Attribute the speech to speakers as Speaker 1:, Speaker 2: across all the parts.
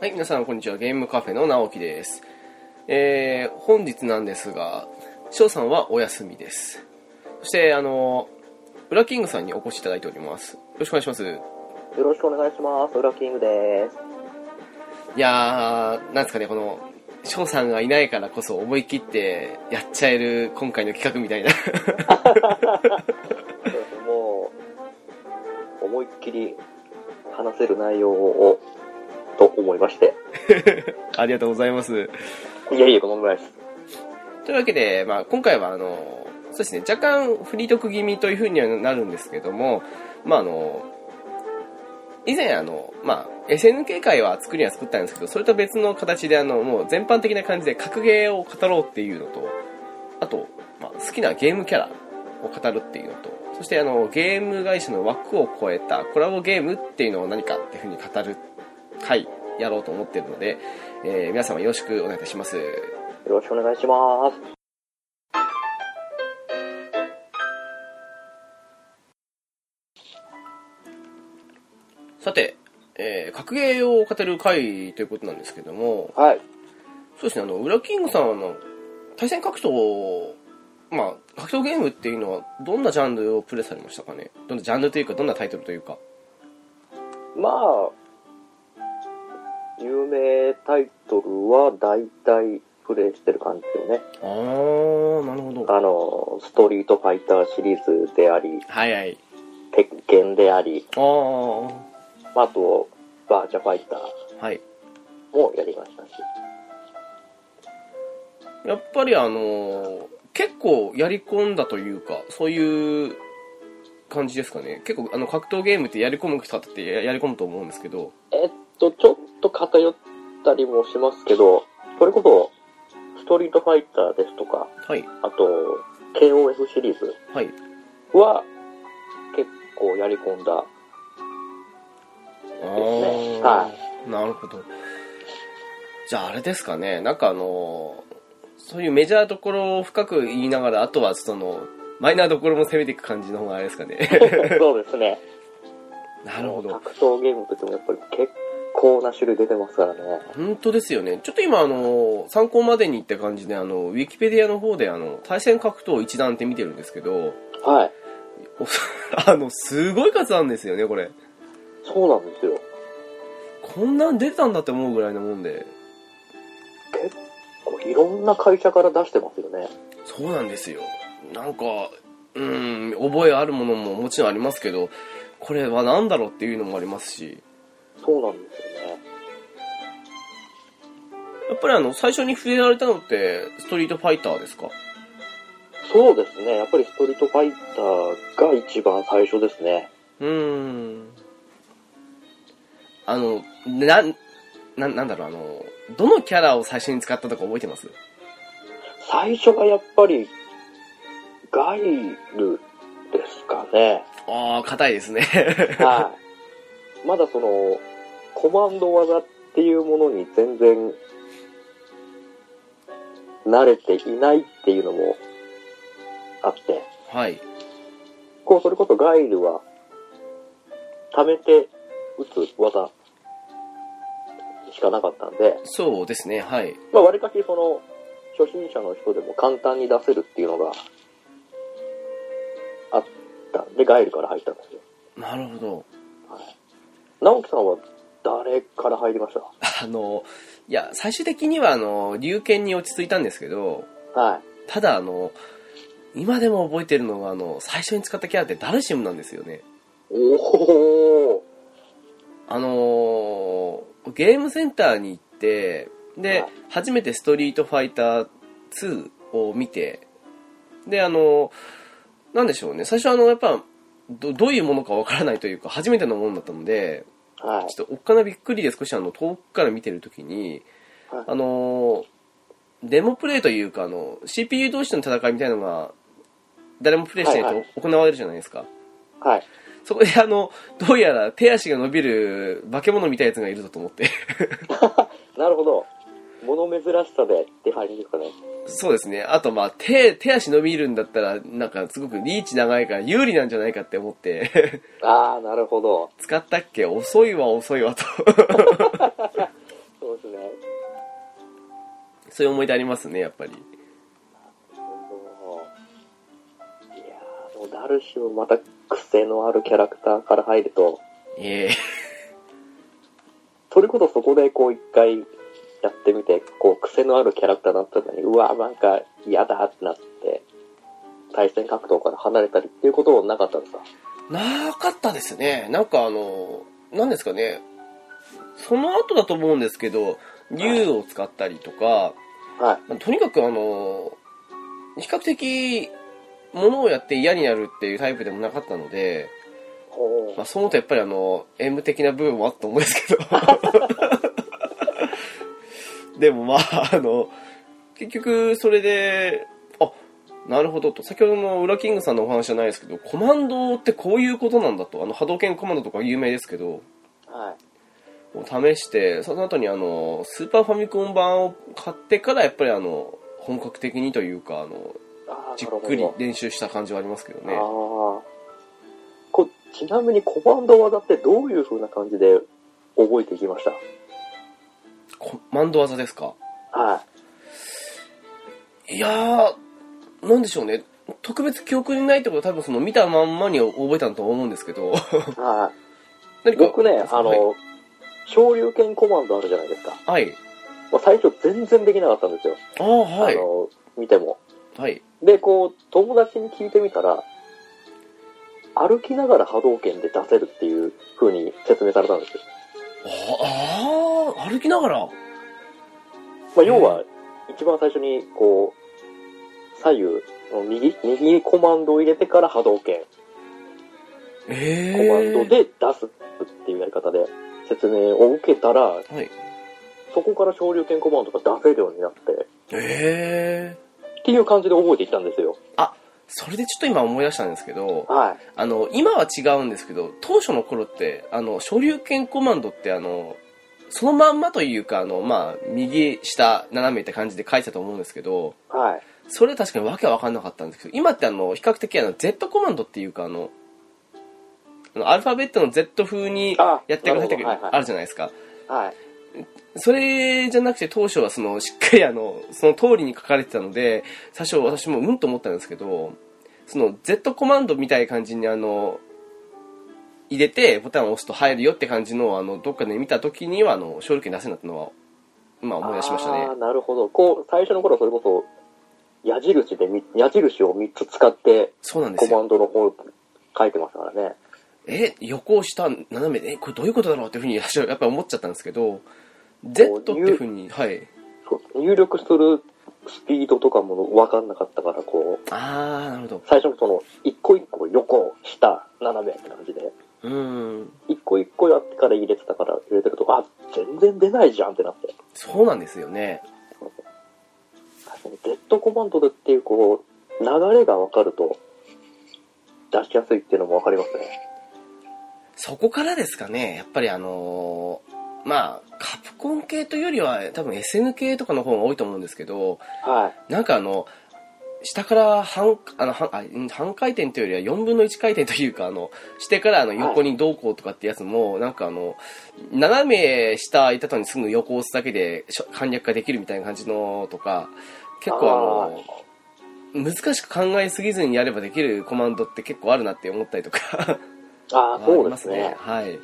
Speaker 1: はい、皆さんこんにちは。ゲームカフェの直樹です。えー、本日なんですが、翔さんはお休みです。そして、あの、ブラッキングさんにお越しいただいております。よろしくお願いします。い
Speaker 2: よろしくお願いします。ウラキングです。
Speaker 1: やー、なんですかね、この、翔さんがいないからこそ思い切ってやっちゃえる今回の企画みたいな。
Speaker 2: そうですねもう、思いっきり話せる内容を、と思いまして。
Speaker 1: ありがとうございます。
Speaker 2: いえいえ、このぐらいです。
Speaker 1: というわけで、まあ、今回はあのそうですね若干フリートーク気味というふうにはなるんですけども、まあ、あの以前あの、まあ、SNK 界は作りは作ったんですけどそれと別の形であのもう全般的な感じで格ゲーを語ろうっていうのとあと、まあ、好きなゲームキャラを語るっていうのとそしてあのゲーム会社の枠を超えたコラボゲームっていうのを何かっていうふうに語る回やろうと思ってるので、えー皆様よろしくお願いいたします。
Speaker 2: よろしくお願いします。
Speaker 1: さて、えー格ゲーを語る会ということなんですけども、
Speaker 2: はい。
Speaker 1: そうですね、あの、ウラキングさんはあの、対戦格闘、まあ、格闘ゲームっていうのは、どんなジャンルをプレイされましたかねどんなジャンルというか、どんなタイトルというか。
Speaker 2: まあ、有名タイトルは大体プレイしてる感じでね。
Speaker 1: あー、なるほど。
Speaker 2: あの、ストリートファイターシリーズであり、
Speaker 1: はいはい。
Speaker 2: 鉄拳であり、
Speaker 1: あー、
Speaker 2: あと、バーチャファイター
Speaker 1: はい。
Speaker 2: もやりましたし。
Speaker 1: やっぱりあのー結構やり込んだというか、そういう感じですかね。結構、あの、格闘ゲームってやり込む人ってややり込むと思うんですけど、
Speaker 2: えっと、ちょっと偏ったりもしますけど、それこそ、ストリートファイターですとか、
Speaker 1: はい、
Speaker 2: あと、KOF シリーズ
Speaker 1: はい。
Speaker 2: は、結構やり込ん だ。
Speaker 1: あ
Speaker 2: ね
Speaker 1: あ、
Speaker 2: は
Speaker 1: なるほどじゃああれですかねなんかあのそういうメジャーところを深く言いながらあとはそのマイナーどころも攻めていく感じの方があれですか ね
Speaker 2: そうですね。
Speaker 1: なるほど
Speaker 2: 格闘ゲームといってもやっぱり結構な種類出てますからね。
Speaker 1: 本当ですよねちょっと今あの参考までにって感じであのウィキペディアの方であの対戦格闘一覧って見てるんですけど
Speaker 2: はい。
Speaker 1: お あのすごい数なんですよねこれ
Speaker 2: そうなんですよ。
Speaker 1: こんなん出てたんだって思うぐらいなもんで
Speaker 2: こういろんな会社から出してますよね。
Speaker 1: そうなんですよなんかうん覚えあるものももちろんありますけどこれは何だろうっていうのもありますし
Speaker 2: そうなんですよね。
Speaker 1: やっぱりあの最初に触れられたのってストリートファイターですか
Speaker 2: そうですね。やっぱりストリートファイターが一番最初ですね。
Speaker 1: うーんあのなななんだろうあのどのキャラを最初に使ったとか覚えてます
Speaker 2: 最初がやっぱり、ガイルですかね。
Speaker 1: ああ硬いですね
Speaker 2: はい。まだその、コマンド技っていうものに全然、慣れていないっていうのもあって、
Speaker 1: はい
Speaker 2: こう、それこそガイルは、溜めて打つ技しかなかったんで、
Speaker 1: そうですねはい
Speaker 2: まあ、わりかしその、初心者の人でも簡単に出せるっていうのが、あったんで、ガイルから入ったんですよ。
Speaker 1: なるほど
Speaker 2: 直樹さんは誰から入りまし
Speaker 1: あのいや最終的にはあの龍拳に落ち着いたんですけど
Speaker 2: たはい。
Speaker 1: ただあの今でも覚えてるのがあの最初に使ったキャラってダルシムなんですよね
Speaker 2: おお
Speaker 1: あのーゲームセンターに行ってで
Speaker 2: はい
Speaker 1: 初めて「ストリートファイター2」を見てであのーなんでしょうね最初あのやっぱどどういうものかわからないというか初めてのものだったので
Speaker 2: はい。
Speaker 1: ちょっとおっかなびっくりで少しあの遠くから見てるときに、
Speaker 2: はい
Speaker 1: あのーデモプレイというかあの CPU 同士の戦いみたいなのが誰もプレイしてない
Speaker 2: はい
Speaker 1: と行われるじゃないですか、
Speaker 2: はい。
Speaker 1: そこであのどうやら手足が伸びる化け物みたいなやつがいるぞと思って
Speaker 2: なるほど。物珍しさでって入りですかね。
Speaker 1: そうですねあとまあ手手足伸びるんだったらなんかすごくリーチ長いから有利なんじゃないかって思って
Speaker 2: ああ、なるほど。
Speaker 1: 使ったっけ遅いわ遅いわと そういう思い出ありますね、やっぱり。
Speaker 2: いやーでもダルシムまた癖のあるキャラクターから入ると、
Speaker 1: ええ
Speaker 2: それこそそこでこう一回やってみて、こう癖のあるキャラクターになったのに、うわ、なんか嫌だってなって、対戦格闘から離れたりっていうこともなかったんですか
Speaker 1: なかったですね。なんかあの、なんですかね。その後だと思うんですけど、竜を使ったりとか、
Speaker 2: はい。
Speaker 1: まあとにかくあの、比較的、ものをやって嫌になるっていうタイプでもなかったので、
Speaker 2: ほ
Speaker 1: まあ、そう思うとやっぱりあの、演武的な部分もあったと思うんですけど。でもまあ、あの、結局それで、あ、なるほどと、先ほどのウラキングさんのお話じゃないですけど、コマンドってこういうことなんだと、あの波動拳コマンドとか有名ですけど、
Speaker 2: う。はい。
Speaker 1: を試して、その後にあの、スーパーファミコン版を買ってからやっぱりあの、本格的にというか、あの、
Speaker 2: あー
Speaker 1: じっ
Speaker 2: なるほ
Speaker 1: くり
Speaker 2: ど
Speaker 1: 練習した感じはありますけどね。
Speaker 2: ああ。こちなみにコマンド技ってどういう風な感じで覚えていきました
Speaker 1: コマンド技ですか
Speaker 2: はい
Speaker 1: やー、なんでしょうね。特別記憶にないってことは多分その見たまんまに覚えたんだと思うんですけど。
Speaker 2: い。は
Speaker 1: 何
Speaker 2: い。
Speaker 1: か
Speaker 2: 僕ね、あ
Speaker 1: はい。
Speaker 2: の、昇竜拳コマンドあるじゃないですか。
Speaker 1: はい、
Speaker 2: まあ、最初全然できなかったんですよ。
Speaker 1: ああ、はい
Speaker 2: あ。の、見ても。
Speaker 1: はい。
Speaker 2: で、こう、友達に聞いてみたら、歩きながら波動拳で出せるっていう風に説明されたんですよ。
Speaker 1: ああー、歩きながら。
Speaker 2: まあ、要は、一番最初に、こう、左右、右、右にコマンドを入れてから波動拳。
Speaker 1: え
Speaker 2: コ
Speaker 1: え
Speaker 2: マンドで出すっていうやり方で説明を受けたら、
Speaker 1: はい。
Speaker 2: そこから昇竜拳コマンドが出せるようになって、
Speaker 1: ええ
Speaker 2: っていう感じで覚えていったんですよ。
Speaker 1: それでちょっと今思い出したんですけど、
Speaker 2: はい。
Speaker 1: あの、今は違うんですけど、当初の頃って、あの、所有権コマンドってあの、そのまんまというか、あの、まあ、右下斜めって感じで書いてたと思うんですけど、
Speaker 2: はい。
Speaker 1: それ確かにわけは分かんなかったんですけど今ってあの比較的あの Z コマンドっていうかあのあのアルファベットの Z 風に
Speaker 2: あ
Speaker 1: やってくれた
Speaker 2: なるほどはいはい
Speaker 1: あるじゃないですか
Speaker 2: はい。
Speaker 1: それじゃなくて当初はそのしっかりあのその通りに書かれてたので最初私もうんと思ったんですけどその Z コマンドみたいな感じにあの入れてボタンを押すと入るよって感じのをあのどっかで見た時にはあの勝利権出せなったのはまあ思い出しましたね
Speaker 2: あーなるほど。こう、最初の頃それこそ、矢印でみ、矢印を3つ使って、
Speaker 1: そうなんで
Speaker 2: コ
Speaker 1: すよ
Speaker 2: マンドの方書いてましたからね。
Speaker 1: え横下斜めでえこれどういうことだろうっていうふうに私はやっぱり思っちゃったんですけど Z っていうふうにはい
Speaker 2: そう入力するスピードとかも分かんなかったから、こう、
Speaker 1: ああなるほど
Speaker 2: 最初のその、一個一個横、下、斜めって感じで、
Speaker 1: うーん
Speaker 2: 一個一個やってから入れてたから、入れてると、あ、全然出ないじゃんってなって。
Speaker 1: そうなんですよね
Speaker 2: 確かに Z コマンドでっていう、こう、流れが分かると、出しやすいっていうのも分かりますね。
Speaker 1: そこからですかねやっぱりあのーまあカプコン系というよりは多分 SN 系とかの方が多いと思うんですけど
Speaker 2: はい。
Speaker 1: なんかあの下から半あの半あうん半回転というよりは4分の1回転というかあのしてからあの横にどうこうとかってやつも、なんかあの斜め下いたとにすぐ横を押すだけでしょ簡略化できるみたいな感じのとか結構あの難しく考えすぎずにやればできるコマンドって結構あるなって思ったりとか
Speaker 2: ああ、そ
Speaker 1: あ
Speaker 2: う
Speaker 1: り
Speaker 2: で
Speaker 1: ますす
Speaker 2: ね
Speaker 1: ね。はい一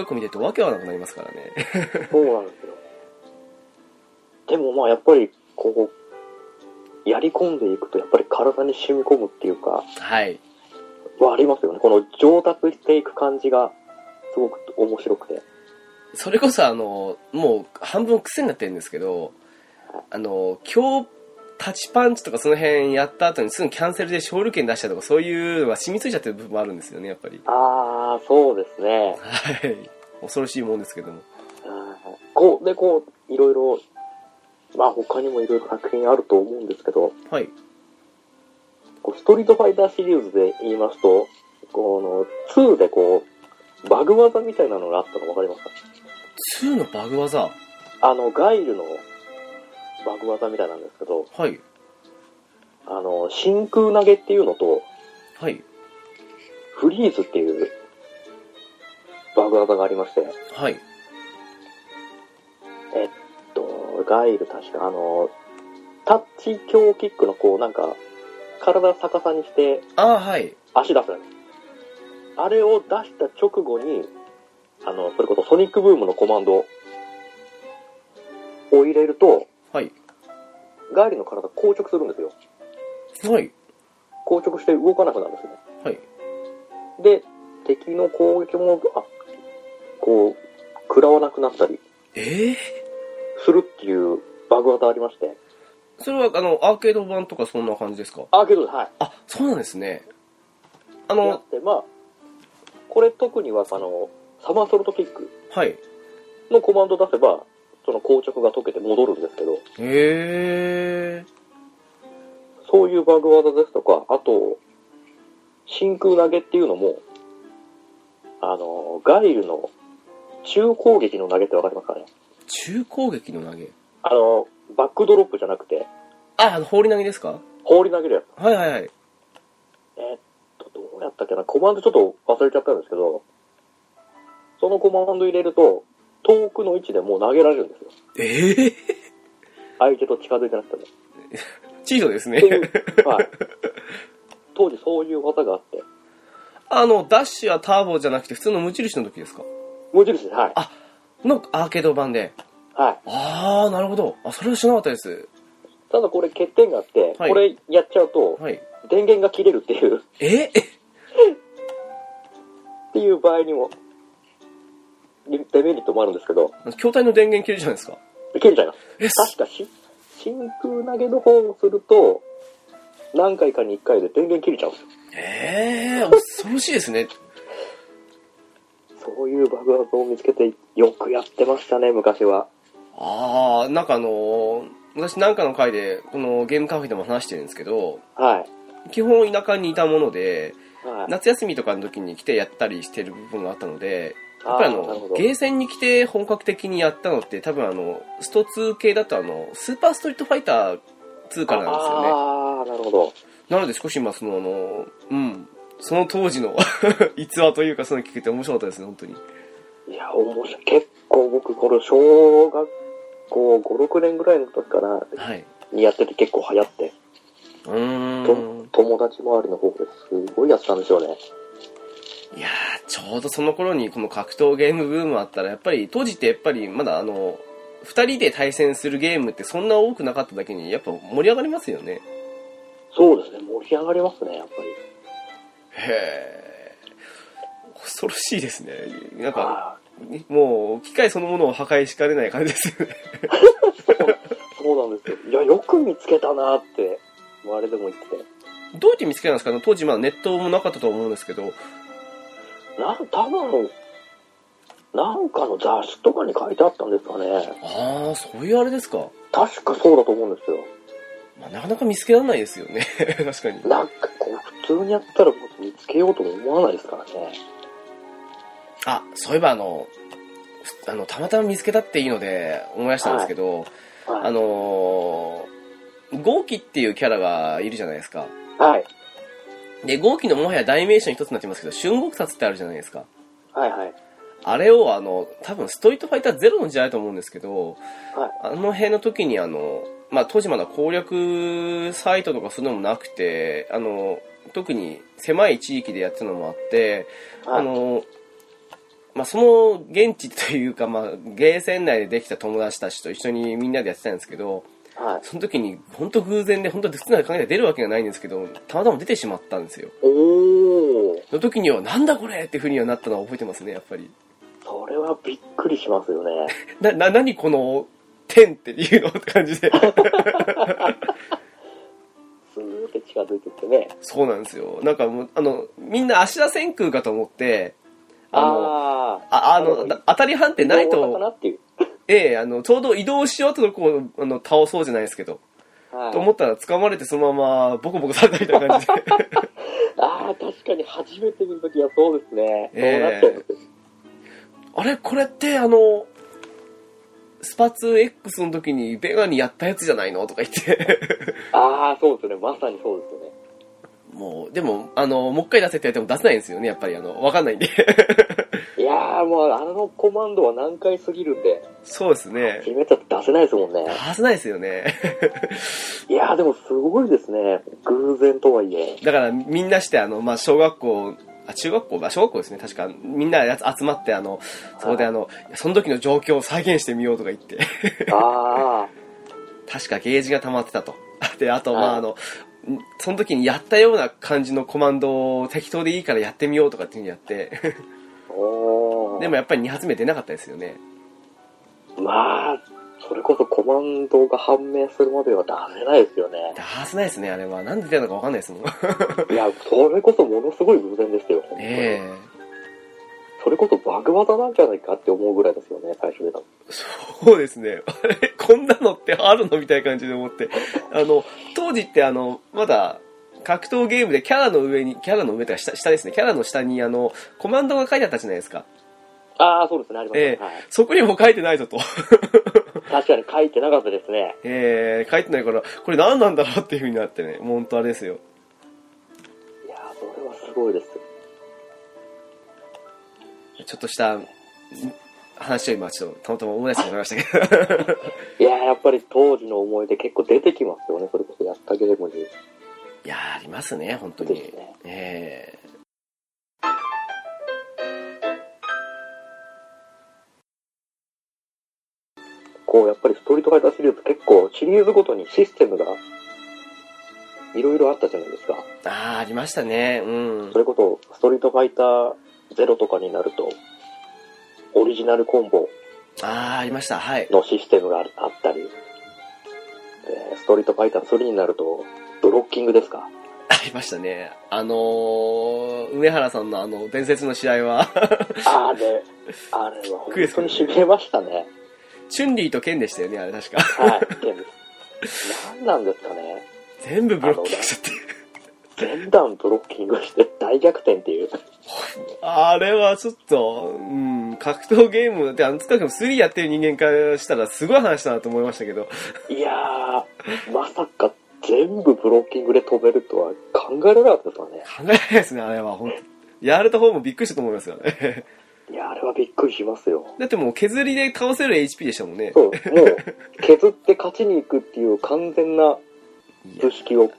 Speaker 1: 個一個見てるとわけはなくなりますからね
Speaker 2: そうなんですよ。でもまあやっぱりこう、やり込んでいくとやっぱり体に染み込むっていうか、
Speaker 1: はい
Speaker 2: はありますよね。この上達していく感じがすごく面白くて。
Speaker 1: それこそあのもう半分癖になってるんですけどあの今日タッチパンチとかその辺やった後にすぐキャンセルで勝利券出したとかそういうのが染みついちゃってる部分もあるんですよねやっぱり
Speaker 2: ああ、そうですね。
Speaker 1: はい恐ろしいもんですけども
Speaker 2: うんこう、でこう、いろいろ、まあ他にもいろいろ作品あると思うんですけど、
Speaker 1: はい
Speaker 2: こうストリートファイターシリーズで言いますと、この2でこう、バグ技みたいなのがあったの分かりますか
Speaker 1: 2のバグ技
Speaker 2: あの、ガイルのバグ技みたいなんですけど、
Speaker 1: はい
Speaker 2: あの、真空投げっていうのと、
Speaker 1: はい
Speaker 2: フリーズっていうバグ技がありまして、
Speaker 1: はい
Speaker 2: えっと、ガイル確か、あの、タッチ強キックのこうなんか、体逆さにして
Speaker 1: ああ、はい。
Speaker 2: 足出すのよあれを出した直後に、あの、それこそソニックブームのコマンドを入れると、
Speaker 1: はい。
Speaker 2: ガーリーの体硬直するんですよ。
Speaker 1: はい。
Speaker 2: 硬直して動かなくなるんですね。
Speaker 1: はい。
Speaker 2: で、敵の攻撃も、あ、こう、食らわなくなったり
Speaker 1: ええ
Speaker 2: するっていうバグ技ありまして。
Speaker 1: それは、あの、アーケード版とかそんな感じですか
Speaker 2: あ、けど、はい。
Speaker 1: あ、そうなんですね。あ
Speaker 2: であっ
Speaker 1: の、
Speaker 2: て、まあ、これ特には、あの、サマーソルトキック
Speaker 1: はい。
Speaker 2: のコマンド出せば、その硬直が解けて戻るんですけど、
Speaker 1: へえ。
Speaker 2: そういうバグ技ですとか、あと、真空投げっていうのも、あの、ガイルの中攻撃の投げってわかりますかね
Speaker 1: 中攻撃の投げ。
Speaker 2: あの、バックドロップじゃなくて、
Speaker 1: あ、あの放り投げですか
Speaker 2: 放り投げるやつ。
Speaker 1: はいはいはい。
Speaker 2: えーっと、どうやったっけな、コマンドちょっと忘れちゃったんですけど、そのコマンド入れると、遠くの位置でもう投げられるんですよ。
Speaker 1: ええ
Speaker 2: 相手と近づいてなくても。
Speaker 1: チートですね
Speaker 2: そ。ういうはい。当時そういう技があって、
Speaker 1: あの、ダッシュやターボじゃなくて普通の無印の時ですか
Speaker 2: 無印です。はい。
Speaker 1: のアーケード版で。
Speaker 2: はい。
Speaker 1: ああ、なるほど。あ、それは知らなかったです。
Speaker 2: ただこれ欠点があって、
Speaker 1: はい
Speaker 2: これやっちゃうと、
Speaker 1: はい。
Speaker 2: 電源が切れるっていう、っ
Speaker 1: え
Speaker 2: ていう場合にも、デデメリットもあるんですけど、
Speaker 1: 筐体の電源切れるじゃないですか。
Speaker 2: 切れちゃいます。
Speaker 1: え、
Speaker 2: 確かし、真空投げの方をすると、何回かに1回で電源切れちゃうんですよ
Speaker 1: ええー、恐ろしいですね。
Speaker 2: そういうバグアを見つけてよくやってましたね、昔は。
Speaker 1: ああ、なんかあのー私なんかの回で、このゲームカフェでも話してるんですけど、
Speaker 2: は
Speaker 1: 基本田舎にいたもので、
Speaker 2: い。はい。
Speaker 1: 夏休みとかの時に来てやったりしてる部分があったので、やっ
Speaker 2: あ
Speaker 1: ぱりあ
Speaker 2: ーなるほ
Speaker 1: の
Speaker 2: ど、
Speaker 1: ゲーセンに来て本格的にやったのって、多分あの、スト2系だとあの、スーパーストリートファイター2からなんですよね。
Speaker 2: ああ、なるほど。
Speaker 1: なので少し今そのあの、うん、その当時の 逸話というかそういうの聞けて面白かったですね、本当に。
Speaker 2: いや、面白い。結構僕、この小学校5、6年ぐらいの時かな、
Speaker 1: はい。
Speaker 2: にやってて結構流行って、
Speaker 1: うー
Speaker 2: と
Speaker 1: ん。
Speaker 2: 友達周りの方ですごいやってたんですよね。
Speaker 1: いやー、ちょうどその頃にこの格闘ゲームブームあったら、やっぱり当時ってやっぱりまだあの、二人で対戦するゲームってそんな多くなかっただけに、やっぱ盛り上がりますよね。
Speaker 2: そうですね、盛り上がりますね、やっぱり。
Speaker 1: へー恐ろしいですね。なんか、
Speaker 2: あ
Speaker 1: もう、機械そのものを破壊しかねない感じですよね。
Speaker 2: ーそうなんですよ。いや、よく見つけたなーって、周りでも言ってて。
Speaker 1: どうやって見つけたんですかね当時まだネットもなかったと思うんですけど。
Speaker 2: なん、多分、なんかの雑誌とかに書いてあったんですかね。
Speaker 1: ああ、そういうあれですか。
Speaker 2: 確かそうだと思うんですよ。
Speaker 1: まあ、なかなか見つけられないですよね。 確かに。
Speaker 2: なんかこう、普通にやったらもう見つけようとも思わないですからね。
Speaker 1: あ、そういえばあの、ふあの、たまたま見つけたっていいので思い出したんですけど、
Speaker 2: は
Speaker 1: あのー、ゴーキっていうキャラがいるじゃないですか。
Speaker 2: い。はい。
Speaker 1: で、ゴーキのもはや代名詞の一つになってますけど、春国殺ってあるじゃないですか。
Speaker 2: はいはい。
Speaker 1: あれをあの、多分ストリートファイターゼロの時代だと思うんですけど、
Speaker 2: はい
Speaker 1: あの辺の時にあの、まあ当時まだ攻略サイトとかそういうのもなくて、あの、特に狭い地域でやってたのもあって、
Speaker 2: はい
Speaker 1: あの、まあその現地というか、まあゲーセン内でできた友達たちと一緒にみんなでやってたんですけど、
Speaker 2: はい。
Speaker 1: その時に本当偶然で本当普通なら考えて出るわけがないんですけど、たまたま出てしまったんですよ。
Speaker 2: おー。
Speaker 1: その時にはなんだこれっていう風にはなったのは覚えてますね、やっぱり。
Speaker 2: それはびっくりしま すよね。
Speaker 1: な、な、何この、点っていうのって感じで。
Speaker 2: すーって近づいてってね。
Speaker 1: そうなんですよ。なんかもう、あの、みんな芦田旋空かと思って、あの、
Speaker 2: あ
Speaker 1: ああの、だ当たり判定
Speaker 2: ー。
Speaker 1: ない
Speaker 2: どうかな
Speaker 1: と、
Speaker 2: っていう。
Speaker 1: ええあの、ちょうど移動しようとこを、あの、倒そうじゃないですけど、
Speaker 2: はい
Speaker 1: と思ったら掴まれてそのままボコボコされたみたいな 感じで。
Speaker 2: ああ、確かに初めて見るときはそうですね。
Speaker 1: ええ
Speaker 2: そうなっちゃいますよ。
Speaker 1: あれこれって、あの、スパツ X の時にベガにやったやつじゃないのとか言って。
Speaker 2: ああ、そうですよね。まさにそうですよね。
Speaker 1: もう、でも、あの、もう一回出せって言われても出せないんですよね、やっぱり。あの、わかんないんで。
Speaker 2: いやー、やーもうあのコマンドは難解すぎるんで、
Speaker 1: そうですね。
Speaker 2: 決めちゃ出せないですもんね。
Speaker 1: 出せないですよね。
Speaker 2: いやーでもすごいですね。偶然とはい え。
Speaker 1: だからみんなして、あの、まあ、小学校、あ、中学校、まあ、小学校ですね。確か、みんなやつ集まって、あの、そこであの、その時の状況を再現してみようとか言って、
Speaker 2: あ
Speaker 1: 確かゲージが溜まってたと。 で、あと、
Speaker 2: はい
Speaker 1: まあ、あの、んその時にやったような感じのコマンドを適当でいいからやってみようとかっていうふうにや って、
Speaker 2: あ。おー
Speaker 1: でもやっぱり2発目出なかったですよね。
Speaker 2: まあ、それこそコマンドが判明するまでは出せないですよね。
Speaker 1: 出せないですね、あれは。なんで出たのかわかんない ですもん。
Speaker 2: いや、それこそものすごい偶然ですよ。本当に
Speaker 1: ええ
Speaker 2: それこそバグ技なんじゃないかって思うぐらいですよね、最初で。
Speaker 1: そうですね。 あれ、こんなのってあるのみたいな感じで思って。あの、当時ってあの、まだ、格闘ゲームでキャラの上に、キャラの上というか下、下ですね。キャラの下にあの、コマンドが書いてあったじゃないですか。
Speaker 2: ああ、そうですね、ありました、
Speaker 1: ええそこにも書いてないぞと。
Speaker 2: はい。確かに書いてなかったですね。
Speaker 1: ええ書いてないから、これ何なんだろうっていう風になってね。もう本当あれですよ。
Speaker 2: いやー、それはすごいです。
Speaker 1: ちょっとした話を今、ちょっとたまたま思い出してもらいましたけど。
Speaker 2: いやー、やっぱり当時の思い出結構出てきますよね、それこそやったゲームに。
Speaker 1: いやーありますね、本当
Speaker 2: で
Speaker 1: に。
Speaker 2: すね。
Speaker 1: ええ
Speaker 2: こう、やっぱりストリートファイターシリーズ結構シリーズごとにシステムがいろいろあったじゃないですか。
Speaker 1: ああ、ありましたね。うん
Speaker 2: そ。れこそ、ストリートファイターゼロとかになると、オリジナルコンボ
Speaker 1: ああ、ありました。はい。
Speaker 2: のシステムがああったり、でストリートファイター3になると、ブロッキングですか。
Speaker 1: ありましたね。あのー、梅原さんのあの、伝説の試合は、
Speaker 2: あれ、あれは本
Speaker 1: クエスト
Speaker 2: 当にしびれましたね。
Speaker 1: チュンリーと剣でしたよね、あれ確か。
Speaker 2: はい、ゲーム何なんですかね。
Speaker 1: 全部ブロッキングしちゃって。
Speaker 2: 全段ブロッキングして大逆転っていう。
Speaker 1: あれはちょっと、うん、格闘ゲームで、あの、つかくも3やってる人間からしたらすごい話だなと思いましたけど、
Speaker 2: いやー、まさか全部ブロッキングで飛べるとは考えられなかったですよね。
Speaker 1: 考えられないですね、あれは。本当やられた方もびっくりしたと思いますよね。
Speaker 2: いやー、あれはびっくりしますよ。
Speaker 1: だってもう削りで倒せる HP でしたもんね。
Speaker 2: そう、もう、削って勝ちに行くっていう完全ない
Speaker 1: や
Speaker 2: 図式を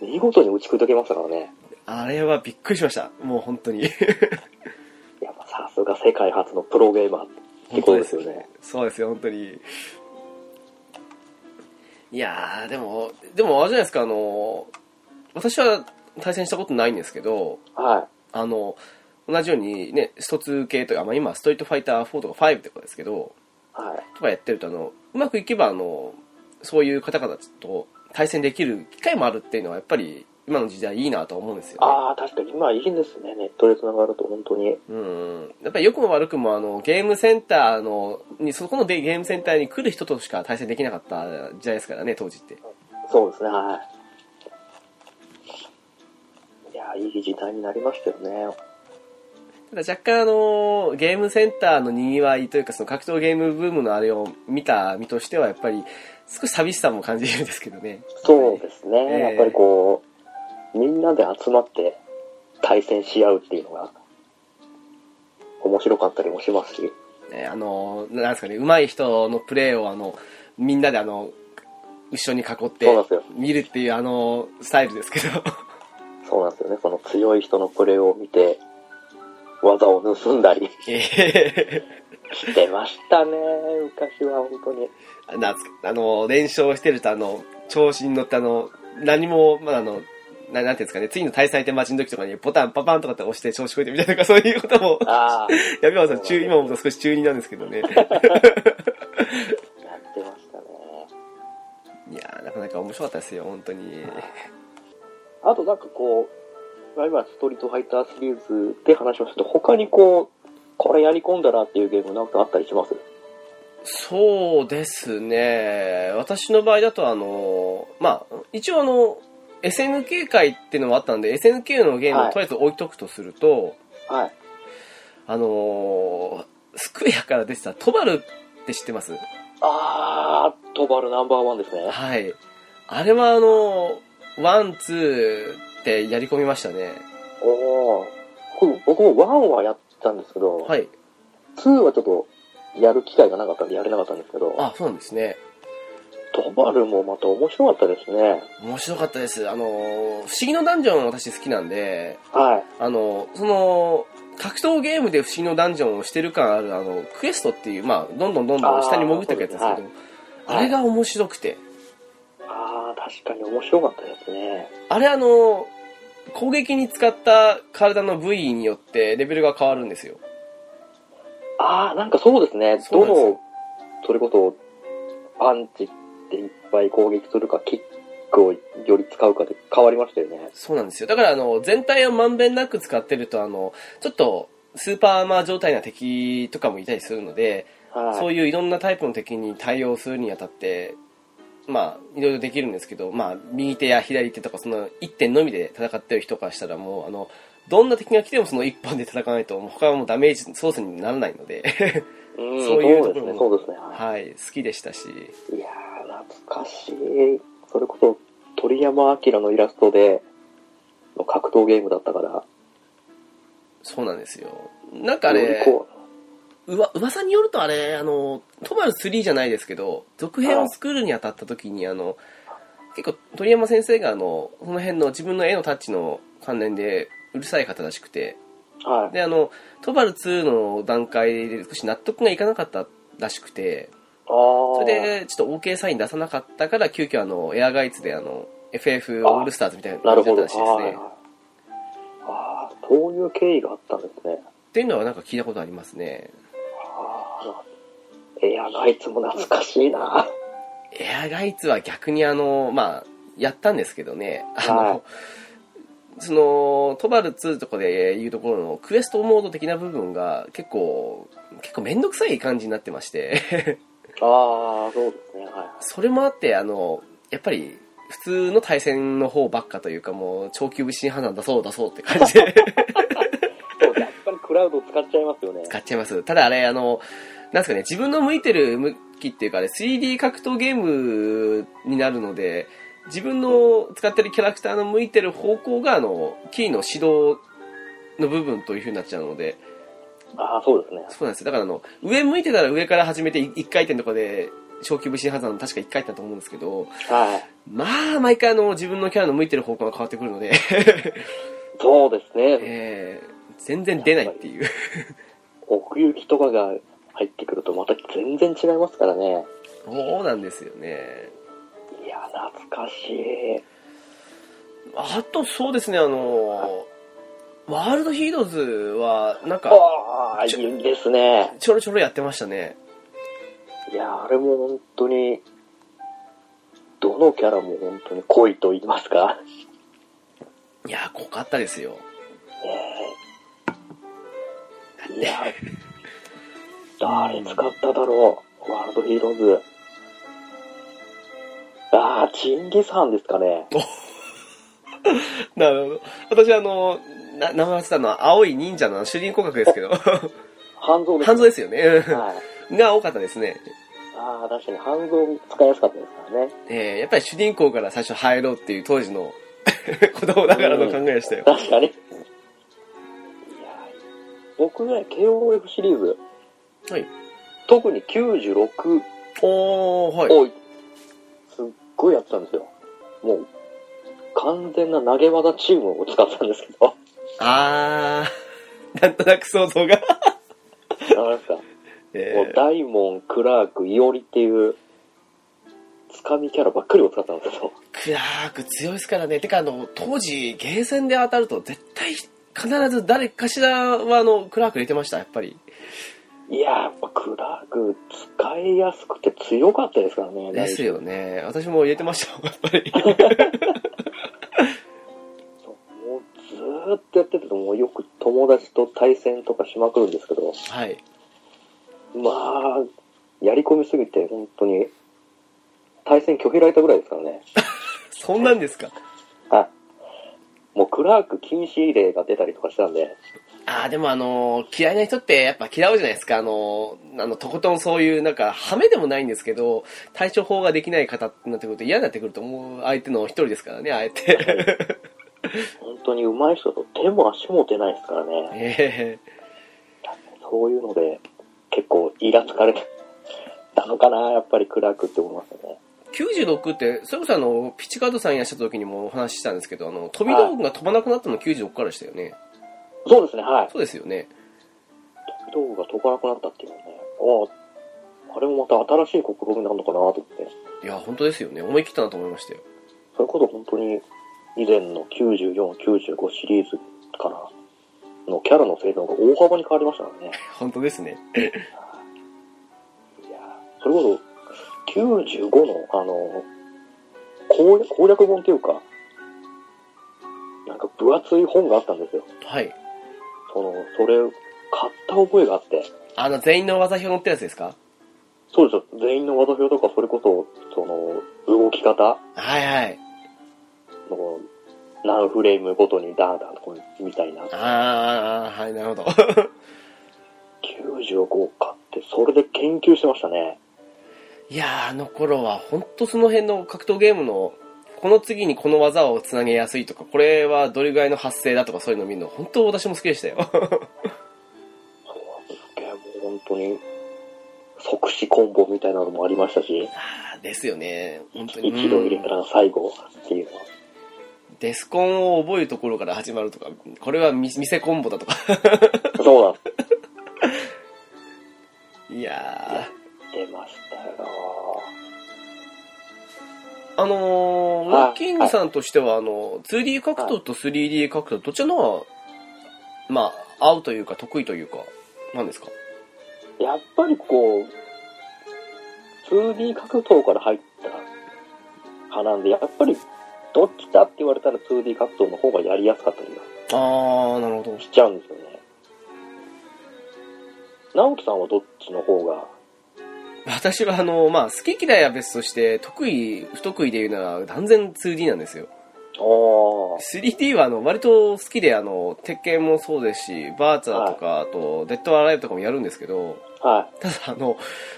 Speaker 2: 見事に打ち砕けましたからね。
Speaker 1: あれはびっくりしました。もう本当に。
Speaker 2: やっぱさすが世界初のプロゲーマーってことですよね。
Speaker 1: そうですよ、本当に。いやー、でも、でもあれじゃないですか、あの、私は対戦したことないんですけど、
Speaker 2: は
Speaker 1: あの、同じようにね、スト2系とか、まあ今、ストリートファイター4とか5とかですけど、
Speaker 2: い。はい。
Speaker 1: とかやってると、あの、うまくいけば、あの、そういう方々と対戦できる機会もあるっていうのは、やっぱり、今の時代いいなと思うんですよ、ね。
Speaker 2: ああ、確かに今いいですね。ネットで繋がると本当に。
Speaker 1: うん、やっぱり良くも悪くもあのゲームセンターのにそこのでゲームセンターに来る人としか対戦できなかった時代ですからね当時って
Speaker 2: そうですね、はい。いや、いい時代になりましたよね。
Speaker 1: ただ若干あのゲームセンターのにぎわいというかその格闘ゲームブームのあれを見た身としてはやっぱり少し寂しさも感じるんですけどね
Speaker 2: そうですね、
Speaker 1: ええ
Speaker 2: やっぱりこう、みんなで集まって対戦し合うっていうのが、面白かったりもしますし。
Speaker 1: ねあのなんですかね上手い人のプレーをあのみんなであの後ろに囲って
Speaker 2: そうなんですよ
Speaker 1: 見るっていうあのスタイルですけ ど
Speaker 2: そうなんですよね、その強い人のプレーを見て、技を盗んだり
Speaker 1: ええ
Speaker 2: してましたね、昔は本当に。
Speaker 1: なんすかあの、連勝してると、あの、調子に乗って、あの、何も、まだあの、ななんていうんですかね、次の対戦相手待ちの時とかにボタンパパンとかって押して調子こいてみたいなとか、そういうことも、
Speaker 2: ああ、
Speaker 1: やめまさん、中、今思うと少し中二なんですけど ね。
Speaker 2: やってましたね。
Speaker 1: いやー、なかなか面白かったですよ、本当に。
Speaker 2: あとなんかこう、まあ今ストリートファイターシリーズで話しましたけど、他にこう、これやり込んだなっていうゲームなんかあったりします
Speaker 1: そうですね。私の場合だと、あの、まあ、一応あの、SNK 界っていうのもあったんで、SNK のゲームをとりあえず置いとくとすると、
Speaker 2: はい。
Speaker 1: あのー、スクエアから出てたトバルって知ってます
Speaker 2: あー、トバルナンバーワンですね。
Speaker 1: はい。あれはあのー、ワン、ツーってやり込みましたね。
Speaker 2: おー。僕僕もワンはやったんですけど、
Speaker 1: はい。
Speaker 2: 2はちょっと、やる機会がなかったんでやれなかったんですけど、
Speaker 1: あ、そうなんですね。
Speaker 2: ドバルもまた面白かったですね。
Speaker 1: 面白かったです。あのー、不思議のダンジョン私好きなんで、
Speaker 2: はい。
Speaker 1: あの、その、格闘ゲームで不思議のダンジョンをしてる感ある、あの、クエストっていう、まあ、どんどんどんどん下に潜っていくやつですけど、
Speaker 2: あー
Speaker 1: あれが面白くて、
Speaker 2: ああ、確かに面白かったですね。
Speaker 1: あれあの、攻撃に使った体の部位によってレベルが変わるんですよ。
Speaker 2: ああ、なんかそうですね。
Speaker 1: そう
Speaker 2: ど
Speaker 1: なんですよ
Speaker 2: の、それこそ、パンチっていっぱい攻撃するか、キックをより使うかで変わりましたよね。
Speaker 1: そうなんですよ。だからあの、全体をまんべんなく使ってると、あの、ちょっと、スーパーアーマー状態な敵とかもいたりするので、
Speaker 2: はい。
Speaker 1: そういういろんなタイプの敵に対応するにあたって、まあ、いろいろできるんですけど、まあ、右手や左手とか、その1点のみで戦ってる人からしたら、もう、あの、どんな敵が来てもその1本で戦わないと、もう他はもうダメージ操作にならないので、
Speaker 2: うん
Speaker 1: そういう
Speaker 2: そう
Speaker 1: とこ
Speaker 2: です
Speaker 1: ろ
Speaker 2: ね、
Speaker 1: も
Speaker 2: そうですね。はい
Speaker 1: はい、好きでしたし、
Speaker 2: いやー、懐かしい。それこそ、鳥山明のイラストで、の格闘ゲームだったから。
Speaker 1: そうなんですよ。なんかあれ、
Speaker 2: こ
Speaker 1: うわ、噂によるとあれ、あの、トマル3じゃないですけど、続編を作るにあたった時に、あの、結構鳥山先生があの、その辺の自分の絵のタッチの関連でうるさい方らしくて、
Speaker 2: うはい。
Speaker 1: で、あの、トバル2の段階で少し納得がいかなかったらしくて、
Speaker 2: ああ。
Speaker 1: それでちょっと OK サイン出さなかったから、急遽あの、エアガイツであの、FF オールスターズみたいな
Speaker 2: な
Speaker 1: 感
Speaker 2: る
Speaker 1: じだっ
Speaker 2: ほ
Speaker 1: た
Speaker 2: ど。
Speaker 1: らしいです
Speaker 2: はい
Speaker 1: ね。
Speaker 2: ああ、そういう経緯があったんですね。
Speaker 1: っていうのはなんか聞いたことありますね。
Speaker 2: ああ、エアガイツも懐かしいな。
Speaker 1: エアガイツは逆にあの、まあ、やったんですけどね、あの、
Speaker 2: はい
Speaker 1: その、トバル2とかでいうところのクエストモード的な部分が結構、結構めんどくさい感じになってまして、
Speaker 2: ああ、そうですね、はい。
Speaker 1: それもあって、あの、やっぱり、普通の対戦の方ばっかというか、もう、長期不審判断出そう出そうって感じで
Speaker 2: そう、やっぱりクラウド使っちゃいますよね。
Speaker 1: 使っちゃいます。ただあれ、あの、なんですかね、自分の向いてる向きっていうか、あれ、3D 格闘ゲームになるので、自分の使ってるキャラクターの向いてる方向が、あの、キーの指導の部分という風になっちゃうので、
Speaker 2: ああ、そうですね。
Speaker 1: そうなんですよ。だからあの、上向いてたら上から始めて1回転とかで、小規模新発の確か1回転だと思うんですけど、
Speaker 2: はい。
Speaker 1: まあ、毎回あの、自分のキャラの向いてる方向が変わってくるので、
Speaker 2: そうですね。
Speaker 1: えー、全然出ないっていう。
Speaker 2: 奥行きとかが入ってくるとまた全然違いますからね。
Speaker 1: そうなんですよね。
Speaker 2: いや、懐かしい。
Speaker 1: あと、そうですね、あの、ワールドヒーローズは、なんか、
Speaker 2: ああ、い
Speaker 1: ちょ
Speaker 2: いですね。
Speaker 1: ちょろちょろやってましたね。
Speaker 2: いや、あれも本当に、どのキャラも本当に濃いと言いますか。
Speaker 1: いやー、濃かったですよ。
Speaker 2: いや、誰使っただろう、ワールドヒーローズ。ああ、チンギスハンですかね。
Speaker 1: なるほど。私、あの、な、名前忘れてたのは、青い忍者の主人公格です けど、
Speaker 2: 半蔵です。
Speaker 1: 半蔵ですよね。
Speaker 2: はい。
Speaker 1: が多かったですね。
Speaker 2: ああ、確かに半蔵使いやすかったですからね。
Speaker 1: えー、やっぱり主人公から最初入ろうっていう当時の 子供ながらの考えでしたよ。
Speaker 2: 確かに。いや、僕ね、KOF シリーズ、
Speaker 1: はい。
Speaker 2: 特に96
Speaker 1: おー、はい。
Speaker 2: をすっごいやってたんですよ。もう、完全な投げ技チームを使ってたんですけ ど。
Speaker 1: あー、なんとなく想像が。
Speaker 2: なんですか
Speaker 1: え
Speaker 2: もうダイモン、クラーク、イオリっていう、つかみキャラばっかりを使ったんですけど、
Speaker 1: クラーク強いですからね。てか、あの、当時、ゲーセンで当たると、絶対、必ず誰かしらは、あの、クラーク入れてました、やっぱり。
Speaker 2: いやー、やっぱクラーク使いやすくて強かったですからね。
Speaker 1: ですよね。私も入れてましたもん、 やっぱり。
Speaker 2: もうずーっとやってて、もうよく友達と対戦とかしまくるんですけど、
Speaker 1: はい。
Speaker 2: まあ、やり込みすぎて、本当に、対戦拒否られたぐらいですからね。
Speaker 1: そんなんですか。
Speaker 2: はい。もうクラーク禁止令が出たりとかしたんで、
Speaker 1: ああ、でもあのー嫌いな人ってやっぱ嫌うじゃないですか。あのーあの、とことんそういう、なんか、ハメでもないんですけど、対処法ができない方ってなってくると嫌になってくると思う相手の一人ですからね、あえて。
Speaker 2: 本当に上手い人と手も足も出ないですからね。
Speaker 1: ええ
Speaker 2: そういうので、イラつかれたのかな、やっぱりクラークって思いますね。
Speaker 1: 96って、それこそあの、ピチカードさんいらっしゃった時にもお話ししたんですけど、あの、飛び道具が飛ばなくなったの96からでしたよね。
Speaker 2: そうですね、はい。
Speaker 1: そうですよね。
Speaker 2: 道具が飛ばなくなったっていうのはね、ああ、あれもまた新しい試みなのかなと思って、
Speaker 1: いや、本当ですよね。思い切ったなと思いましたよ。
Speaker 2: それこそ本当に以前の94、95シリーズからのキャラの性能が大幅に変わりましたからね。
Speaker 1: 本当ですね。
Speaker 2: いやーそれこそ95の、あの、攻略攻略本というか、なんか分厚い本があったんですよ。
Speaker 1: はい。
Speaker 2: その、それ、買った覚えがあって、
Speaker 1: あの、全員の技表のってやつですか
Speaker 2: そうですよ、全員の技表とか、それこそ、その、動き方
Speaker 1: はいはい。
Speaker 2: の、何フレームごとにダーダーとこうみたいな、
Speaker 1: あー、はい、なるほど。
Speaker 2: 95を買って、それで研究してましたね。
Speaker 1: いやー、あの頃は、本当その辺の格闘ゲームの、この次にこの技をつなげやすいとか、これはどれぐらいの発生だとか、そういうの見るの、本当私も好きでした よ。
Speaker 2: そうなんですけど、もう本当に、即死コンボみたいなのもありましたし、
Speaker 1: あーですよね。本当に。
Speaker 2: 一度入れた
Speaker 1: うん
Speaker 2: ら最後っていうのは。
Speaker 1: デスコンを覚えるところから始まるとか、これは見見せコンボだとか。
Speaker 2: そうなんで す。
Speaker 1: いや
Speaker 2: 出ましたよ。
Speaker 1: ー。あのー、
Speaker 2: はい
Speaker 1: ロッキングさんとしては、あの、2D 格闘と 3D 格闘、どちらの方が、まあ、合うというか、得意というか、なんですか
Speaker 2: やっぱりこう、2D 格闘から入った派なんで、やっぱりどっちだって言われたら 2D 格闘の方がやりやすかったりは
Speaker 1: あー、なるほど。
Speaker 2: しちゃうんですよね。直樹さんはどっちの方が、
Speaker 1: 私はあの、まあ、好き嫌いは別として、得意、不得意で言うなら、断然 2D なんですよ。
Speaker 2: お
Speaker 1: 3D はあの、割と好きで、あの、鉄拳もそうですし、バーツァーとか、あと、デッドアライブとかもやるんですけど、
Speaker 2: は
Speaker 1: ただあの、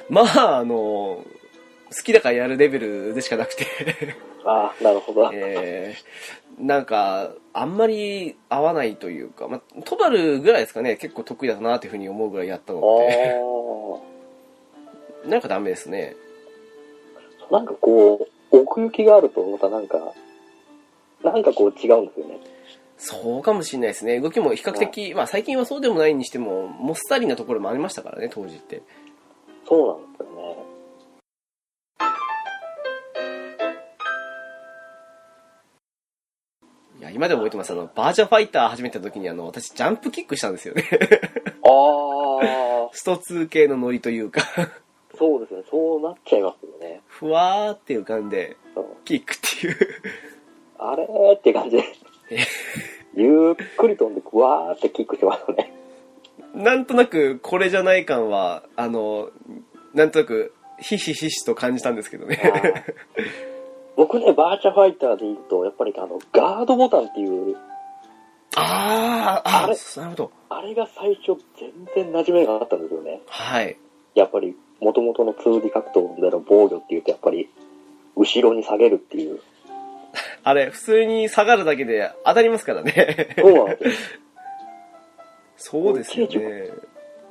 Speaker 1: まあ、あの、好きだからやるレベルでしかなくて、
Speaker 2: い。ああ、なるほど。
Speaker 1: えー、なんか、あんまり合わないというか、まあ、トバルぐらいですかね、結構得意だなっていうふうに思うぐらいやったのって、
Speaker 2: おー
Speaker 1: なんかダメですね。
Speaker 2: なんかこう、奥行きがあるとまたなんか、なんかこう違うんですよね。
Speaker 1: そうかもしれないですね。動きも比較的、まあ最近はそうでもないにしても、もっさりなところもありましたからね、当時って。
Speaker 2: そうなんですよね。
Speaker 1: いや、今でも覚えてます。あの、バーチャファイター始めた時に、あの、私ジャンプキックしたんですよね。
Speaker 2: ああ、
Speaker 1: スト2系のノリというか、
Speaker 2: そうですね。そうなっちゃいますよね。
Speaker 1: ふわーって浮かんで、
Speaker 2: そう
Speaker 1: キックっていう。
Speaker 2: あれーって感じで
Speaker 1: え。
Speaker 2: ゆっくり飛んで、ぐわーってキックしてますね。
Speaker 1: なんとなく、これじゃない感は、あの、なんとなく、ひしひしと感じたんですけど
Speaker 2: あ
Speaker 1: ね。
Speaker 2: ー僕ね、バーチャファイターで言うと、やっぱりあの、ガードボタンっていう、
Speaker 1: あー、あ
Speaker 2: あれ
Speaker 1: ー、なるほど。
Speaker 2: あれが最初全然馴染めがあったんですよね。
Speaker 1: はい。
Speaker 2: やっぱり、元々の 2D 格闘での防御っていうと、やっぱり、後ろに下げるっていう。
Speaker 1: あれ、普通に下がるだけで当たりますからね。
Speaker 2: そうなんですよ。
Speaker 1: そうですよね。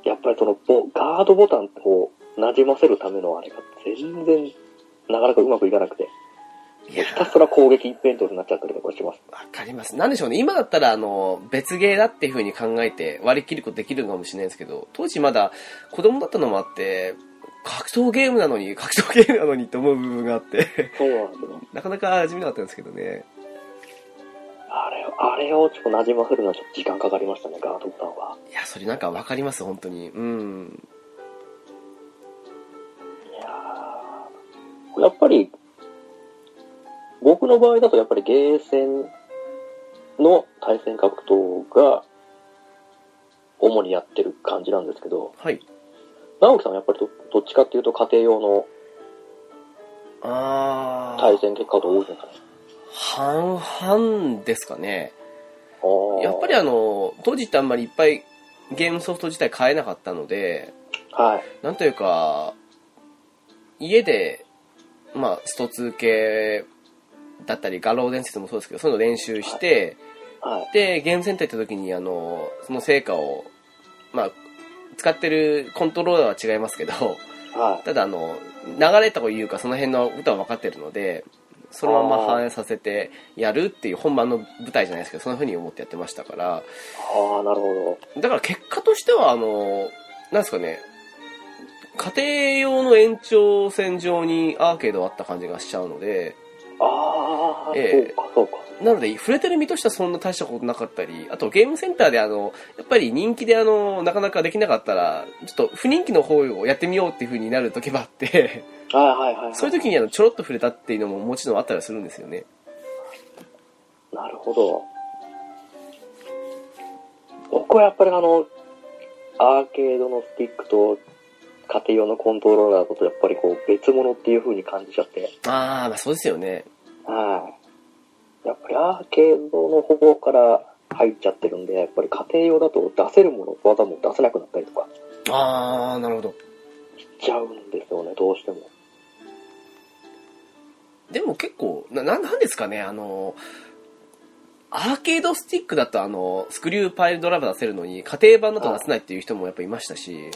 Speaker 2: やっぱりそのボ、ガードボタンを馴染ませるためのあれが全然、なかなかうまくいかなくて、
Speaker 1: いや
Speaker 2: ひたすら攻撃一辺倒になっちゃったりとかします。
Speaker 1: わかります。なんでしょうね。今だったら、あの、別ゲーだっていう風に考えて割り切ることできるのかもしれないですけど、当時まだ子供だったのもあって、格闘ゲームなのに、格闘ゲームなのにって思う部分があって、
Speaker 2: そうなんですよ。
Speaker 1: なかなか地味なかったんですけどね。
Speaker 2: あれを、あれをちょっと馴染ませるのはちょっと時間かかりましたね、ガードボタンは。
Speaker 1: いや、それなんかわかります、本当に。うん。
Speaker 2: いやーやっぱり、僕の場合だとやっぱりゲーセンの対戦格闘が主にやってる感じなんですけど、
Speaker 1: はい。
Speaker 2: 直樹さんはやっぱりどどっちかっていうと家庭用の
Speaker 1: あー、
Speaker 2: 対戦結果が多いのかな。
Speaker 1: 半々ですかね。
Speaker 2: あー
Speaker 1: やっぱりあの、当時ってあんまりいっぱいゲームソフト自体買えなかったので、
Speaker 2: はい。
Speaker 1: なんというか、家で、まあ、スト2系だったり、画廊伝説もそうですけど、そういうの練習して、
Speaker 2: はい。
Speaker 1: で、ゲームセンター行った時に、あの、その成果を、まあ、使ってるコントローラーは違いますけど、
Speaker 2: は
Speaker 1: ただあの、流れというかその辺の歌は分かってるので、そのまま反映させてやるっていう本番の舞台じゃないですけど、そんな風に思ってやってましたから、
Speaker 2: い。ああ、なるほ
Speaker 1: だから結果としては、あの、なんですかね、家庭用の延長線上にアーケードあった感じがしちゃうので、
Speaker 2: ど。ああ、
Speaker 1: ええ
Speaker 2: そうか、
Speaker 1: なので、触れてる身としてはそんな大したことなかったり、あとゲームセンターであの、やっぱり人気であの、なかなかできなかったら、ちょっと不人気の方をやってみようっていう風になる時もあって、
Speaker 2: そうか。はいはいはいはい。
Speaker 1: そういう時にあの、ちょろっと触れたっていうのももちろんあったりはするんですよね。
Speaker 2: なるほど。僕はやっぱりあの、アーケードのスティックと家庭用のコントローラーだとやっぱりこう別物っていう風に感じちゃって。
Speaker 1: あー、まあそうですよね。
Speaker 2: はい。やっぱりアーケードの方から入っちゃってるんで、やっぱり家庭用だと出せるもの、技も出せなくなったりとか
Speaker 1: あー、なるほど。
Speaker 2: しちゃうんですよね、どうしても。
Speaker 1: でも結構なななんですかねあのアーケードスティックだとあのスクリューパイルドライバー出せるのに家庭版だと出せないっていう人もやっぱいましたし、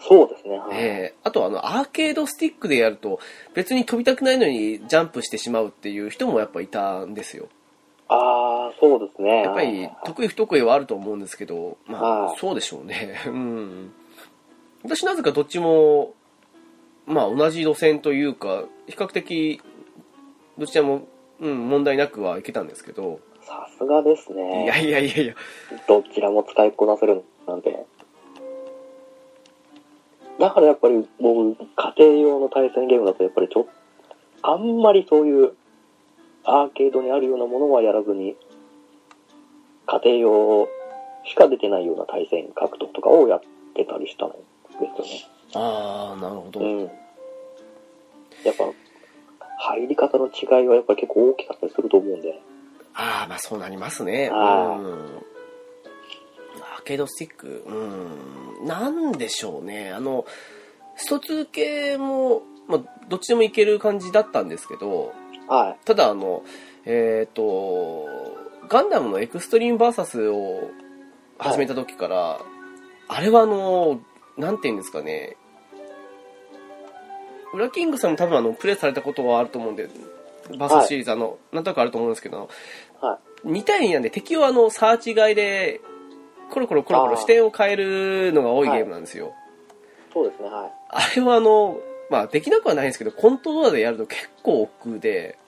Speaker 2: そうですね、はい。
Speaker 1: ええあとあのアーケードスティックでやると別に飛びたくないのにジャンプしてしまうっていう人もやっぱいたんですよ
Speaker 2: ああ、そうですね。
Speaker 1: やっぱり
Speaker 2: はい
Speaker 1: 得意不得意はあると思うんですけどま
Speaker 2: は
Speaker 1: あ
Speaker 2: い
Speaker 1: そうでしょうね うん私なぜかどっちもまあ同じ路線というか比較的どちらも、うん、問題なくはいけたんですけど
Speaker 2: さすがです
Speaker 1: いや
Speaker 2: ね。
Speaker 1: いやいやいや
Speaker 2: どちらも使いこなせるなんて。だからやっぱり僕、家庭用の対戦ゲームだとやっぱりちょっあんまりそういうアーケードにあるようなものはやらずに、家庭用しか出てないような対戦格闘とかをやってたりしたんです
Speaker 1: ああなるほど、
Speaker 2: よね。うん。やっぱ、入り方の違いはやっぱり結構大きかったりすると思うんで。
Speaker 1: ああまあそうなりますねうん
Speaker 2: あ
Speaker 1: アーケードスティックうんなんでしょうねあのスト2系も、まあ、どっちでもいける感じだったんですけど
Speaker 2: はい。
Speaker 1: ただあのえっ、とガンダムのエクストリームバーサスを始めた時から、あれはあのなんて言うんですかねウラキングさんも多分あのプレイされたことはあると思うんでバーサスシリーズ、あのなんとなくあると思うんですけど
Speaker 2: はい。
Speaker 1: 2対2なんで敵をあのサーチ外でコロコロコロコロ視点を変えるのが多いゲームなんですよ、
Speaker 2: そうですね、はい。
Speaker 1: あれはあのまあできなくはないんですけどコントローラーでやると結構億劫で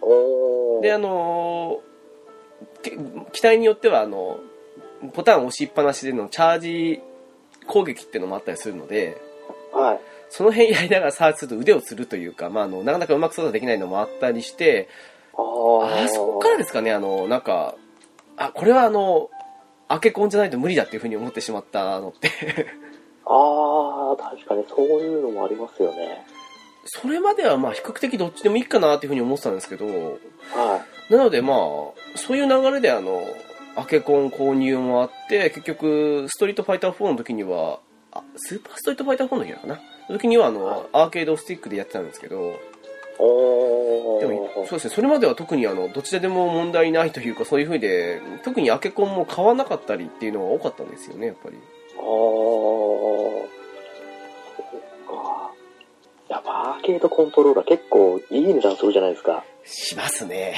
Speaker 2: おー。
Speaker 1: であのーけ機体によってはあのボタンを押しっぱなしでのチャージ攻撃っていうのもあったりするので
Speaker 2: はい。
Speaker 1: その辺やりながらサーチすると腕をつるというか、まあ、あのなかなかうまく操作できないのもあったりして
Speaker 2: あー
Speaker 1: あそこからですかねあのなんかあこれはあの開け込んじゃないと無理だっていうふうに思ってしまったのって
Speaker 2: ああ、確かにそういうのもありますよね。
Speaker 1: それまではまあ比較的どっちでもいいかなっていうふうに思ってたんですけど
Speaker 2: は
Speaker 1: なのでまあそういう流れであのアケコン購入もあって結局ストリートファイター4の時にはあスーパーストリートファイター4の時なのかなの時にはあの、
Speaker 2: はい
Speaker 1: アーケードスティックでやってたんですけど
Speaker 2: い。おー。
Speaker 1: でもそうですねそれまでは特にあのどちらでも問題ないというかそういうふうで特にアケコンも買わなかったりっていうのが多かったんですよねやっぱり。
Speaker 2: あーそうか。やっぱアーケードコントローラー結構いい値段するじゃないですか。
Speaker 1: しますね。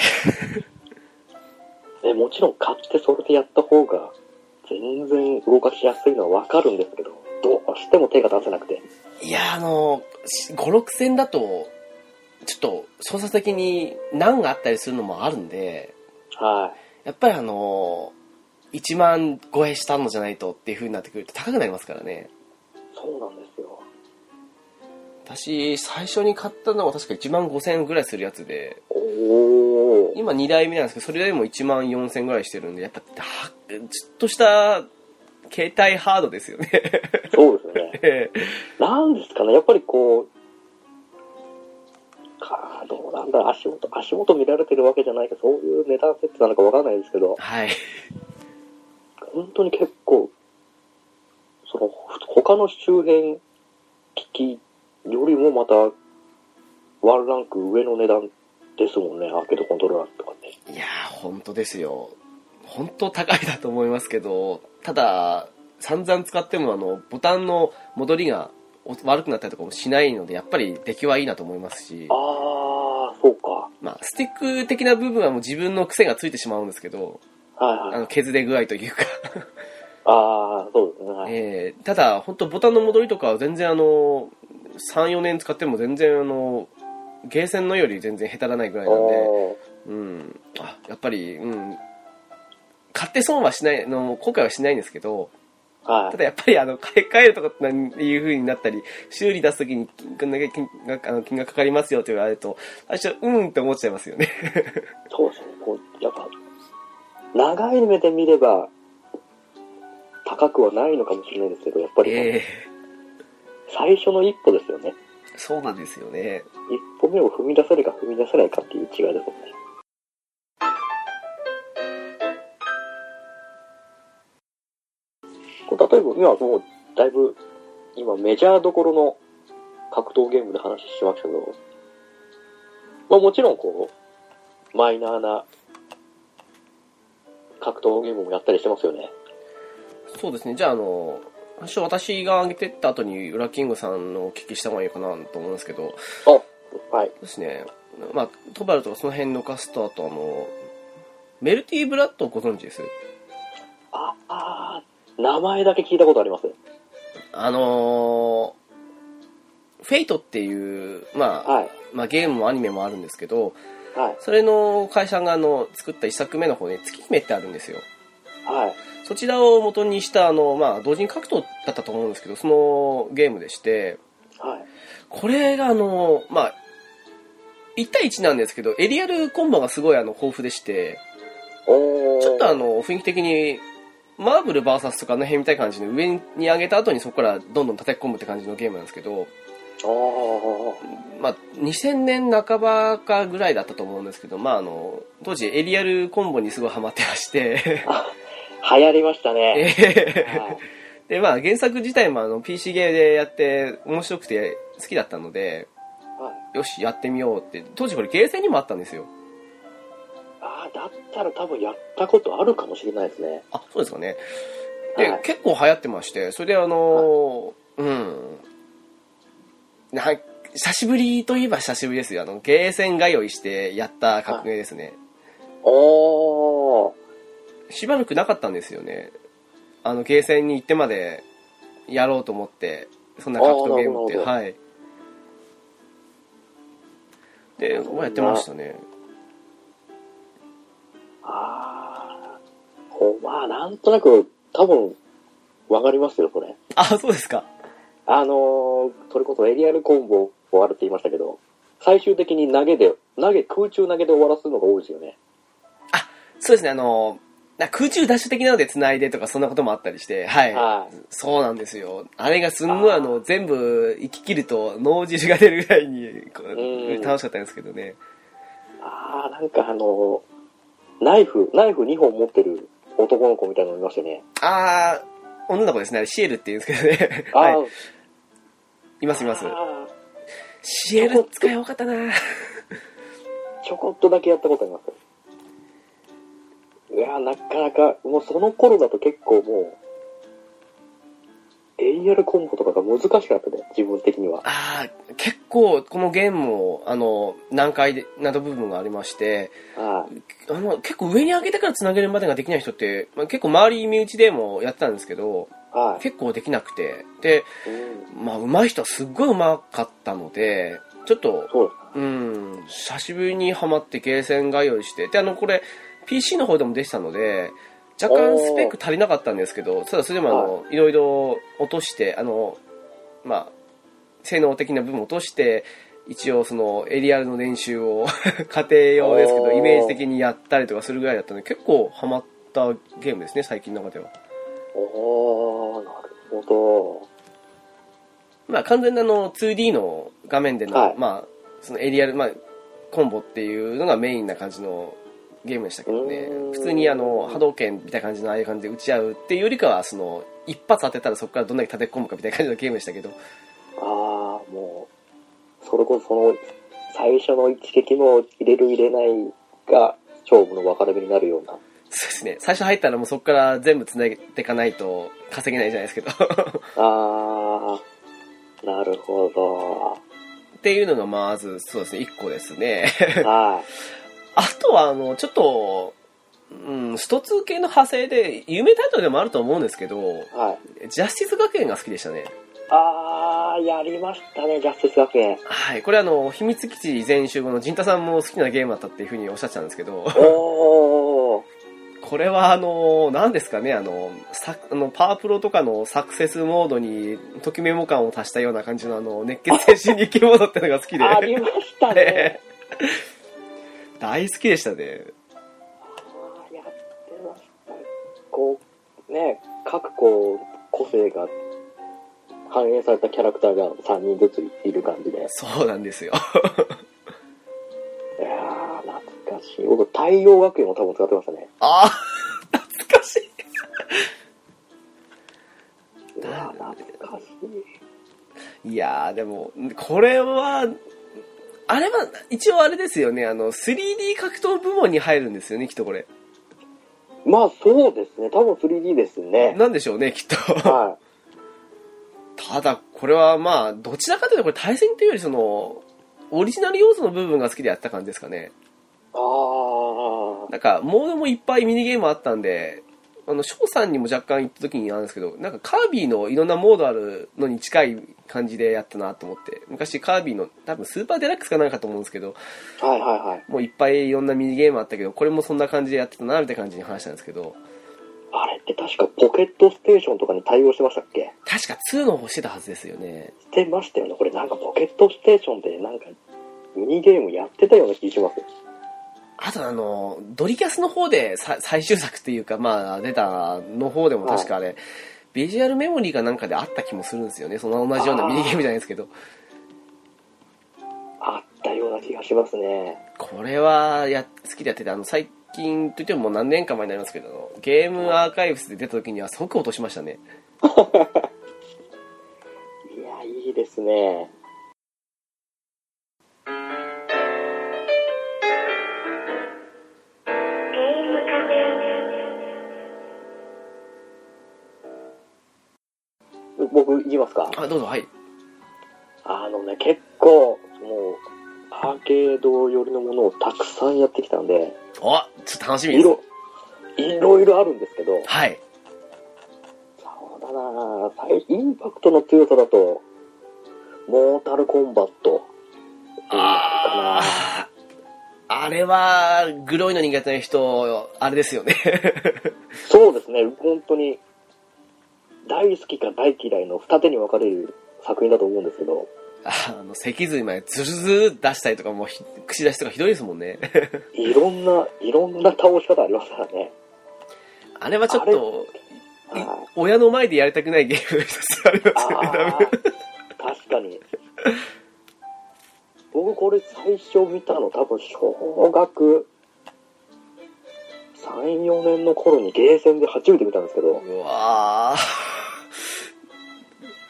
Speaker 2: えもちろん買ってそれでやった方が全然動かしやすいのはわかるんですけど、どうしても手が出せなくて。
Speaker 1: いや、あの、し5、6戦だと、ちょっと操作的に難があったりするのもあるんで、
Speaker 2: は
Speaker 1: やっぱりあの、1万超えしたのじゃないとっていう風になってくると高くなりますからね。
Speaker 2: い。そうなんですよ。
Speaker 1: 私、最初に買ったのは確か1万5千ぐらいするやつで、
Speaker 2: おー。
Speaker 1: 今2代目なんですけど、それよりも1万4千ぐらいしてるんで、やっぱ、だちょっとした、携帯ハードですよ ね。
Speaker 2: そうですよね。なんですかね、やっぱりこう、かどうなんだろう、足元、足元見られてるわけじゃないけど、そういう値段設定なのかわからないですけど、
Speaker 1: はい。
Speaker 2: 本当に結構、その、ふ他の周辺機器よりもまた、ワンランク上の値段ですもんね、アーケードコントローラーとかね。
Speaker 1: いやー、本当ですよ。本当高いだと思いますけど、ただ、散々使ってもあのボタンの戻りがお悪くなったりとかもしないのでやっぱり出来はいいなと思いますし
Speaker 2: ああ、そうか。
Speaker 1: まあ、スティック的な部分はもう自分の癖がついてしまうんですけど
Speaker 2: はい
Speaker 1: あ
Speaker 2: はい。
Speaker 1: の削れ具合というか、
Speaker 2: ああ、そうですね。は い
Speaker 1: えーただ本当ボタンの戻りとかは全然あの34年使っても全然あのゲーセンのより全然へたらないぐらいなんで
Speaker 2: おー
Speaker 1: うん、あやっぱり、うん、買って損はしないの後悔はしないんですけど
Speaker 2: は
Speaker 1: た
Speaker 2: い。
Speaker 1: だやっぱりあの買い替えるとかっていう風になったり修理出す時にこんだけ金額あの金額かかりますよって言われると最初うんって思っちゃいますよね
Speaker 2: そうですね。こう、やっぱ、長い目で見れば、高くはないのかもしれないですけど、やっぱり、
Speaker 1: ええ
Speaker 2: 最初の一歩ですよね。
Speaker 1: そうなんですよね
Speaker 2: 一歩目を踏み出せるか踏み出せないかっていう違いですもんね。こう例えば今もうだいぶ今メジャーどころの格闘ゲームで話しましたけど、まあもちろんこう、マイナーな格闘ゲームもやったりしてますよね。
Speaker 1: そうですねじゃああの最初私が挙げてった後に裏キングさんのお聞きした方がいいかなと思うんですけど
Speaker 2: あ、はい。
Speaker 1: そうですねまあトバルとかその辺のカスターとあのメルティーブラッドをご存知です
Speaker 2: ああー、名前だけ聞いたことあります。
Speaker 1: あのーフェイトっていう、まあ、
Speaker 2: はい。
Speaker 1: まあゲームもアニメもあるんですけど、
Speaker 2: はい。
Speaker 1: それの会社があの作った一作目の方で月姫ってあるんですよ。
Speaker 2: はい。
Speaker 1: そちらを元にしたあの、まあ同人格闘だったと思うんですけど、そのゲームでして、
Speaker 2: はい。
Speaker 1: これがあの、まあ、1対1なんですけど、エリアルコンボがすごいあの豊富でして、
Speaker 2: おー
Speaker 1: ちょっとあの雰囲気的に、マーブル VS とかあの辺みたいな感じで上に上げた後にそこからどんどん叩き込むって感じのゲームなんですけど、
Speaker 2: あー
Speaker 1: まあ、2000年半ばかぐらいだったと思うんですけど、まあ、あの当時エリアルコンボにすごいハマってまして、
Speaker 2: 流行りましたね。はい
Speaker 1: でまあ、原作自体もあの PC ゲーでやって面白くて好きだったので
Speaker 2: はい
Speaker 1: よしやってみようって当時これゲーセンにもあったんですよ
Speaker 2: ああ、だったら多分やったことあるかもしれないですね。
Speaker 1: あそうですかねで、
Speaker 2: はい
Speaker 1: 結構流行ってましてそれであのーうんな久しぶりといえば久しぶりですよあのゲーセン通いしてやった格ゲーですね、
Speaker 2: おー。
Speaker 1: しばらくなかったんですよねあのゲーセンに行ってまでやろうと思ってそんな格闘ゲームって
Speaker 2: あー
Speaker 1: はいで
Speaker 2: そうなんだ
Speaker 1: 僕はやってましたね
Speaker 2: ああ。こうまあ、なんとなく多分わかりますよ、それ。
Speaker 1: あそうですか
Speaker 2: あのー、それこそエリアルコンボをあるって言いましたけど、最終的に投げで、投げ、空中投げで終わらすのが多いですよね。
Speaker 1: そうですねあのな空中ダッシュ的なので繋いでとかそんなこともあったりしてはい、
Speaker 2: はい。
Speaker 1: そうなんですよあれがすんごい
Speaker 2: あー
Speaker 1: あの全部行き切ると脳汁が出るぐらいにこう
Speaker 2: うん
Speaker 1: 楽しかったんですけどね
Speaker 2: ああ、なんかあのー、ナイフ、ナイフ2本持ってる男の子みたいなのいましたね。
Speaker 1: ああ女の子ですねあれシエルって言うんですけどね
Speaker 2: あ
Speaker 1: はい
Speaker 2: ー
Speaker 1: いますいます
Speaker 2: あー
Speaker 1: シエル使いよかったな
Speaker 2: ちょこっとだけやったことあります。いやー、なかなか、もうその頃だと結構もう、エリアルコンボとかが難しかったね、自分的には。
Speaker 1: ああ、結構このゲームも、あの、難解でなど部分がありまして、
Speaker 2: はい。
Speaker 1: あの、結構上に上げてから繋げるまでができない人って、まあ、結構周り身内でもやってたんですけど、
Speaker 2: はい。
Speaker 1: 結構できなくて、で、
Speaker 2: うん、
Speaker 1: まあ、上手い人はすっごい上手かったので、ちょっと、
Speaker 2: そう
Speaker 1: うん、久しぶりにハマってゲーセン通いして、で、あの、これ、PC の方でも出てたので、若干スペック足りなかったんですけど、ただそれでもあの、いろいろ落として、あの、まあ、性能的な部分を落として、一応そのエリアルの練習を 家庭用ですけ
Speaker 2: お
Speaker 1: ど、
Speaker 2: ー
Speaker 1: イメージ的にやったりとかするぐらいだったので、結構ハマったゲームですね、最近の中では。
Speaker 2: おー、なるほ
Speaker 1: まあ、完全なあの 2D の画面での、
Speaker 2: はい
Speaker 1: まあ、そのエリアル、まあ、コンボっていうのがメインな感じのゲームでしたけどね
Speaker 2: うーん
Speaker 1: 普通にあの波動拳みたいな感じのああいう感じで打ち合うっていうよりかはその一発当てたらそこからどんだけ立て込むかみたいな感じのゲームでしたけど
Speaker 2: ど。ああ、もう、それこそその、最初の一撃の入れる入れないが、勝負の分かれ目になるような。
Speaker 1: そうですね。最初入ったらもうそこから全部繋いでいかないと稼げないじゃないですけど。 っ
Speaker 2: あー、なるほど。
Speaker 1: ていうのがまず、そうですね、1個ですね。
Speaker 2: は
Speaker 1: あとは、あの、ちょっと、うん、スト2系の派生で、有名タイトルでもあると思うんですけど、
Speaker 2: い。はい。
Speaker 1: ジャスティス学園が好きでしたね。
Speaker 2: あー、やりましたね、ジャスティス学園。
Speaker 1: はい。これあの、秘密基地全集後の陣太さんも好きなゲームだったっていうふうにおっしゃってたんですけど、
Speaker 2: おー。
Speaker 1: これはあの、何ですかね、あの、さあのパワープロとかのサクセスモードに、ときメモ感を足したような感じのあの、熱血精神に生き物ってのが好きで、
Speaker 2: ありましたね。
Speaker 1: 大好きでしたね。
Speaker 2: あーやってました。こう、ね、各こう、個性が反映されたキャラクターが3人ずついる感じで。
Speaker 1: そうなんですよ。
Speaker 2: いやー、懐かしい。僕、太陽学園も多分使ってましたね。
Speaker 1: ああ、懐かしい。
Speaker 2: うわー、懐かしい。
Speaker 1: いやー、でも、これは、あれは、一応あれですよね、あの、3D 格闘部門に入るんですよね、きっとこれ。
Speaker 2: まあそうですね。多分 3D ですね。
Speaker 1: なんでしょうね、きっと。
Speaker 2: は
Speaker 1: ただ、これはまあ、どちらかというと、これ対戦というより、その、オリジナル要素の部分が好きでやった感じですかね。
Speaker 2: い。あ
Speaker 1: なんか、モードもいっぱいミニゲームあったんで、あの、翔さんにも若干行った時にあるんですけど、なんかカービィのいろんなモードあるのに近い感じでやったなと思って、昔カービィの多分スーパーデラックスかなんかと思うんですけど、
Speaker 2: あ。はいはいはい。
Speaker 1: もういっぱいいろんなミニゲームあったけど、これもそんな感じでやってたな、みたいな感じに話したんですけど、
Speaker 2: あれって確かポケットステーションとかに対応してましたっけ
Speaker 1: 確か2の方してたはずですよね。
Speaker 2: してましたよね。これなんかポケットステーションでなんかミニゲームやってたような気します。
Speaker 1: あとあの、ドリキャスの方でさ最終作っていうか、まあ出たの方でも確かあれ、ビジュアルメモリーかなんかであった気もするんですよね。その同じようなミニゲームじゃないですけど。
Speaker 2: あったような気がしますね。
Speaker 1: これはや好きでやっててあの最近といってももう何年か前になりますけどあのゲームアーカイブスで出た時には即落としましたね
Speaker 2: いや、いいですね。僕、言いますか
Speaker 1: あどうぞはい
Speaker 2: あのね、結構、もう、アーケード寄りのものをたくさんやってきたんで、
Speaker 1: おちょっと楽しみです
Speaker 2: 色、いろいろあるんですけど、
Speaker 1: はい
Speaker 2: そうだな最インパクトの強さだと、モータルコンバット、
Speaker 1: あーあれはグロいの苦手な人あれですよね
Speaker 2: そうですね、本当に、大好きか大嫌いの二手に分かれる作品だと思うんですけど、
Speaker 1: あの脊髄までズルズル出したりとかもうひ口出しとかひどいですもんね
Speaker 2: いろんな、いろんな倒し方ありますからね。
Speaker 1: あれはちょっと
Speaker 2: あれはい
Speaker 1: 親の前でやりたくないゲームの一つありま
Speaker 2: あ
Speaker 1: すよね 多分
Speaker 2: ー確かに。僕これ最初見たの多分小学3、4年の頃にゲーセンで初めて見たんですけど、
Speaker 1: うわ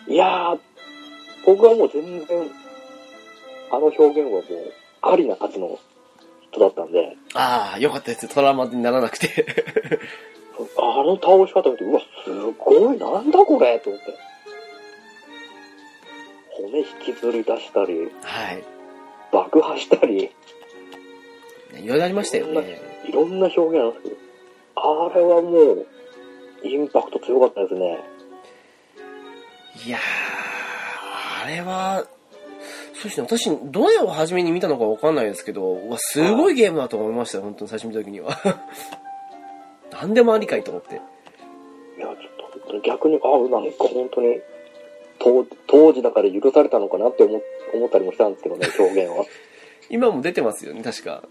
Speaker 1: ー
Speaker 2: いやー、僕はもう全然、あの表現はもう、ありなはずの人だったんで、
Speaker 1: ああよかったですトラウマにならなくて
Speaker 2: あの倒し方見て、うわ、すごい、なんだこれと思って。骨引きずり出したり、
Speaker 1: はい
Speaker 2: 爆破したり、
Speaker 1: いろいろありましたよね。
Speaker 2: いろんな表現あるんですけど、あれはもう、インパクト強かったですね。
Speaker 1: いやー、あれは、そうですね、私、どれを初めに見たのかわかんないですけど、うわ、すごいゲームだと思いましたよ、本当に最初見た時 には。何でもありかいと思って。
Speaker 2: いや、ちょっと本当に逆に、あ、なんか本当に、当当時だから許されたのかなって思思ったりもしたんですけどね、表現は。
Speaker 1: 今も出てますよね、確か。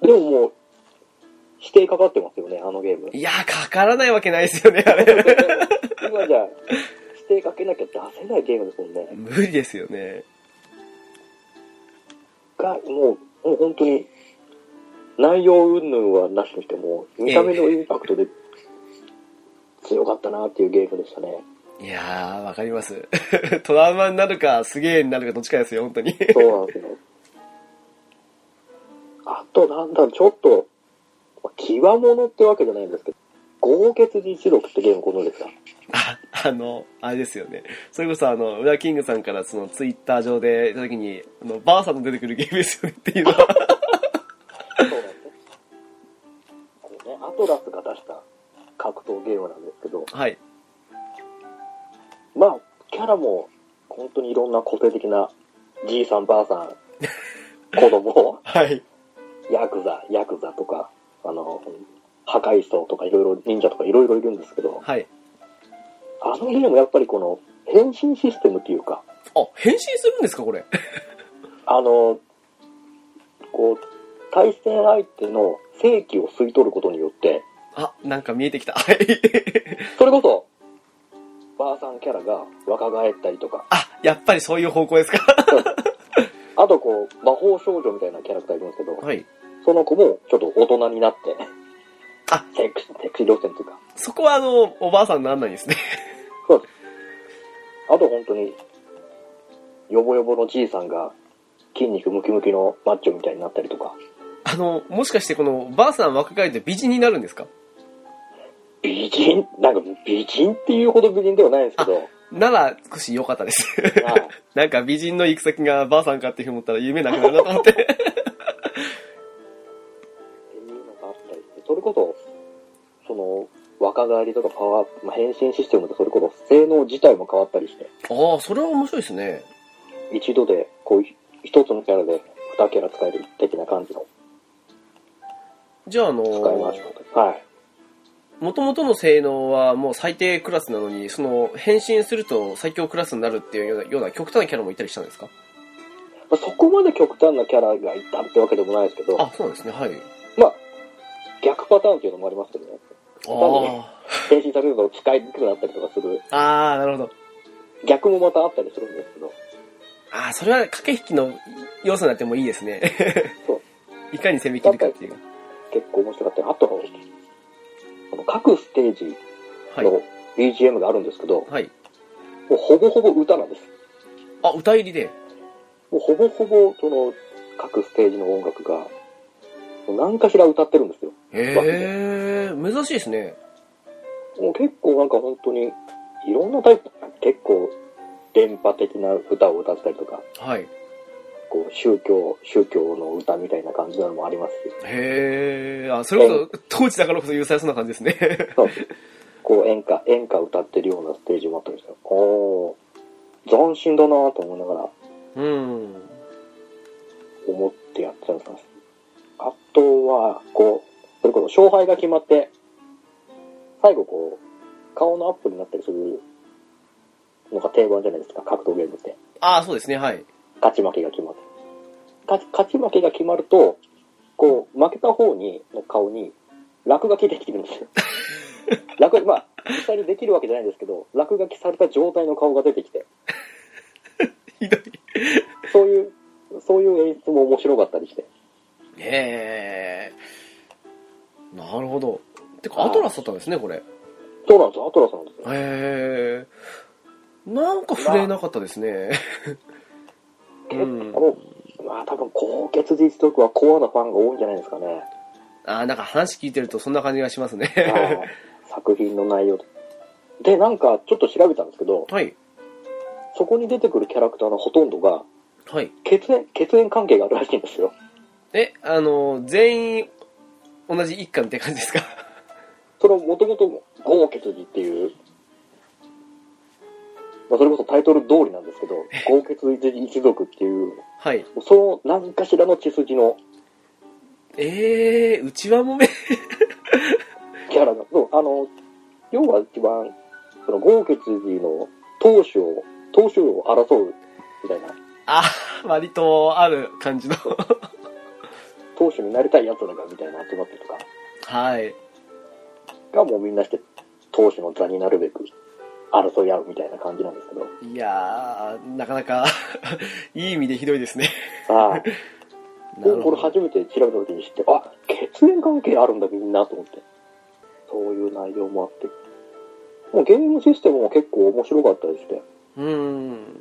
Speaker 2: でももう、否定かかってますよね、あのゲーム。
Speaker 1: いやー、かからないわけないですよね、あれ。
Speaker 2: 今じゃ、否定かけなきゃ出せないゲームですもんね。
Speaker 1: 無理ですよね。
Speaker 2: が、もう、もう本当に、内容云々はなしにしても、見た目のインパクトで強かったなっていうゲームでしたね。
Speaker 1: いやー、わかります。 トラウマになるか、すげーになるか、どっちかですよ、本当に。
Speaker 2: そうなんですよ。あと、なんだろう、ちょっと、まあ、極物ってわけじゃないんですけど、豪傑実力ってゲームご存知ですか
Speaker 1: あ、あの、あれですよね。それこそ、あの、ウラキングさんからそのツイッター上でいた時に、あの、バーサの出てくるゲームですよねっていうのは。
Speaker 2: そうなんですね。あのね、アトラスが出した格闘ゲームなんですけど、
Speaker 1: はい。
Speaker 2: まあ、キャラも本当にいろんな個性的な、じいさん、ばあさん、子供、
Speaker 1: はい。
Speaker 2: ヤクザ、ヤクザとか、あの、破壊層とかいろいろ、忍者とかいろいろいるんですけど、
Speaker 1: はい。
Speaker 2: あのゲームやっぱりこの、変身システムっていうか、
Speaker 1: あ、変身するんですか、これ。
Speaker 2: あの、こう、対戦相手の正気を吸い取ることによって、
Speaker 1: あ、なんか見えてきた。はい。
Speaker 2: それこそ、ばあさんキャラが若返ったりとか、
Speaker 1: あ、やっぱりそういう方向ですか。
Speaker 2: あとこう、魔法少女みたいなキャラクターいるんですけど、
Speaker 1: はい。
Speaker 2: その子もちょっと大人になって、
Speaker 1: あ
Speaker 2: セクシー、セクシー路線というか、
Speaker 1: そこは、あの、おばあさんなんないですね。
Speaker 2: あと本当に、ヨボヨボのじいさんが筋肉ムキムキのマッチョみたいになったりとか、
Speaker 1: あの、もしかしてこの、ばあさん若返って美人になるんですか
Speaker 2: 美人、なんか美人っていうほど美人ではないんですけど、
Speaker 1: なら、少し良かったです。
Speaker 2: まあ
Speaker 1: なんか美人の行く先がばあさんかっていうふうに思ったら夢なくなるなと思って。
Speaker 2: っていうのがあったりして、それこそ、その、若返りとかパワーアップ、まあ、変身システムでそれこそ性能自体も変わったりして、
Speaker 1: ああ、それは面白いですね。
Speaker 2: 一度で、こう、一つのキャラで二キャラ使える的な感じの
Speaker 1: じゃあ、あの
Speaker 2: 使い回し
Speaker 1: ー、
Speaker 2: 方はい。
Speaker 1: もともとの性能はもう最低クラスなのに、その、変身すると最強クラスになるっていうようなような極端なキャラもいたりしたんですか
Speaker 2: まあ、そこまで極端なキャラがいたってわけでもないですけど、
Speaker 1: あ、そうなんですね。はい。
Speaker 2: まあ、逆パターンっていうのもありますけどね。
Speaker 1: あ
Speaker 2: 変身されると使いにくくなったりとかする、
Speaker 1: あ。ああ、なるほど。
Speaker 2: 逆もまたあったりするんですけど、
Speaker 1: ああ、それは駆け引きの要素になってもいいですね。
Speaker 2: そう
Speaker 1: いかに攻め切るかっていう。
Speaker 2: 結構面白かったり、あと、あの各ステージ
Speaker 1: はい。
Speaker 2: の BGM があるんですけど、
Speaker 1: はい。
Speaker 2: もうほぼほぼ歌なんです。
Speaker 1: あ、歌入りで。
Speaker 2: もうほぼほぼ、その、各ステージの音楽が、もう何かしら歌ってるんですよ。
Speaker 1: へえ、珍しいですね。
Speaker 2: もう結構なんか本当に、いろんなタイプ、結構、電波的な歌を歌ったりとか、
Speaker 1: はい。
Speaker 2: こう、宗教、宗教の歌みたいな感じなのもありますし、
Speaker 1: へえ、あ、それこそ、当時だからこそ許されそうな感じですね。
Speaker 2: そうこう演歌、演歌歌ってるようなステージもあったりして、おー、斬新だなぁと思いながら
Speaker 1: うん。
Speaker 2: 思ってやってたんです。あとは、こう、それこそ勝敗が決まって、最後こう、顔のアップになったりするのが定番じゃないですか、格闘ゲームって。
Speaker 1: ああ、そうですね、はい。
Speaker 2: 勝ち負けが決まって。勝ち勝ち負けが決まると、こう、負けた方に、の顔に、落書きできてくるんですよ。 落書き、まあ、実際にできるわけじゃないんですけど、落書きされた状態の顔が出てきて、
Speaker 1: ひどい。
Speaker 2: そういう、そういう演出も面白かったりして。
Speaker 1: へえ。なるほど。てか、
Speaker 2: はい
Speaker 1: アトラスだったんですね、これ。へ
Speaker 2: そうなんですよ、アトラスなんですよ。
Speaker 1: え。なんか触れなかったですね。うん
Speaker 2: あ。の、まあ多分、高血実力はコアなファンが多いんじゃないですかね。
Speaker 1: ああ、なんか話聞いてるとそんな感じがしますね。
Speaker 2: はい作品の内容で。で、なんか、ちょっと調べたんですけど、
Speaker 1: はい。
Speaker 2: そこに出てくるキャラクターのほとんどが、
Speaker 1: はい。
Speaker 2: 血縁、血縁関係があるらしいんですよ。
Speaker 1: え、あの、全員、同じ一家みたいな感じですか
Speaker 2: それをもともと豪傑寺っていう、まあ、それこそタイトル通りなんです けど、豪傑寺一族っていう、
Speaker 1: はい。
Speaker 2: その何かしらの血筋の
Speaker 1: ええー、うちわもめ。
Speaker 2: キャラが、そうあの、要は一番、その豪傑寺の当主を、当主を争うみたいな、
Speaker 1: あ、割とある感じの。
Speaker 2: 当主になりたい奴らがみたいな集まってとか、
Speaker 1: はい。
Speaker 2: がもうみんなして当主の座になるべく争い合うみたいな感じなんですけど、
Speaker 1: いやー、なかなか、 いい意味でひどい ですね。
Speaker 2: ああ、
Speaker 1: なる
Speaker 2: こ
Speaker 1: ほど。
Speaker 2: れ初めて調べた時に知って、あ、血縁関係あるんだみんなと思って。そういう内容もあって。もうゲームシステムも結構面白かったりして、
Speaker 1: うーん。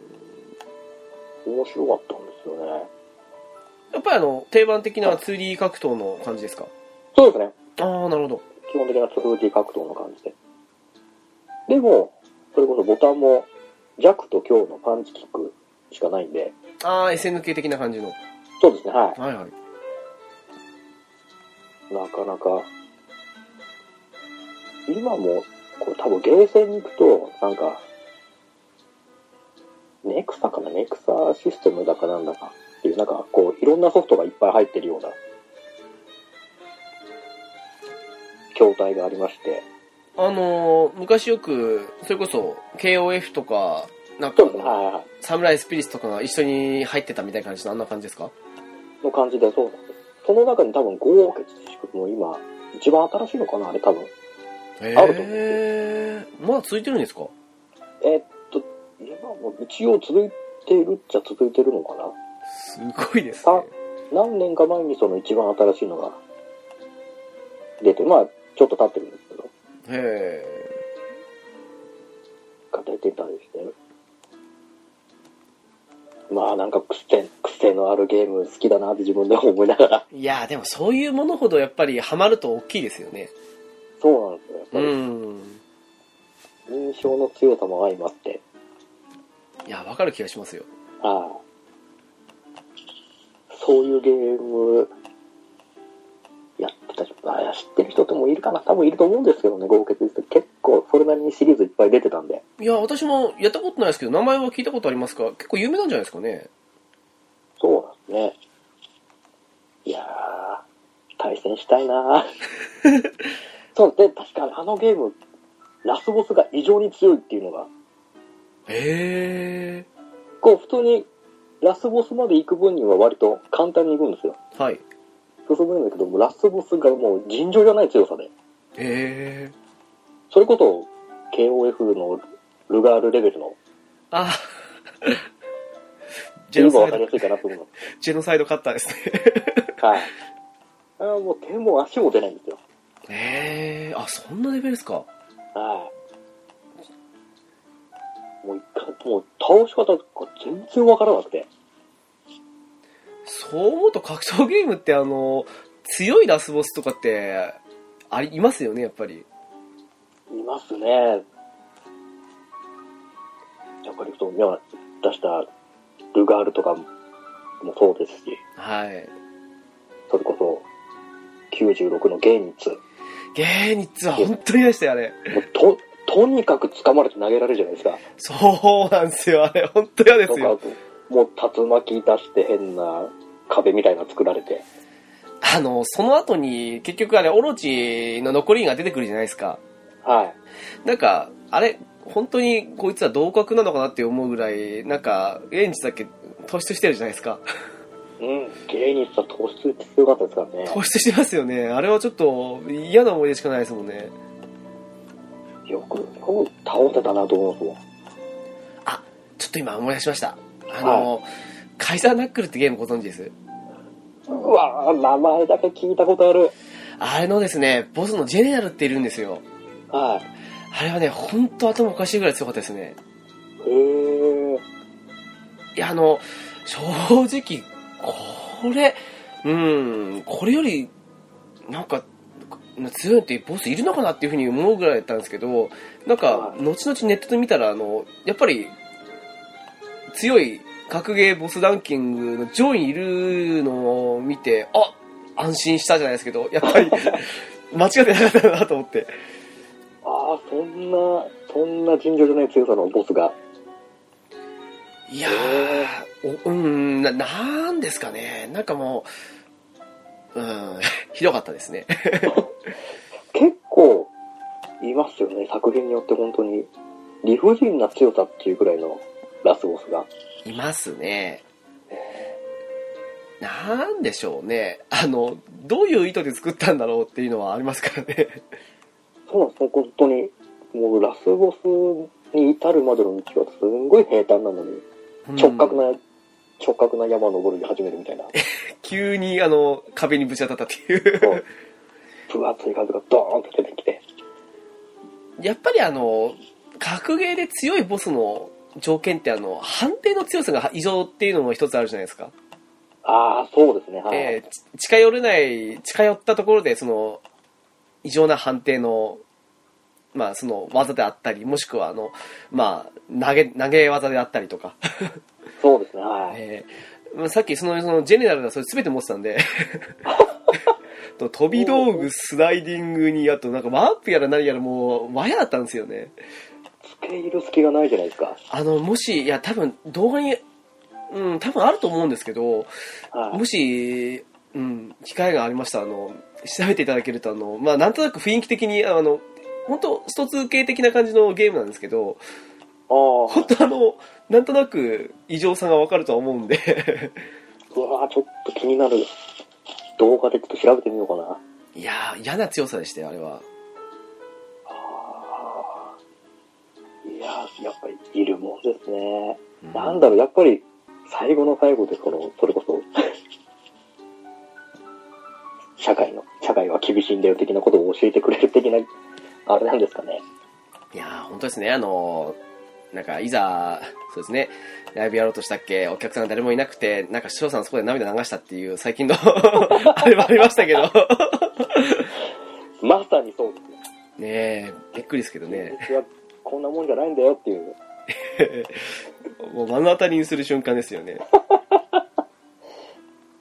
Speaker 2: 面白かったんですよね。
Speaker 1: やっぱりあの、定番的な 2D 格闘の感じですか
Speaker 2: そうですね。
Speaker 1: ああ、なるほど。
Speaker 2: 基本的な 2D 格闘の感じで。でも、それこそボタンも弱と強のパンチキックしかないんで、
Speaker 1: ああ、SNK 的な感じの。
Speaker 2: そうですね、は
Speaker 1: はいはい。
Speaker 2: い。なかなか、今も、これ多分ゲーセンに行くと、なんか、ネクサかなネクサシステムだかなんだかっていう、なんかこう、いろんなソフトがいっぱい入ってるような、筐体がありまして、
Speaker 1: あのー昔よく、それこそ、KOF とか、なんか
Speaker 2: そう
Speaker 1: あ
Speaker 2: ですね、
Speaker 1: の、
Speaker 2: はいはいはい。
Speaker 1: サムライスピリッツとかが一緒に入ってたみたいな感じの、あんな感じですか
Speaker 2: の感じで、そうなんです。その中に多分、ゴーケツシクも今、一番新しいのかなあれ多分。
Speaker 1: へ
Speaker 2: あると思う
Speaker 1: え。まだ続いてるんですか
Speaker 2: えーっと、今も一応続いているっちゃ続いてるのかな
Speaker 1: すごいです
Speaker 2: あ
Speaker 1: ね。
Speaker 2: 何年か前にその一番新しいのが出て、まあ、ちょっと経ってるんですけど、
Speaker 1: へえ。
Speaker 2: が出てたりして。まあ、なんか癖、癖のあるゲーム好きだなって自分でも思いながら。
Speaker 1: いやーでもそういうものほどやっぱりハマると大きいですよね。
Speaker 2: そうなんですよ。やっぱ
Speaker 1: う
Speaker 2: り、
Speaker 1: ん。
Speaker 2: 印象の強さも相まって。
Speaker 1: いや、わかる気がしますよ。
Speaker 2: ああそういうゲームやってた人ああ知ってる人でもいるかな多分いると思うんですけどね合計です結構それなりにシリーズいっぱい出てたんで
Speaker 1: いや、私もやったことないですけど、名前は聞いたことありますか結構有名なんじゃないですかね。
Speaker 2: そうなんですねいやー対戦したいなー そうで確かにあのゲームラスボスが異常に強いっていうのが
Speaker 1: へ
Speaker 2: こう普通にラスボスまで行く分には割と簡単に行くんですよ
Speaker 1: え。はい。
Speaker 2: 進むんだけどもラスボスがもう尋常じゃない強さで
Speaker 1: へえ。
Speaker 2: それこそ KOF のルガールレベルの、
Speaker 1: あ ジェ
Speaker 2: 今
Speaker 1: ノサ
Speaker 2: わ
Speaker 1: イ
Speaker 2: か
Speaker 1: ド
Speaker 2: りやすいかなと思うの。
Speaker 1: ジェノサイドカッターですね。
Speaker 2: はい。あれはもう手も足も出ないんですよ。
Speaker 1: へえ。あ、そんなレベルですか。
Speaker 2: はい。もう一回、もう倒し方とか全然わからなくて。
Speaker 1: そう思うと格闘ゲームってあの、強いラスボスとかって、あり、いますよね、やっぱり。
Speaker 2: いますね。やっぱりそう、今出したルガールとかもそうですし、
Speaker 1: はい。
Speaker 2: それこそ96のゲーニッツ。
Speaker 1: ゲーニッツは本当にでしたよ、あれ。
Speaker 2: もうと、とにかく掴まれて投げられるじゃないですか。
Speaker 1: そうなんですよ、あれ。本当嫌で
Speaker 2: と
Speaker 1: す
Speaker 2: か
Speaker 1: よ。
Speaker 2: もう竜巻出して変な壁みたいなの作られて
Speaker 1: あの、その後に、結局あれ、オロチの残りが出てくるじゃないですか。
Speaker 2: はい
Speaker 1: なんか、あれ、本当にこいつは同格なのかなって思うぐらい、なんか、エンジだけ突出してるじゃないですか。
Speaker 2: うん芸人さん突出って強かったですからね
Speaker 1: 突出してますよね。あれはちょっと嫌な思い出しかないですもんね。
Speaker 2: よくよく倒せたなと思います
Speaker 1: ちょっと今思い出しました。あの、カイザーナックルってゲームご存知です
Speaker 2: もんうわー名前だけ聞いたことある
Speaker 1: あれのですね、ボスのジェネラルっているんですよ。
Speaker 2: はい
Speaker 1: あれはね、本当頭おかしいぐらい強かったですね。
Speaker 2: へえ
Speaker 1: いや、あの、正直、これ、うん、これより、なんか、強いってボスいるのかなっていうふうに思うぐらいだったんですけど、なんか
Speaker 2: は、い
Speaker 1: 後々ネットで見たら、あの、やっぱり、強い格ゲーボスランキングの上位にいるのを見て、あ安心したじゃないですけど、やっぱ り、間違ってなかったなと思って。
Speaker 2: ああそんなそんな尋常じゃない強さのボスが
Speaker 1: いやー、おうんな、なんですかね、なんかもう、うん、 ひどかったですね。
Speaker 2: 結構いますよね作品によって本当に理不尽な強さっていうぐらいのラスボスが
Speaker 1: いますね。なんでしょうね。あの、どういう意図で作ったんだろうっていうのはありますからね。
Speaker 2: そうなんですね、本当に。もうラスボスに至るまでの道はすんごい平坦なのに、直角
Speaker 1: うん
Speaker 2: な、直角な山を登り始めるみたいな、
Speaker 1: 急に、あの、壁にぶち当たったっていう。
Speaker 2: こう分厚い数がドーンと出てきて、
Speaker 1: やっぱりあの、格ゲーで強いボスの条件ってあの、判定の強さが異常っていうのも一つあるじゃないですか。
Speaker 2: ああ、そうですね、はい。
Speaker 1: えーち近寄れない、近寄ったところで、その、異常な判定の、まあ、その技であったり、もしくは、あの、まあ、投げ、投げ技であったりとか。
Speaker 2: そうですね、はい。
Speaker 1: えーまあさっきその、その、ジェネラルなそれ全て持ってたんで、と飛び道具、スライディングに、あと、なんか、ワープやら何やらもう、和やだったんですよね。
Speaker 2: 付け入る隙がないじゃないですか。
Speaker 1: あの、もし、いや、多分、動画に、うん、多分あると思うんですけど、
Speaker 2: はい。
Speaker 1: もし、うん、機会がありましたら、あの、調べていただけると、あの、まあ、なんとなく雰囲気的に、あの、本当スト2系的な感じのゲームなんですけど、
Speaker 2: ああ、
Speaker 1: 本当あの、なんとなく異常さがわかるとは思うんで、
Speaker 2: うわーちょっと気になる。動画でちょっと調べてみようかな。
Speaker 1: いやー、嫌な強さでしたよ、あれは。
Speaker 2: あーいやーやっぱりいるもんですね。
Speaker 1: うん
Speaker 2: なんだろう、やっぱり最後の最後で、その、それこそ、社会の、社会は厳しいんだよ的なことを教えてくれる的な、あれなんですかね。
Speaker 1: いやー、本当ですね、あの、なんか、いざ、そうですね、ライブやろうとしたっけ、お客さんが誰もいなくて、なんか、師匠さんそこで涙流したっていう、最 近の、あれもありましたけど、
Speaker 2: まさにそうですね。
Speaker 1: ねえ、びっくりですけどね、
Speaker 2: 現実はこんなもんじゃないんだよっていう。
Speaker 1: もう目の当たりにする瞬間ですよね。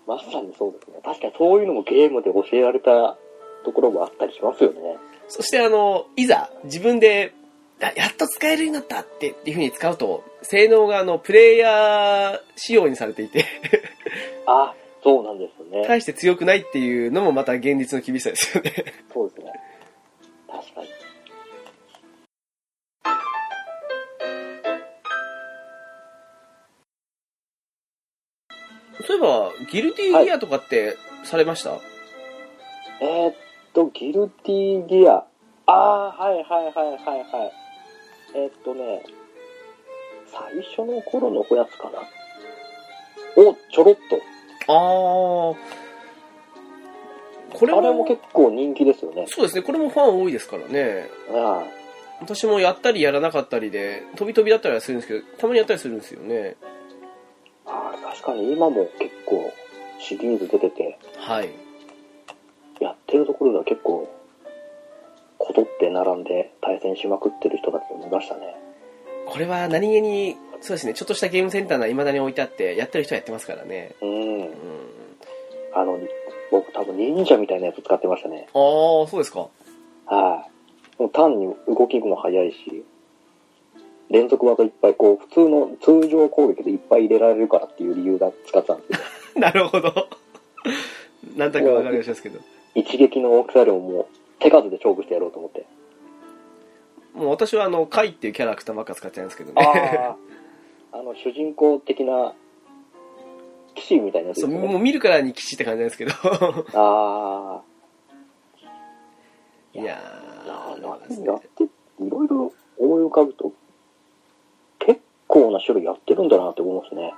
Speaker 2: まさにそうですね。確かにそういうのもゲームで教えられたところもあったりしますよね。
Speaker 1: そしてあの、いざ自分で、あやっと使えるようになったってっていう風に使うと、性能があの、プレイヤー仕様にされていて、
Speaker 2: あ、そうなんですよね。
Speaker 1: 大して強くないっていうのもまた現実の厳しさですよね。
Speaker 2: そうですね。確かに。
Speaker 1: そういえば、ギルティギアとかってされました、
Speaker 2: えーっと、ギルティギア。あー、はいはいはいはいはい。えーっとね、最初の頃のやつかな。をちょろっ
Speaker 1: あ
Speaker 2: と。
Speaker 1: ー。これ
Speaker 2: あれも
Speaker 1: も、
Speaker 2: 結構人気ですよね。
Speaker 1: そうですね、これもファン多いですからね。
Speaker 2: あ
Speaker 1: 私もやったりやらなかったりで、飛び飛びだったりはするんですけど、たまにやったりするんですよね。
Speaker 2: ーあー、確かに今も結構シリーズ出てて、
Speaker 1: はい。
Speaker 2: やってるところでは結構、こぞって並んで対戦しまくってる人たちもいましたね。
Speaker 1: これは何気にそうですねちょっとしたゲームセンターなら未だに置いてあってやってる人はやってますからね
Speaker 2: うん
Speaker 1: うん。
Speaker 2: あの、僕多分忍者みたいなやつ使ってましたね。
Speaker 1: ああそうですか
Speaker 2: はい。でも単に動きも速いし、連続技いっぱい、こう、普通の、通常攻撃でいっぱい入れられるからっていう理由が使ってたんです けど、
Speaker 1: なるほどなんだかわかりましますけど
Speaker 2: 一撃の大きさよりももう、手数で勝負してやろうと 思って。
Speaker 1: もう私はあのカイっていうキャラクターばっか使っちゃうんですけど
Speaker 2: あ
Speaker 1: ね
Speaker 2: あ、あの、主人公的な、騎士みたいなやつで
Speaker 1: そ
Speaker 2: す
Speaker 1: う
Speaker 2: ね
Speaker 1: もう見るからに騎士って感じなんですけど
Speaker 2: あ
Speaker 1: いや
Speaker 2: あ、
Speaker 1: ー
Speaker 2: な
Speaker 1: そうなんですね
Speaker 2: なやって、いろいろ思い浮かぶと、結構な種類やってるんだなって思いますね。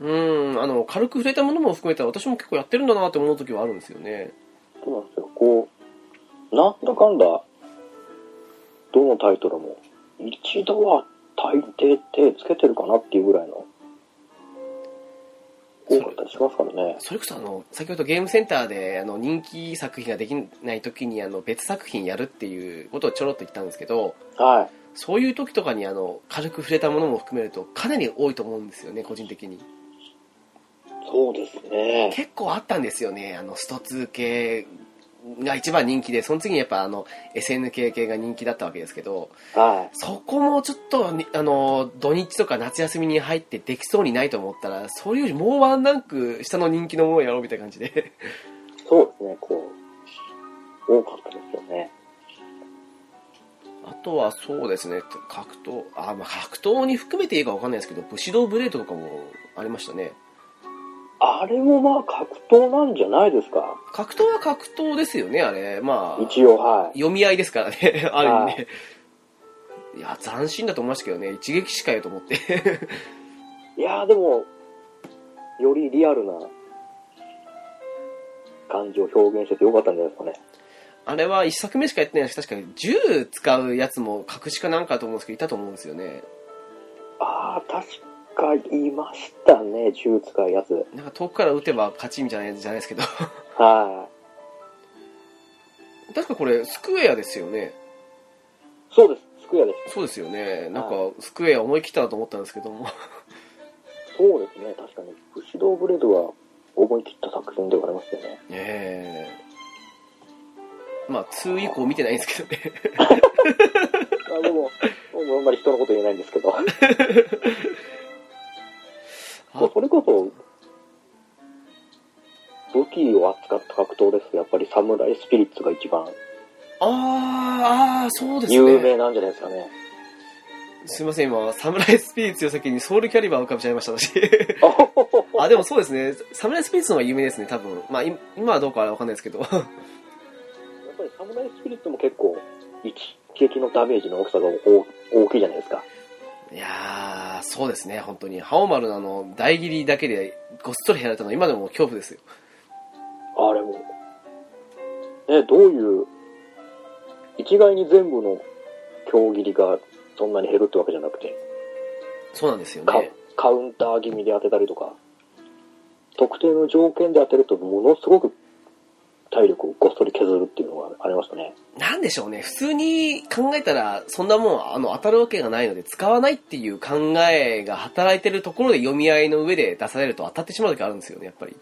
Speaker 1: うんあの軽く触れたものも含めたら私も結構やってるんだなって思う時はあるんですよね
Speaker 2: そうなんですよ。こう、なんだかんだ、どのタイトルも、一度は大抵手つけてるかなっていうぐらいの、多かったりしますからね。
Speaker 1: それこそあの先ほどゲームセンターであの人気作品ができない時にあの別作品やるっていうことをちょろっと言ったんですけど
Speaker 2: はい。
Speaker 1: そういう時とかにあの軽く触れたものも含めるとかなり多いと思うんですよね個人的に
Speaker 2: そうですね。
Speaker 1: 結構あったんですよねあのスト2系が一番人気でその次にやっぱあの SNK 系が人気だったわけですけど
Speaker 2: は
Speaker 1: そこもちょっとにあの土日とか夏休みに入ってできそうにないと思ったらそれよりもうワンランク下の人気のものをやろうみたいな感じで
Speaker 2: い。そうですね、こう、多かったですよね。
Speaker 1: あとはそうですね、格闘、あ、まあ格闘に含めていいかわかんないですけど、武士道ブレードとかもありましたね。
Speaker 2: あれもまあ格闘なんじゃないですか。
Speaker 1: 格闘は格闘ですよね、あれ。まあ、
Speaker 2: 一応、はい。
Speaker 1: 読み合いですからね、 ある意味ね。いや、斬新だと思いましたけどね、一撃しかよと思って。
Speaker 2: いやーでも、よりリアルな感じを表現しててよかったんじゃないですかね。
Speaker 1: あれは一作目しかやってないし、確かに銃使うやつも隠しかなんかだと思うんですけど、いたと思うんですよね。
Speaker 2: ああ、確かいましたね、銃使いやつ。
Speaker 1: なんか遠くから撃てば勝ちみたいなやつじゃないですけど。
Speaker 2: は
Speaker 1: 確かこれスクエアですよね
Speaker 2: そうです。スクエアです。
Speaker 1: そうですよねなんかスクエア思い切ったなと思ったんですけども
Speaker 2: そうですね。確かに。ブシドーブレードは思い切った作戦ではありますよね。
Speaker 1: ええまあ2以降見てないんですけどね
Speaker 2: あでも、僕あんまり人のこと言えないんです けど。そうそれこそ、武器を扱った格闘ですと、やっぱりサムライスピリッツが一番
Speaker 1: あーあーそうですね
Speaker 2: 有名なんじゃないですかね。
Speaker 1: すいません、今、サムライスピリッツよ先にソウルキャリバーを浮かべちゃいました、私。
Speaker 2: あほほほ
Speaker 1: あ、でもそうですね。サムライスピリッツの方が有名ですね、多分。まあ、い今はどうかわかんないですけど。
Speaker 2: やっぱりサムライスピリットも結構、一撃のダメージの大きさが大大きいじゃないですか。
Speaker 1: いやー、そうですね、本当に。ハオマルのあの、大切りだけでごっそりやられたのは今でも恐怖ですよ。
Speaker 2: あれも。ね、どういう、一概に全部の強切りがそんなに減るってわけじゃなくて、
Speaker 1: そうなんですよ
Speaker 2: カ
Speaker 1: ね。
Speaker 2: カウンター気味で当てたりとか、特定の条件で当てるとものすごく体力をごっそり削るっていうのがありましたね。
Speaker 1: なんでしょうね、普通に考えたら、そんなもん、あの、当たるわけがないので、使わないっていう考えが働いてるところで読み合いの上で出されると当たってしまう時あるんですよね、やっぱり。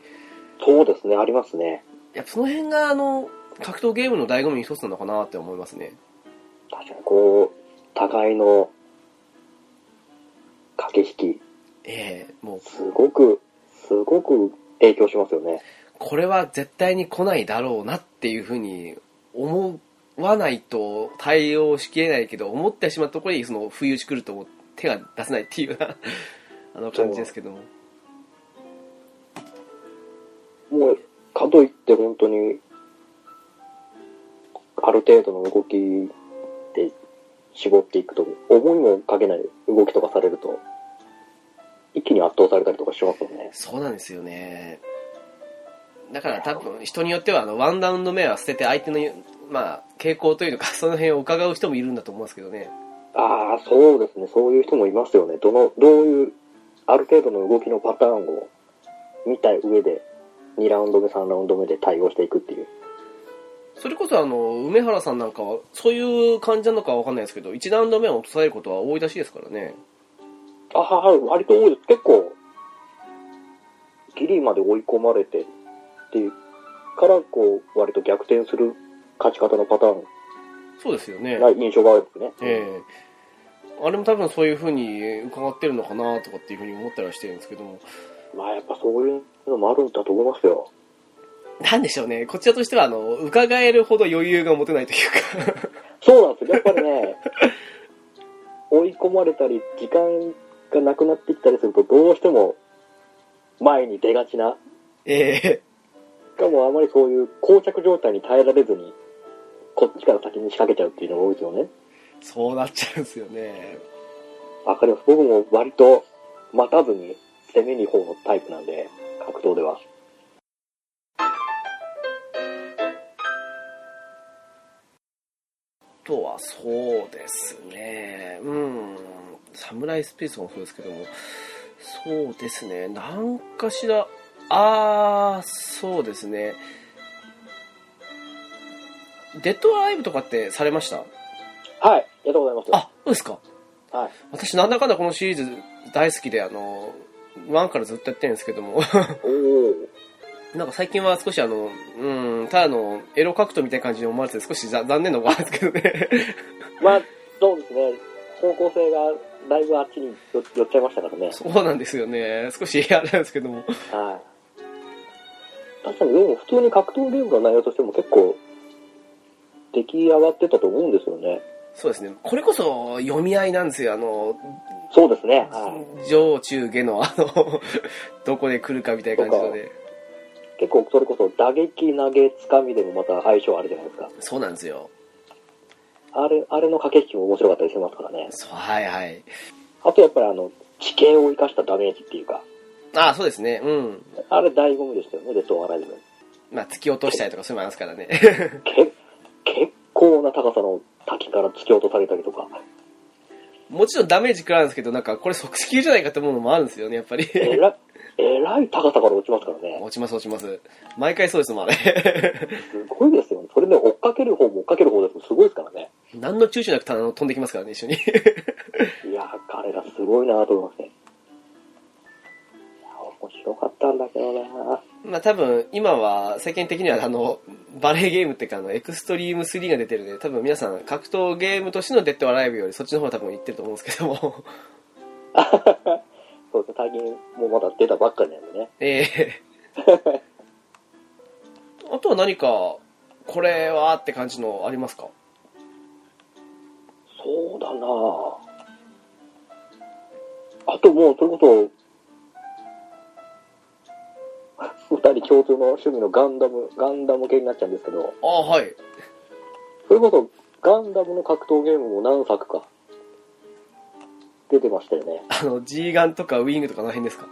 Speaker 2: そうですね、ありますね。
Speaker 1: やっぱその辺が、あの、格闘ゲームの醍醐味の一つなのかなって思いますね。
Speaker 2: 確かにこう、互いの駆け引き、
Speaker 1: ええもう、
Speaker 2: すごく、すごく影響しますよね。
Speaker 1: これは絶対に来ないだろうなっていうふうに思わないと対応しきれないけど、思ってしまったところに、その、不意打ち来るともう手が出せないっていうような、 あの感じですけども。
Speaker 2: もう、かといって本当に、ある程度の動きで絞っていくと、思いもかけない動きとかされると、一気に圧倒されたりとかしますよね。
Speaker 1: そうなんですよね。だから多分、人によっては、あの、ワンラウンド目は捨てて相手の、まあ、傾向というのか、その辺を伺う人もいるんだと思うんですけどね。
Speaker 2: ああ、そうですね。そういう人もいますよね。どの、どういう、ある程度の動きのパターンを見た上で、2ラウンド目、3ラウンド目で対応していくっていう。
Speaker 1: それこそ、あの、梅原さんなんかは、そういう感じなのかわかんないですけど、1ラウンド目を落とされることは多いらしいですからね。
Speaker 2: あはは、割と多いです。結構、ギリまで追い込まれてっていうから、こう、割と逆転する勝ち方のパターン
Speaker 1: そうですよね。
Speaker 2: な印象があるんですね。
Speaker 1: ええあれも多分そういう風に伺ってるのかなとかっていう風に思ったりはしてるんですけども。
Speaker 2: まあやっぱそういうのもあるんだと思いますよ。
Speaker 1: なんでしょうね。こちらとしては、あの、伺えるほど余裕が持てないというか。
Speaker 2: そうなんですよ。やっぱりね、追い込まれたり、時間がなくなってきたりすると、どうしても前に出がちな。
Speaker 1: ええ
Speaker 2: しかもあまりそういう膠着状態に耐えられずに、こっちから先に仕掛けちゃうっていうのが多いですよね。
Speaker 1: そうなっちゃうんですよね。
Speaker 2: わかります。僕も割と待たずに攻めに方のタイプなんで、格闘では。
Speaker 1: あとはそうですね。うん。サムライスピースもそうですけども。そうですね。なんかしら、あー、そうですね。デッドアライブとかってされました
Speaker 2: はい、ありがとうございま
Speaker 1: あ、そうですか。
Speaker 2: す。はい。
Speaker 1: 私なんだかんだこのシリーズ大好きであの1からずっとやってるんですけども
Speaker 2: おお。
Speaker 1: なんか最近は少しあのうんただのエロ格闘みたいな感じに思われて少しざ残念なのがあるんですけどね
Speaker 2: まあ、そうですね。方向性がだいぶあっちによ寄っちゃいましたからね。
Speaker 1: そうなんですよね少し あれなんですけども
Speaker 2: はい。確かにでも普通に格闘ゲームの内容としても結構出来上がってたと思うんですよね。
Speaker 1: そうですねこれこそ読み合いなんですよあの
Speaker 2: そうですね。はい。
Speaker 1: 上中下のあの どこで来るかみたいな感じので
Speaker 2: 結構それこそ打撃、投げ、つかみでもまた相性あるじゃないですか。
Speaker 1: そうなんですよ
Speaker 2: あれ、あれの駆け引きも面白かったりしますからね。
Speaker 1: そうはいはい
Speaker 2: あとやっぱりあの、地形を生かしたダメージっていうか、
Speaker 1: ああそうですねうん
Speaker 2: あれ醍醐味でしたよね、デッドアライブ。
Speaker 1: まあ突き落としたりとかそういうのもありますからね
Speaker 2: け結構な高さの滝から突き落とされたりとか。
Speaker 1: もちろんダメージ食らうんですけど、なんかこれ即死級じゃないかって思うのもあるんですよね、やっぱり。
Speaker 2: えらえらい高さから落ちますからね。
Speaker 1: 落ちます落ちます。毎回そうですもん、あれ。
Speaker 2: すごいですよね。それね、追っかける方も追っかける方ですもすごいですからね。
Speaker 1: 何の躊躇なくたあの飛んできますからね、一緒に。
Speaker 2: いやー、彼がすごいなと思いますね。いやー、面白かったんだけどな
Speaker 1: まあ多分、今は、世間的にはあの、バレーゲームっていうか、あの、エクストリーム3が出てるんで、多分皆さん、格闘ゲームとしてのデッドアライブより、そっちの方が多分いってると思うんですけども。
Speaker 2: そうですね、最近もうまだ出たばっかりなんでね。
Speaker 1: ええあとは何か、これはって感じのありますか
Speaker 2: そうだなぁ。あともう、それこそ、二人共通の趣味のガンダム、ガンダム系になっちゃうんですけど、
Speaker 1: ああ、はい。
Speaker 2: それこそガンダムの格闘ゲームも何作か出てましたよね。
Speaker 1: あの、G ガンとかウィングとかあの辺ですか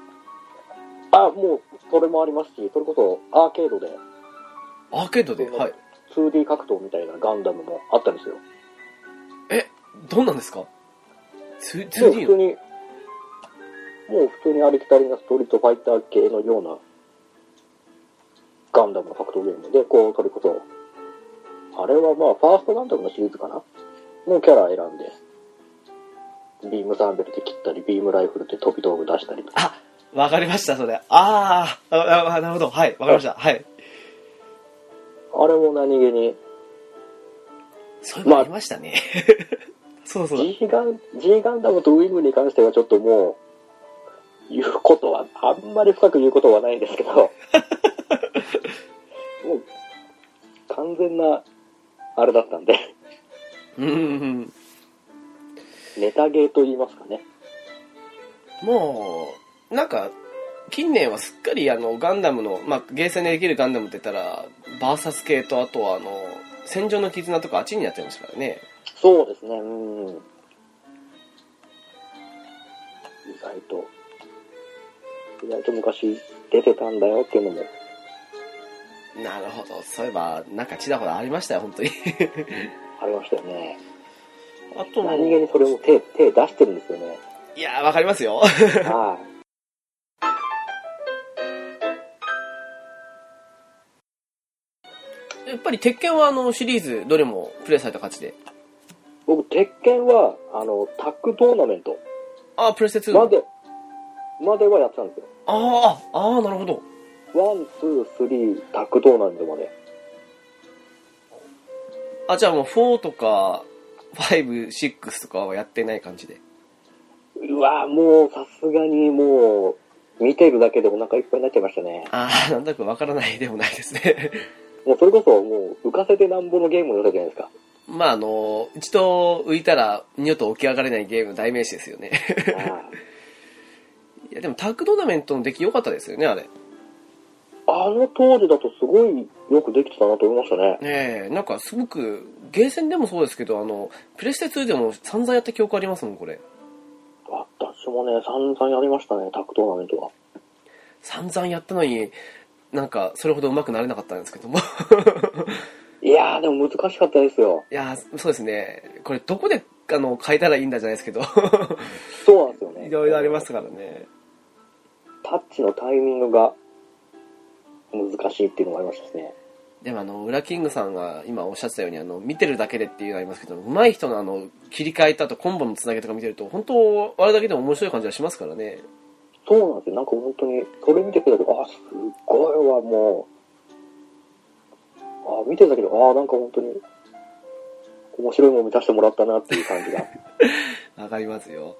Speaker 2: あ、もう、それもありますし、それこそアーケードで
Speaker 1: アーケードで、はい。
Speaker 2: 2D 格闘みたいなガンダムもあったんですよ。
Speaker 1: え、どんなんですかつ
Speaker 2: もう
Speaker 1: 2D
Speaker 2: 普
Speaker 1: の
Speaker 2: 通に、もう普通にありきたりなストリートファイター系のようなガンダムの格闘ゲームで、こう、それこそ、あれはまあ、ファーストガンダムのシリーズかなのキャラ選んで、ビームサンベルで切ったり、ビームライフルで飛び道具出したりとか、
Speaker 1: あ、わかりました、それ。あーあ、あなるほど。はい、わかりました。はい。
Speaker 2: あれも何気に、
Speaker 1: そういうのありましたね。そうそうだ。
Speaker 2: G ガン、G ガンダムとウィングに関してはちょっともう、言うことは、あんまり深く言うことはないんです けど、もう、完全な、あれだったんで、
Speaker 1: うんうんうん。
Speaker 2: ネタゲーと言いますかね。
Speaker 1: もう、なんか、近年はすっかりあの、ガンダムの、まあ、ゲーセンでできるガンダムって言ったら、バーサス系と、あとはあの、戦場の絆とかあっちになっちゃいましたからね。
Speaker 2: そうですね、うん。意外と、意外と昔出てたんだよっていうのも、
Speaker 1: なるほど。そういえば、なんかちらほらありましたよ、本当に。
Speaker 2: ありましたよね。
Speaker 1: あと、
Speaker 2: 何気にそれも手、手出してるんですよ ね。
Speaker 1: いやー、わかりますよ。
Speaker 2: はい。
Speaker 1: やっぱり、鉄拳はあの、シリーズ、どれもプレイされた勝ちで。
Speaker 2: 僕、鉄拳は、あの、タッグトーナメント
Speaker 1: あー、プレステ2。
Speaker 2: まで、まではやってたんですよ。
Speaker 1: あー、あー、なるほど。
Speaker 2: ワン、ツー、スリー、タッグトーナメントまで。
Speaker 1: あ、じゃあもう4とか、5、6とかはやってない感じで。
Speaker 2: うわぁ、もう、さすがにもう、見てるだけでお腹いっぱいになっちゃいましたね。
Speaker 1: ああ、なんだかわからないでもないですね。
Speaker 2: もう、それこそ、もう、浮かせてなんぼのゲームの良さじゃないですか。
Speaker 1: まああの、一度浮いたら二度と起き上がれないゲームの代名詞ですよね。 いやでもタッグトーナメントの出来良かったですよね、あれ。
Speaker 2: あの当時だとすごいよくできてたなと思いましたね。
Speaker 1: ねえ、なんかすごく、ゲーセンでもそうですけど、あの、プレステ2でも散々やった記憶ありますもん、これ。
Speaker 2: 私もね、散々やりましたね、タッグトーナメントは。
Speaker 1: 散々やったのに、なんかそれほど上手くなれなかったんですけども。
Speaker 2: いやー、でも難しかったですよ。
Speaker 1: いや、そうですね。これどこで、あの、変えたらいいんだじゃないですけど。
Speaker 2: そうなんですよね。
Speaker 1: いろいろありますからね。
Speaker 2: タッチのタイミングが難しいっていうのがありましたね。
Speaker 1: でもあの、ウラキングさんが今おっしゃってたように、あの、見てるだけでっていうのありますけど、上手い人のあの、切り替えたとコンボのつなげとか見てると、本当あれだけでも面白い感じはしますからね。
Speaker 2: そうなんですよ。なんか本当に、それ見てくれたけど、あ、すごいわ、もう。あ、見てたけど、あ、なんか本当に、面白いもん見させてもらったなっていう感じ が。
Speaker 1: わかりますよ。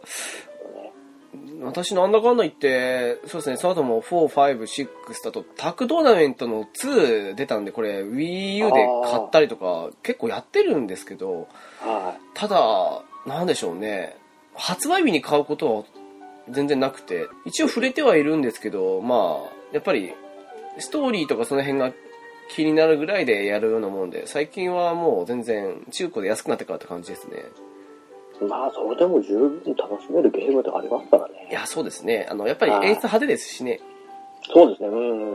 Speaker 1: 私なんだかんだ言って、そうですね、その後も4、5、6だと、タックトーナメントの2出たんで、これ Wii U で買ったりとか、結構やってるんですけど、
Speaker 2: は
Speaker 1: ただ、なんでしょうね。発売日に買うことは全然なくて、一応触れてはいるんですけど、まあ、やっぱり、ストーリーとかその辺が気になるぐらいでやるようなもんで、最近はもう全然中古で安くなってからって感じですね。
Speaker 2: い。まあ、それでも十分楽しめるゲームでありますから
Speaker 1: い
Speaker 2: ね。
Speaker 1: や、そうですね。あの、やっぱり演出派手ですしね。
Speaker 2: そうですね、うん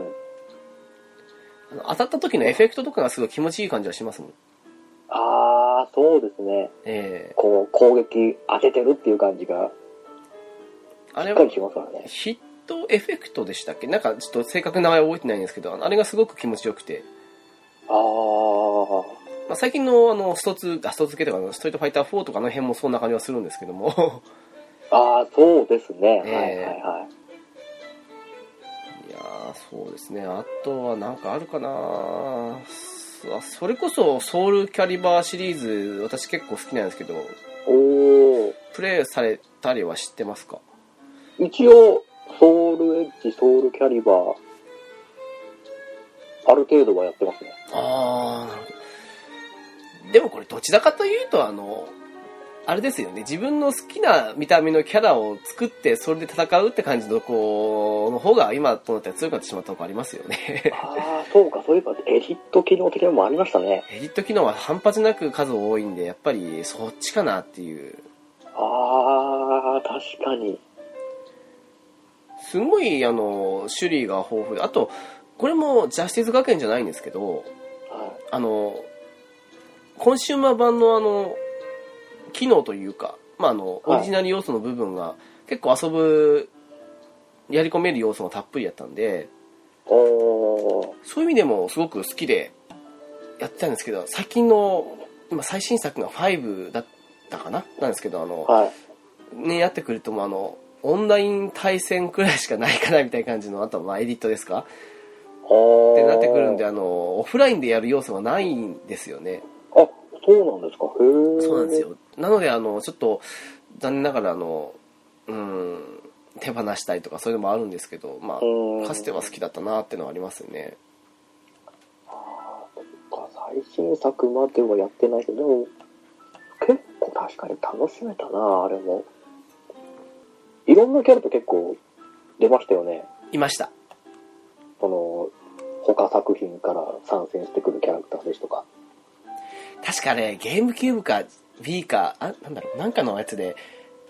Speaker 2: うん。
Speaker 1: あの当たった時のエフェクトとかがすごい気持ちいい感じはしますもん。
Speaker 2: あー、そうですね。
Speaker 1: ええ
Speaker 2: こう、攻撃当ててるっていう感じが、
Speaker 1: あ
Speaker 2: し
Speaker 1: れ
Speaker 2: っか
Speaker 1: は
Speaker 2: りしますからね。
Speaker 1: ヒットエフェクトでしたっけなんかちょっと正確な名前覚えてないんですけど、あのあれがすごく気持ちよくて、
Speaker 2: ああ、
Speaker 1: まあ、最近のあのスト2、あ、スト2系とかあのストリートファイター4とかあの辺もそんな感じはするんですけども、
Speaker 2: ああ、そうですね。
Speaker 1: ええ
Speaker 2: はいはいはい。
Speaker 1: いやーそうですね。あとはなんかあるかなそあそれこそソウルキャリバーシリーズ、私結構好きなんですけど、
Speaker 2: おお。
Speaker 1: プレイされたりは知ってますか
Speaker 2: 一応、ソウルエッジ、ソウルキャリバー、ある程度はやってますね。
Speaker 1: ああ、なるほど。でもこれどちらかというと、あの、あれですよね。自分の好きな見た目のキャラを作って、それで戦うって感じの、こう、の方が今となっては強くなってしまったとこありますよね。
Speaker 2: ああ、そうか、そういえば、エディット機能的なのもありましたね。
Speaker 1: エディット機能は半端なく数多いんで、やっぱりそっちかなっていう。
Speaker 2: ああ、確かに。
Speaker 1: すごい、あの、種類が豊富で。あと、これもジャスティス学園じゃないんですけど、
Speaker 2: は
Speaker 1: あの、コンシューマー版のあの、機能というか、まあ、あの、
Speaker 2: は
Speaker 1: オ
Speaker 2: い
Speaker 1: リジナル要素の部分が、結構遊ぶ、やり込める要素もたっぷりやったんで、
Speaker 2: い。おー。
Speaker 1: そういう意味でもすごく好きでやってたんですけど、最近の、今最新作が5だったかななんですけど、あの、
Speaker 2: はい。
Speaker 1: ね、やってくるともうあの、オンライン対戦くらいしかないかなみたいな感じの、あとはまあエディットですか
Speaker 2: おー。
Speaker 1: ってなってくるんで、あの、オフラインでやる要素がないんですよね。
Speaker 2: あ、そうなんですか。へえ。
Speaker 1: そうなんです。よ。なので、あの、ちょっと、残念ながら、あの、うん、手放したいとかそういうのもあるんですけど、ま
Speaker 2: う
Speaker 1: あ、
Speaker 2: ん
Speaker 1: かつては好きだったなってのはありますよね。
Speaker 2: か最新作まではやってないけど、でも結構確かに楽しめたな、あれも。いろんなキャラと結構出ましたよね。
Speaker 1: いました。
Speaker 2: その、他作品から参戦してくるキャラクターですとか。
Speaker 1: 確かね、ゲームキューブか B か、あ、なんだろう、なんかのやつで、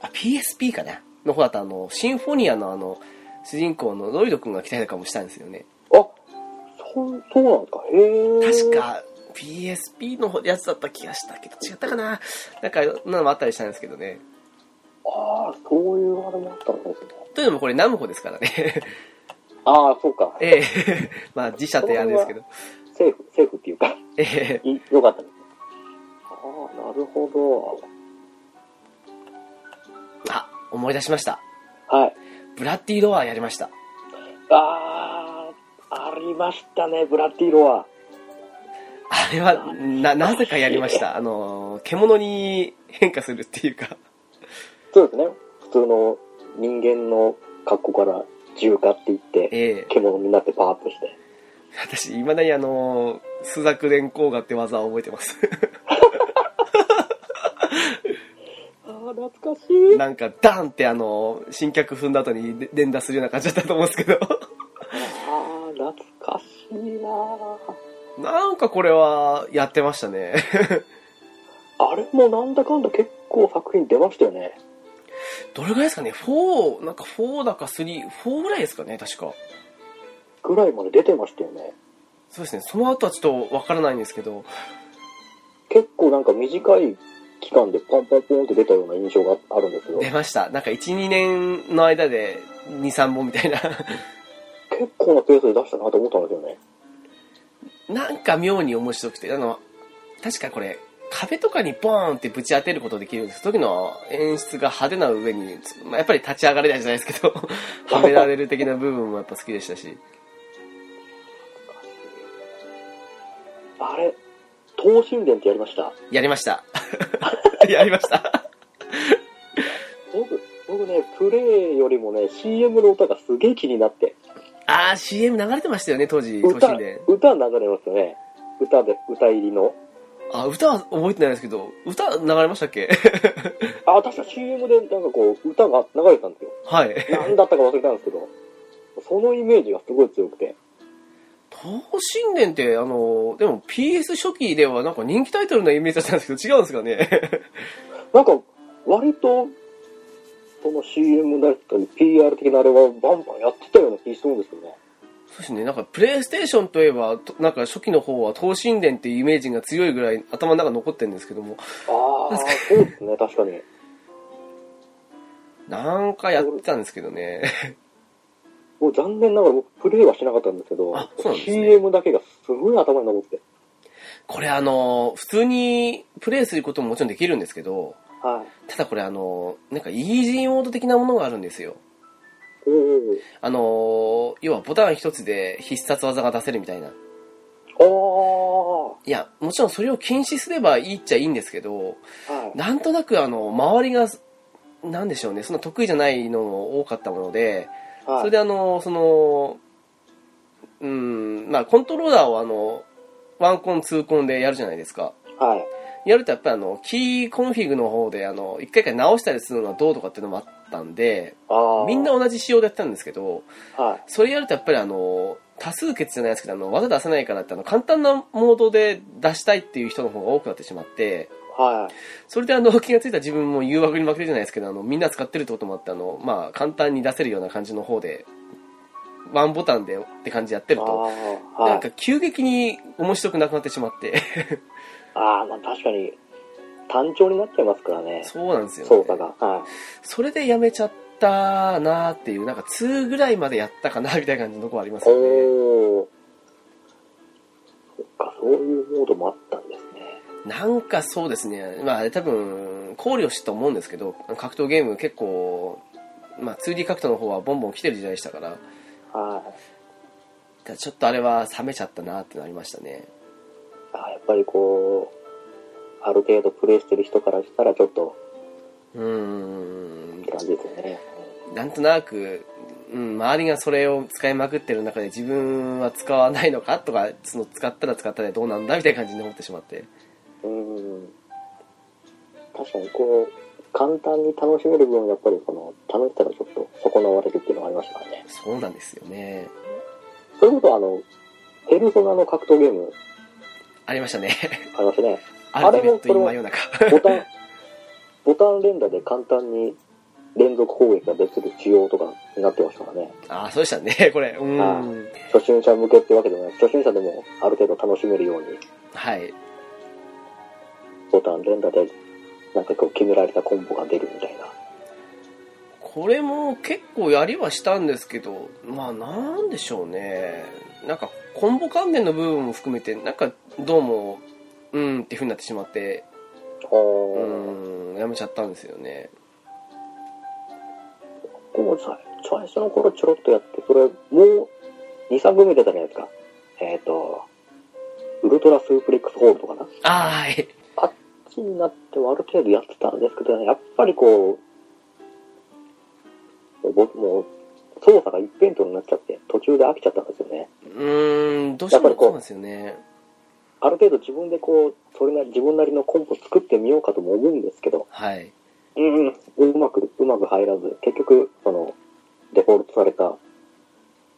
Speaker 1: あ、PSP かなの方だと、あの、シンフォニアのあの、主人公のロイド君が来たりとかもしたんですよね。
Speaker 2: あ、そう、そうなんですか。へえ。
Speaker 1: 確。か PSP のやつだった気がしたけど、違ったかななんか、そんなのもあったりしたんですけどね。
Speaker 2: ああ、そういうあれもあったんですね。
Speaker 1: というのもこれナムホですからね。
Speaker 2: ああ、そうか。
Speaker 1: ええまあ自社ってあれですけど。
Speaker 2: セーフ、セーフっていうか、
Speaker 1: ええ
Speaker 2: いよかったです。ああ、なるほど。
Speaker 1: あ、思い出しました。
Speaker 2: はい。
Speaker 1: ブラッディロアやりました。
Speaker 2: あー、ありましたね、ブラッディロア。
Speaker 1: あれは、な、なぜかやりました。あの、獣に変化するっていうか。
Speaker 2: そうですね。普通の人間の格好から銃化っていって、
Speaker 1: ええ
Speaker 2: 獣になってパワーアップして。
Speaker 1: 私、未だにあの、スザク連光画って技を覚えてます。
Speaker 2: あー、懐かしい。
Speaker 1: なんか、ダンってあの、新脚踏んだ後にで連打するような感じだったと思うんですけど。
Speaker 2: あー、懐かしいなー
Speaker 1: なんかこれはやってましたね。
Speaker 2: あれもなんだかんだ結構作品出ましたよね。
Speaker 1: どれぐらいですかね ?4、なんか4だか3、4ぐらいですかね確か。
Speaker 2: ぐらいまで出てましたよね。
Speaker 1: そうですね。その後はちょっとわからないんですけど。
Speaker 2: 結構なんか短い期間でポンポンポンって出たような印象があるんですけど、
Speaker 1: 出ました。なんか1、2年の間で2、3本みたいな。
Speaker 2: 結構なペースで出したなと思ったんですよね。
Speaker 1: なんか妙に面白くて、あの、確かこれ、壁とかにボーンってぶち当てることできるんですその時の演出が派手な上に、つまあ、やっぱり立ち上がれないじゃないですけど、 はめられる的な部分もやっぱ好きでしたし。
Speaker 2: あれ、東神殿ってやりました。
Speaker 1: やりました。 やりました。
Speaker 2: 僕、僕ね、プレイよりもね、CM の歌がすげえ気になって、
Speaker 1: あー、CM 流れてましたよね、当時、東
Speaker 2: 歌、
Speaker 1: 神殿。
Speaker 2: 歌流れますよね。歌で、歌入りの。
Speaker 1: あ、歌は覚えてないですけど、歌流れましたっけ
Speaker 2: あ、確か CM でなんかこう、歌が流れてたんですよ。
Speaker 1: はい。
Speaker 2: なんだったか忘れたんですけど、そのイメージがすごい強くて。
Speaker 1: 東神殿って、あの、でも PS 初期ではなんか人気タイトルのイメージだったんですけど、違うんですかね
Speaker 2: なんか、割と、その CM だったり、PR 的なあれはバンバンやってたような気するんですよね。
Speaker 1: そうですね、なんかプレイステーションといえば、となんか初期の方は東神殿っていうイメージが強いぐらい頭の中残ってるんですけども、
Speaker 2: あ あ、そうですね、確かに。
Speaker 1: なんかやってたんですけどね。
Speaker 2: もう残念ながら僕プレイはしなかったんですけど
Speaker 1: あそうなんですね
Speaker 2: CM だけがすごい頭に残って
Speaker 1: これあの、普通にプレイすることももちろんできるんですけど、
Speaker 2: はい
Speaker 1: ただこれあの、なんかイージーモード的なものがあるんですよ。
Speaker 2: おー
Speaker 1: あの、要はボタン一つで必殺技が出せるみたいな。
Speaker 2: お
Speaker 1: いや、もちろんそれを禁止すればいいっちゃいいんですけど、
Speaker 2: ーはい
Speaker 1: なんとなくあの、周りが、なんでしょうね、そんな得意じゃないのも多かったもので、
Speaker 2: はい
Speaker 1: それであの、その、うん、まあコントローラーをあの、ワンコン、ツーコンでやるじゃないですか。
Speaker 2: はい
Speaker 1: やるとやっぱりあの、キーコンフィグの方であの、一回一回直したりするのはどうとかっていうのもあったんで、
Speaker 2: ああ
Speaker 1: みんな
Speaker 2: は
Speaker 1: 同じ仕様でやってたんですけど、
Speaker 2: い
Speaker 1: それやるとやっぱりあの、多数決じゃないですけど、あの、技出さないからってあの、簡単なモードで出したいっていう人の方が多くなってしまって、
Speaker 2: はい
Speaker 1: それであの、気がついた自分も誘惑に負けてるじゃないですけど、あの、みんな使ってるってこともあって、あの、まあ、簡単に出せるような感じの方で、ワンボタンでって感じでやってる
Speaker 2: あ
Speaker 1: と、
Speaker 2: あは
Speaker 1: なん
Speaker 2: い
Speaker 1: か急激に面白くなくなってしまって、
Speaker 2: ああまあ確かに単調になっちゃいますからね
Speaker 1: そうなんですよ、ね。
Speaker 2: 操作がは
Speaker 1: それでやめちゃったなーっていう、なんか2ぐらいまでやったかなみたいな感じのとこありま
Speaker 2: い
Speaker 1: すよね。
Speaker 2: おおそっかそういうモードもあったんですね
Speaker 1: なんかそうですね、まああれ多分、考慮したと思うんですけど、格闘ゲーム結構、まあ 2D 格闘の方はボンボン来てる時代でしたから、だか
Speaker 2: はい
Speaker 1: らちょっとあれは冷めちゃったなってなりましたね。
Speaker 2: あやっぱりこう、ある程度プレイしてる人からしたらちょっと
Speaker 1: うーん
Speaker 2: って、感じですよね。
Speaker 1: なんとなく、うん、周りがそれを使いまくってる中で自分は使わないのかとか、その使ったら使ったでどうなんだみたいな感じに思ってしまって。
Speaker 2: うん。確かにこう、簡単に楽しめる分、やっぱりその、楽しさがちょっと損なわれるっていうのがありましたからね。
Speaker 1: そうなんですよね。
Speaker 2: それこそあの、ペルソナの格闘ゲーム
Speaker 1: ありましたね。
Speaker 2: ありますね。
Speaker 1: ア
Speaker 2: あ
Speaker 1: ル
Speaker 2: れ
Speaker 1: ティメッ
Speaker 2: も
Speaker 1: ト・イン・真夜中。
Speaker 2: ボタン、ボタン連打で簡単に連続攻撃ができる仕様とかになってましたからね。
Speaker 1: ああ、そうでしたね、これ。うーん。
Speaker 2: 初心者向けってわけでもない。初心者でもある程度楽しめるように
Speaker 1: はい。
Speaker 2: ボタン連打で、なんかこう決められたコンボが出るみたいな。
Speaker 1: これも結構やりはしたんですけど、まあなんでしょうね。なんか、コンボ関連の部分も含めて、なんかどうも、うーんっていう風になってしまって、う
Speaker 2: うん。
Speaker 1: ーん、やめちゃったんですよね。
Speaker 2: でもさ最初の頃ちょろっとやって、それもう2、3組出たじゃないですか。えっ、と、ウルトラスープレックスホールとかな。
Speaker 1: あーはい。
Speaker 2: あっちになってもある程度やってたんですけどね、やっぱりこう、僕もう操作が一辺倒になっちゃって、途中で飽きちゃったんですよね。
Speaker 1: うーん、どうしてもそうなんですよね。
Speaker 2: ある程度自分でこう、それなり自分なりのコンボ作ってみようかとも思うんですけど、
Speaker 1: はい。
Speaker 2: うん、うまく、うまく入らず、結局、その、デフォルトされた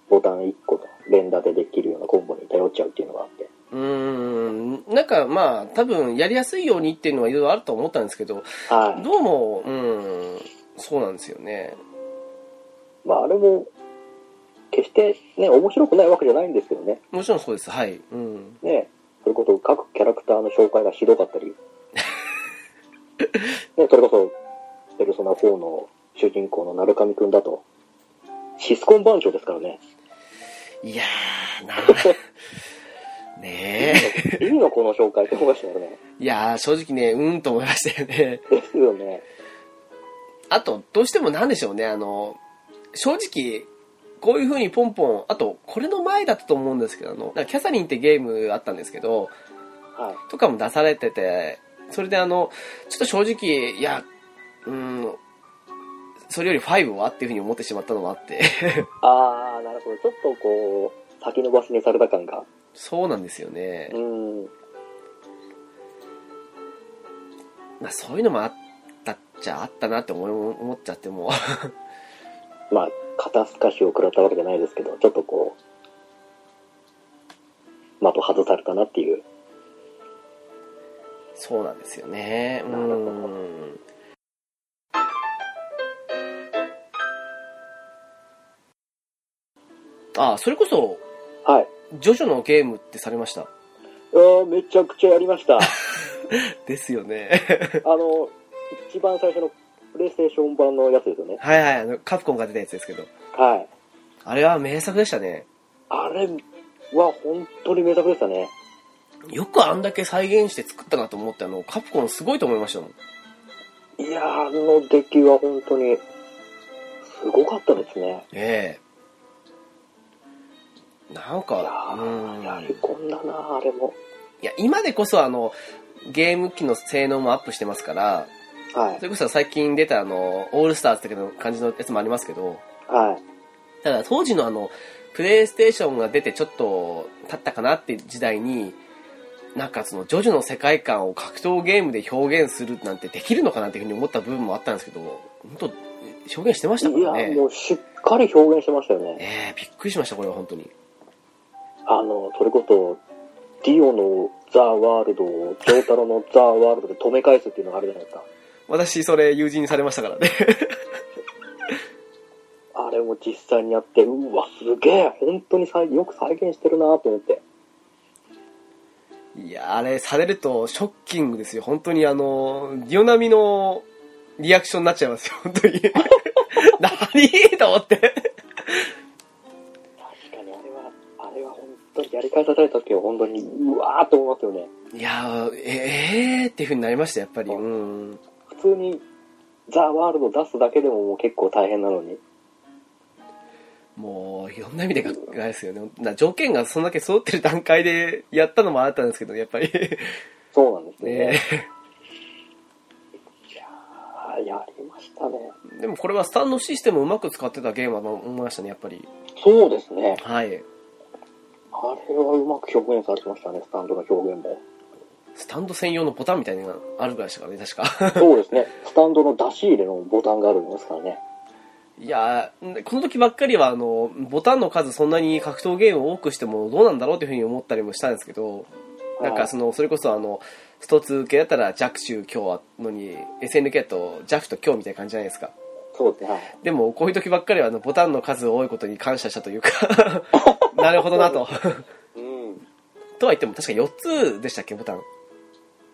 Speaker 2: ボタン1個と連打でできるようなコンボに頼っちゃうっていうのがあって。
Speaker 1: うーん、なんかまあ、多分やりやすいようにっていうのはいろいろあると思ったんですけど、
Speaker 2: は
Speaker 1: どうも、うん、そうなんですよね。
Speaker 2: い。まあ、あれも、決してね、面白くないわけじゃないんですけどね。
Speaker 1: もちろんそうです、はい。うん。
Speaker 2: ね、それこそ各キャラクターの紹介がひどか ったり、ね、それこそ、ペルソナ4の主人公の鳴上くんだと、シスコン番長ですからね。
Speaker 1: いやー、な ねえ。
Speaker 2: いいのこの紹介って思いましたよね。
Speaker 1: いやー、正直ね、うんと思いましたよね。
Speaker 2: ですよね。
Speaker 1: あと、どうしてもなんでしょうね、あの、正直、こういう風にポンポン、あと、これの前だったと思うんですけど、あの、なんかキャサリンってゲームあったんですけど、
Speaker 2: はい。
Speaker 1: とかも出されてて、それであの、ちょっと正直、いや、うん、それより5はっていう風に思ってしまったのもあって、
Speaker 2: あー、なるほど。ちょっとこう、先延ばしにされた感が。
Speaker 1: そうなんですよね。
Speaker 2: うん。
Speaker 1: まあ、そういうのもあったっちゃあったなって思い思っちゃってもう
Speaker 2: まあ、肩透かしを食らったわけじゃないですけど、ちょっとこう、的外されたなっていう。
Speaker 1: そうなんですよね。う
Speaker 2: なるほど
Speaker 1: ん。あ、それこそ、
Speaker 2: はい。
Speaker 1: ジョジョのゲームってされました。
Speaker 2: あーめちゃくちゃやり ました。あ
Speaker 1: ですよね。
Speaker 2: の、一番最初のプレイステーション版のやつですよね。
Speaker 1: はいはい、あの、カプコンが出たやつですけど。
Speaker 2: はい。
Speaker 1: あれは名作でしたね。
Speaker 2: あれは本当に名作でしたね。
Speaker 1: よくあんだけ再現して作ったなと思って、あの、カプコンすごいと思いましたもん。
Speaker 2: いやー、あの出来は本当に、すごかったですね。
Speaker 1: ええなん
Speaker 2: いや
Speaker 1: か、う
Speaker 2: ー、
Speaker 1: ん。
Speaker 2: やり込んだな、あれも。
Speaker 1: いや、今でこそあの、ゲーム機の性能もアップしてますから、
Speaker 2: はい
Speaker 1: そ。れこそ最近出たあの、オールスターズって感じのやつもありますけど、
Speaker 2: はい。
Speaker 1: ただ当時のあの、プレイステーションが出てちょっと経ったかなって時代に、なんかそのジョジョの世界観を格闘ゲームで表現するなんてできるのかなっていうふうに思った部分もあったんですけど、本当表現してましたか
Speaker 2: いや
Speaker 1: らね
Speaker 2: も。うしっかり表現してましたよね。
Speaker 1: ええびっくりしました、これは本当に。
Speaker 2: あの、それこそ、ディオのザ・ワールドを、ジョータロのザ・ワールドで止め返すっていうのがあるじゃないですか。
Speaker 1: 私、それ友人にされましたからね。
Speaker 2: あれも実際にやって、うわ、すげえ本当にさよく再現してるなと思って。
Speaker 1: いや、あれされるとショッキングですよ。本当にあの、ディオ並みのリアクションになっちゃいますよ、本当に。 何と思って。
Speaker 2: 確かにあれは、あれは本当にやり返された時は本当に、うわーと思いますよね。
Speaker 1: いやー、ええー、っていう風になりました、やっぱり。うん。
Speaker 2: 普通に、ザ・ワールド出すだけでももう結構大変なのに。
Speaker 1: もう、いろんな意味でが、あれですよね。な条件がそんだけ揃ってる段階でやったのもあったんですけど、やっぱり。
Speaker 2: そうなんですよね。
Speaker 1: ね
Speaker 2: いやーやりましたね。
Speaker 1: でもこれはスタンドシステムをうまく使ってたゲームだと思いましたね、やっぱり。
Speaker 2: そうですね。
Speaker 1: はい。
Speaker 2: あれはうまく表現されてましたね、スタンドの表現も。
Speaker 1: スタンド専用のボタンみたいなのがあるぐらいでしたからね、確か。
Speaker 2: そうですね、スタンドの出し入れのボタンがあるんですからね。
Speaker 1: いやーこの時ばっかりはあのボタンの数そんなに格闘ゲームを多くしてもどうなんだろうというふうに思ったりもしたんですけどなんかそのそれこそあのスト2系だったら弱中強のに SNK だと弱と強みたいな感じじゃないですか
Speaker 2: そうですね、はい。
Speaker 1: でもこういう時ばっかりはあのボタンの数多いことに感謝したというかなるほどなと
Speaker 2: うん。
Speaker 1: とは言っても確か4つでしたっけボタン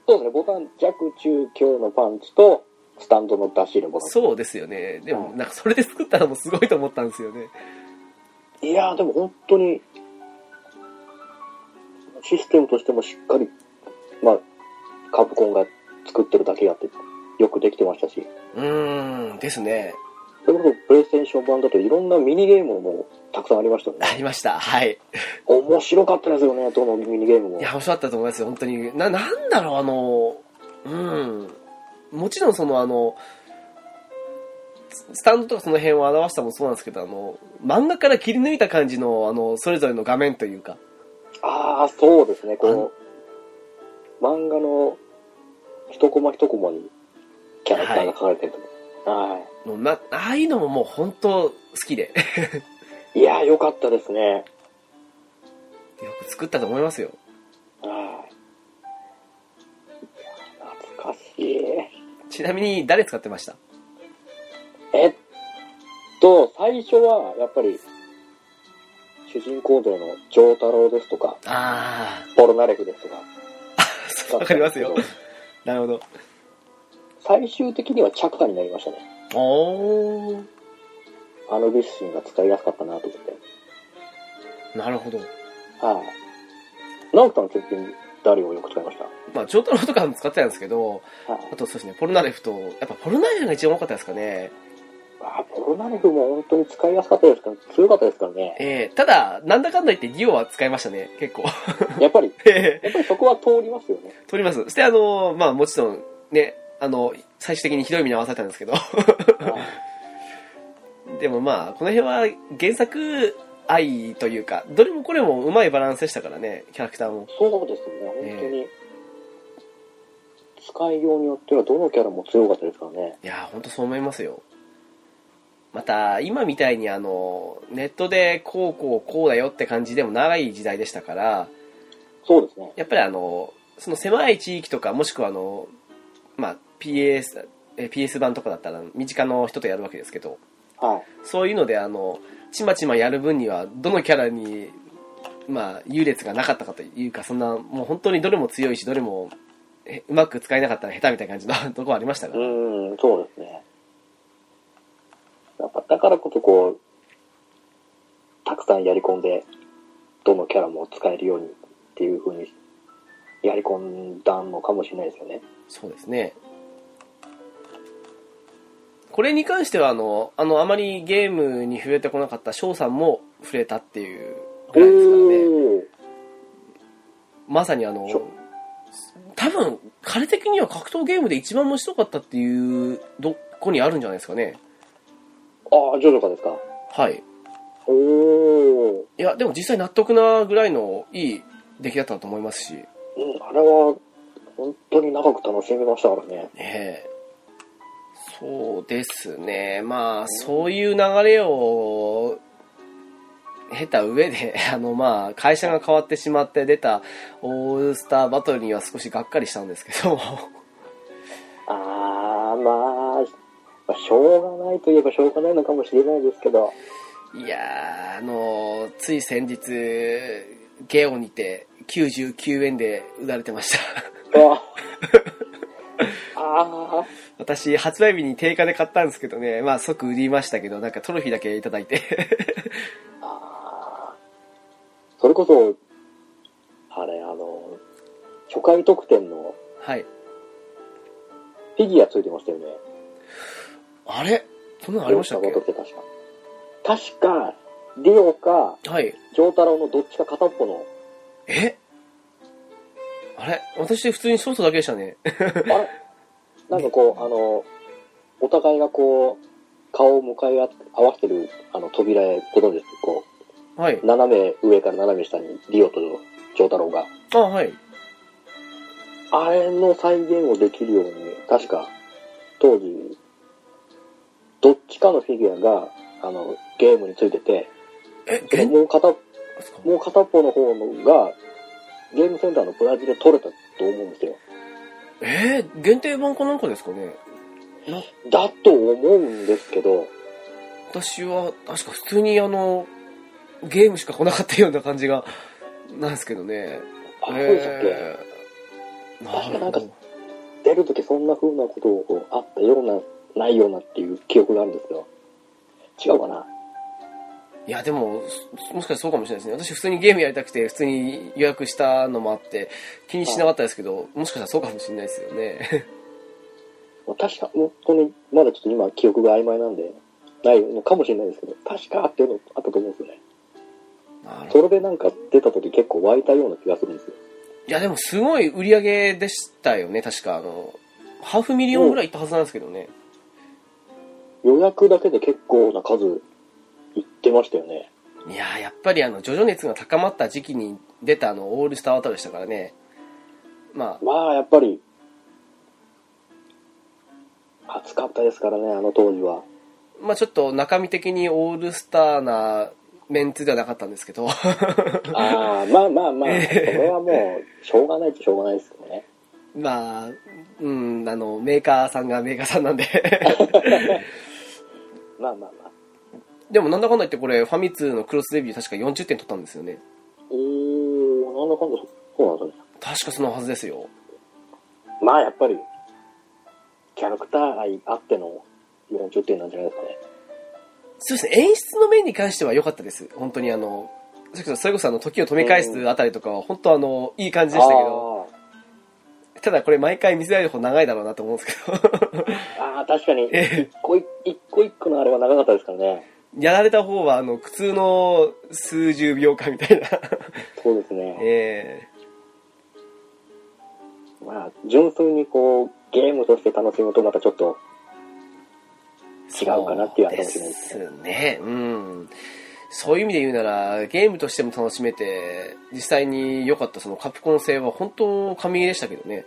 Speaker 2: そうですね、ボタン弱、中、強のパンチと、スタンドの出し入れボタ
Speaker 1: そうですよねでもなんかそれで作ったのもすごいと思ったんですよね
Speaker 2: ン。いやー、でも本当に、システムとしてもしっかり、まあ、カプコンが作ってるだけやって、よくできてましたし、
Speaker 1: うーんですね
Speaker 2: それこそプレイステーション版だといろんなミニゲームもたくさんありましたよ
Speaker 1: あ
Speaker 2: ね。
Speaker 1: りましたはい
Speaker 2: 面白かったですよね、どのミニゲームも。
Speaker 1: いや、面白かったと思いますよ、本当に。な、なんだろう、あの、うん。もちろんその、あの、ススタンドとかその辺を表したのもそうなんですけど、あの、漫画から切り抜いた感じの、あの、それぞれの画面というか、
Speaker 2: ああ、そうですね、この、漫画の一コマ一コマにキャラクターが書かれてると。はい。
Speaker 1: のな、ああいうのももう本当好きで、
Speaker 2: い、やー、よかったですね。
Speaker 1: よく作ったと思いますよ。
Speaker 2: はい。いやー懐かしい。
Speaker 1: ちなみに、誰使ってました
Speaker 2: えっと、最初は、やっぱり、主人公像の丈太郎ですとか、
Speaker 1: あ
Speaker 2: ポロナレフですとか
Speaker 1: あ、 わかりますよ
Speaker 2: だったん。です
Speaker 1: なるほど。
Speaker 2: けど。最終的にはチャクタになりましたね。
Speaker 1: おー、
Speaker 2: あのビスシンが使いやすかったなと思って。
Speaker 1: なるほど。
Speaker 2: はい。直樹さん、直近、誰をよく使いました
Speaker 1: まあ、ジョータロウとかも使ってたんですけど、
Speaker 2: はい
Speaker 1: あ。とそうですね、ポルナレフと、やっぱポルナレフが一番多かったですかね。
Speaker 2: あーポロナレフも本当に使いやすかったですから、強かったですからね。
Speaker 1: えー、ただ、なんだかんだ言ってギオは使いましたね、結構。
Speaker 2: やっぱり、
Speaker 1: え
Speaker 2: やっぱりそこは通りますよね。
Speaker 1: ー取ります。そして、あのーまあもちろん、ね、あの、最終的にひどい目に遭わされたんですけど。
Speaker 2: はい
Speaker 1: でもまあ、この辺は原作愛というか、どれもこれもうまいバランスでしたからね、キャラクターも。
Speaker 2: そうですね、本当に。使いようによっては、どのキャラも強かったですからね。
Speaker 1: いやー、ほんとそう思いますよ。また、今みたいにあの、ネットでこうこうこうだよって感じでも長い時代でしたから、
Speaker 2: そうですね。
Speaker 1: やっぱりあの、その狭い地域とか、もしくはあの、まあ、PS、え PS 版とかだったら、身近の人とやるわけですけど、
Speaker 2: はい。
Speaker 1: そういうので、あの、ちまちまやる分には、どのキャラに、まあ、優劣がなかったかというか、そんな、もう本当にどれも強いし、どれも、えうまく使えなかったら下手みたいな感じの とこはありましたか
Speaker 2: う
Speaker 1: ら。
Speaker 2: ーん、そうですね。やっぱ、だからこそこう、たくさんやり込んで、どのキャラも使えるようにっていう風に、やり込んだのかもしれないですよね。
Speaker 1: そうですね。これに関しては、あの、あの、あまりゲームに触れてこなかった翔さんも触れたっていうぐらいですからね。
Speaker 2: おー
Speaker 1: まさにあの
Speaker 2: 翔、
Speaker 1: 多分、彼的には格闘ゲームで一番面白かったっていう、どこにあるんじゃないですかね。
Speaker 2: ああ、ジョジョかですか。
Speaker 1: はい。
Speaker 2: おお、
Speaker 1: いや、でも実際納得なぐらいのいい出来だったと思いますし。ね
Speaker 2: うん、あれは、本当に長く楽しみましたからね。
Speaker 1: え。そうですね。まあ、そういう流れを、経た上で、 あの、まあ、会社が変わってしまって出たオールスターバトルには少しがっかりしたんですけども。
Speaker 2: ああ、まあ、まあしょうがないといえばしょうがないのかもしれないですけど。
Speaker 1: いやー、あの、つい先日、ゲオにて99円で売られてました。
Speaker 2: あ あー、
Speaker 1: 私、発売日に定価で買ったんですけどね、まあ即売りましたけど、なんかトロフィーだけいただいて。
Speaker 2: あーそれこそ、あれ、あの、初回特典の
Speaker 1: はい。
Speaker 2: フィギュアついてましたよね。
Speaker 1: あれそんなのありましたっ
Speaker 2: オール
Speaker 1: け
Speaker 2: スターバトルって確か。確か、リオか、
Speaker 1: はい。
Speaker 2: ジョータロウのどっちか片っ ぽの、
Speaker 1: えあれ私普通にショートだけでしたね。
Speaker 2: あれなんかこう、あの、お互いがこう、顔を向かい合わせてる、あの、扉へ、ご存知ですこ
Speaker 1: はい。
Speaker 2: う、斜め上から斜め下に、リオとジョータロウが、
Speaker 1: あ、はい。
Speaker 2: あれの再現をできるように、確か、当時、どっちかのフィギュアが、あの、ゲームについてて、
Speaker 1: え、現
Speaker 2: もう片、も
Speaker 1: ですか
Speaker 2: う片っぽの方のが、ゲームセンターのブラジルで取れたと思うんですよ。
Speaker 1: えー限定版かなんかですかね
Speaker 2: だと思うんですけど、
Speaker 1: 私は、確か普通にあの、ゲームしか来なかったような感じが、なんですけどね。
Speaker 2: あ、そうでしたっけ
Speaker 1: えー、
Speaker 2: 確か
Speaker 1: なる
Speaker 2: なん
Speaker 1: ほ
Speaker 2: か
Speaker 1: ど。
Speaker 2: 出るときそんな風なことをこうあったような、ないようなっていう記憶があるんですよ。違うかない
Speaker 1: や、でも、もしかしたらそうかもしれないですね。私普通にゲームやりたくて、普通に予約したのもあって、気にしなかったですけど、もしかしたらそうかもしれないですよ ね。
Speaker 2: 確か、本当に、まだちょっと今記憶が曖昧なんで、ないのかもしれないですけど、確かっていうのあったと思うんですよね。
Speaker 1: なるほど
Speaker 2: それでなんか出た時結構湧いたような気がするんですよ。
Speaker 1: いや、でもすごい売り上げでしたよね、確か。あの、ハーフミリオンぐらいいったはずなんですけどね。
Speaker 2: 予約だけで結構な数いってましたよね。
Speaker 1: いやー、やっぱりあの、ジョジョ熱が高まった時期に出たあの、オールスターバトルでしたからね。ま
Speaker 2: まあやっぱり、暑かったですからね、あの当時 は。
Speaker 1: あ、まあちょっと中身的にオールスターなメンツではなかったんですけど。
Speaker 2: ああ、まあまあまあ、それはもう、しょうがないっちゃしょうがないですけどね。
Speaker 1: まあ、うん、あの、メーカーさんがメーカーさんなんで。
Speaker 2: まあまあまあ。
Speaker 1: でもなんだかんだ言ってこれ、ファミ通のクロスデビュー確か40点取ったんですよね。
Speaker 2: うーん、なんだかんだ、そうなんですよね。
Speaker 1: 確かそのはずですよ。
Speaker 2: まあやっぱり、キャラクター愛あっての40点なんじゃないですかね。
Speaker 1: そうですね、演出の面に関しては良かったです。本当にあの、さっきのそれこそあの、時を止め返すあたりとかは本当あの、いい感じでしたけど、ただこれ毎回見せられる方長いだろうなと思うんですけど、
Speaker 2: あーあー、確かに、
Speaker 1: え
Speaker 2: 一個一一個一個のあれは長かったですからね。
Speaker 1: やられた方はあの、苦痛の数十秒間みたいな。
Speaker 2: そうですね。
Speaker 1: え
Speaker 2: まあ、純粋にこう、ゲームとして楽しむとまたちょっと、
Speaker 1: ー
Speaker 2: 違うかなっていう頭
Speaker 1: で
Speaker 2: がしないです
Speaker 1: ね。うん。そういう意味で言うなら、ゲームとしても楽しめて、実際に良かったそのカプコン製は本当神ゲーでしたけどね。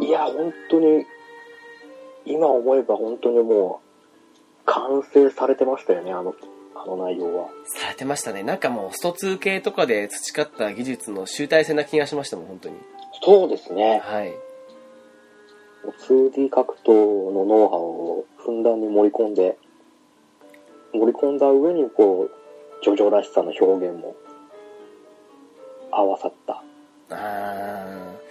Speaker 2: いや、本当に、今思えば本当にもう、完成されてましたよね、あの、あの内容は。
Speaker 1: されてましたね。なんかもうスト2系とかで培った技術の集大成な気がしましたもん、本当に。
Speaker 2: そうですね。
Speaker 1: はい。
Speaker 2: 2D 格闘のノウハウをふんだんに盛り込んで、盛り込んだ上に、こう、ジョジョらしさの表現も合わさった。
Speaker 1: あー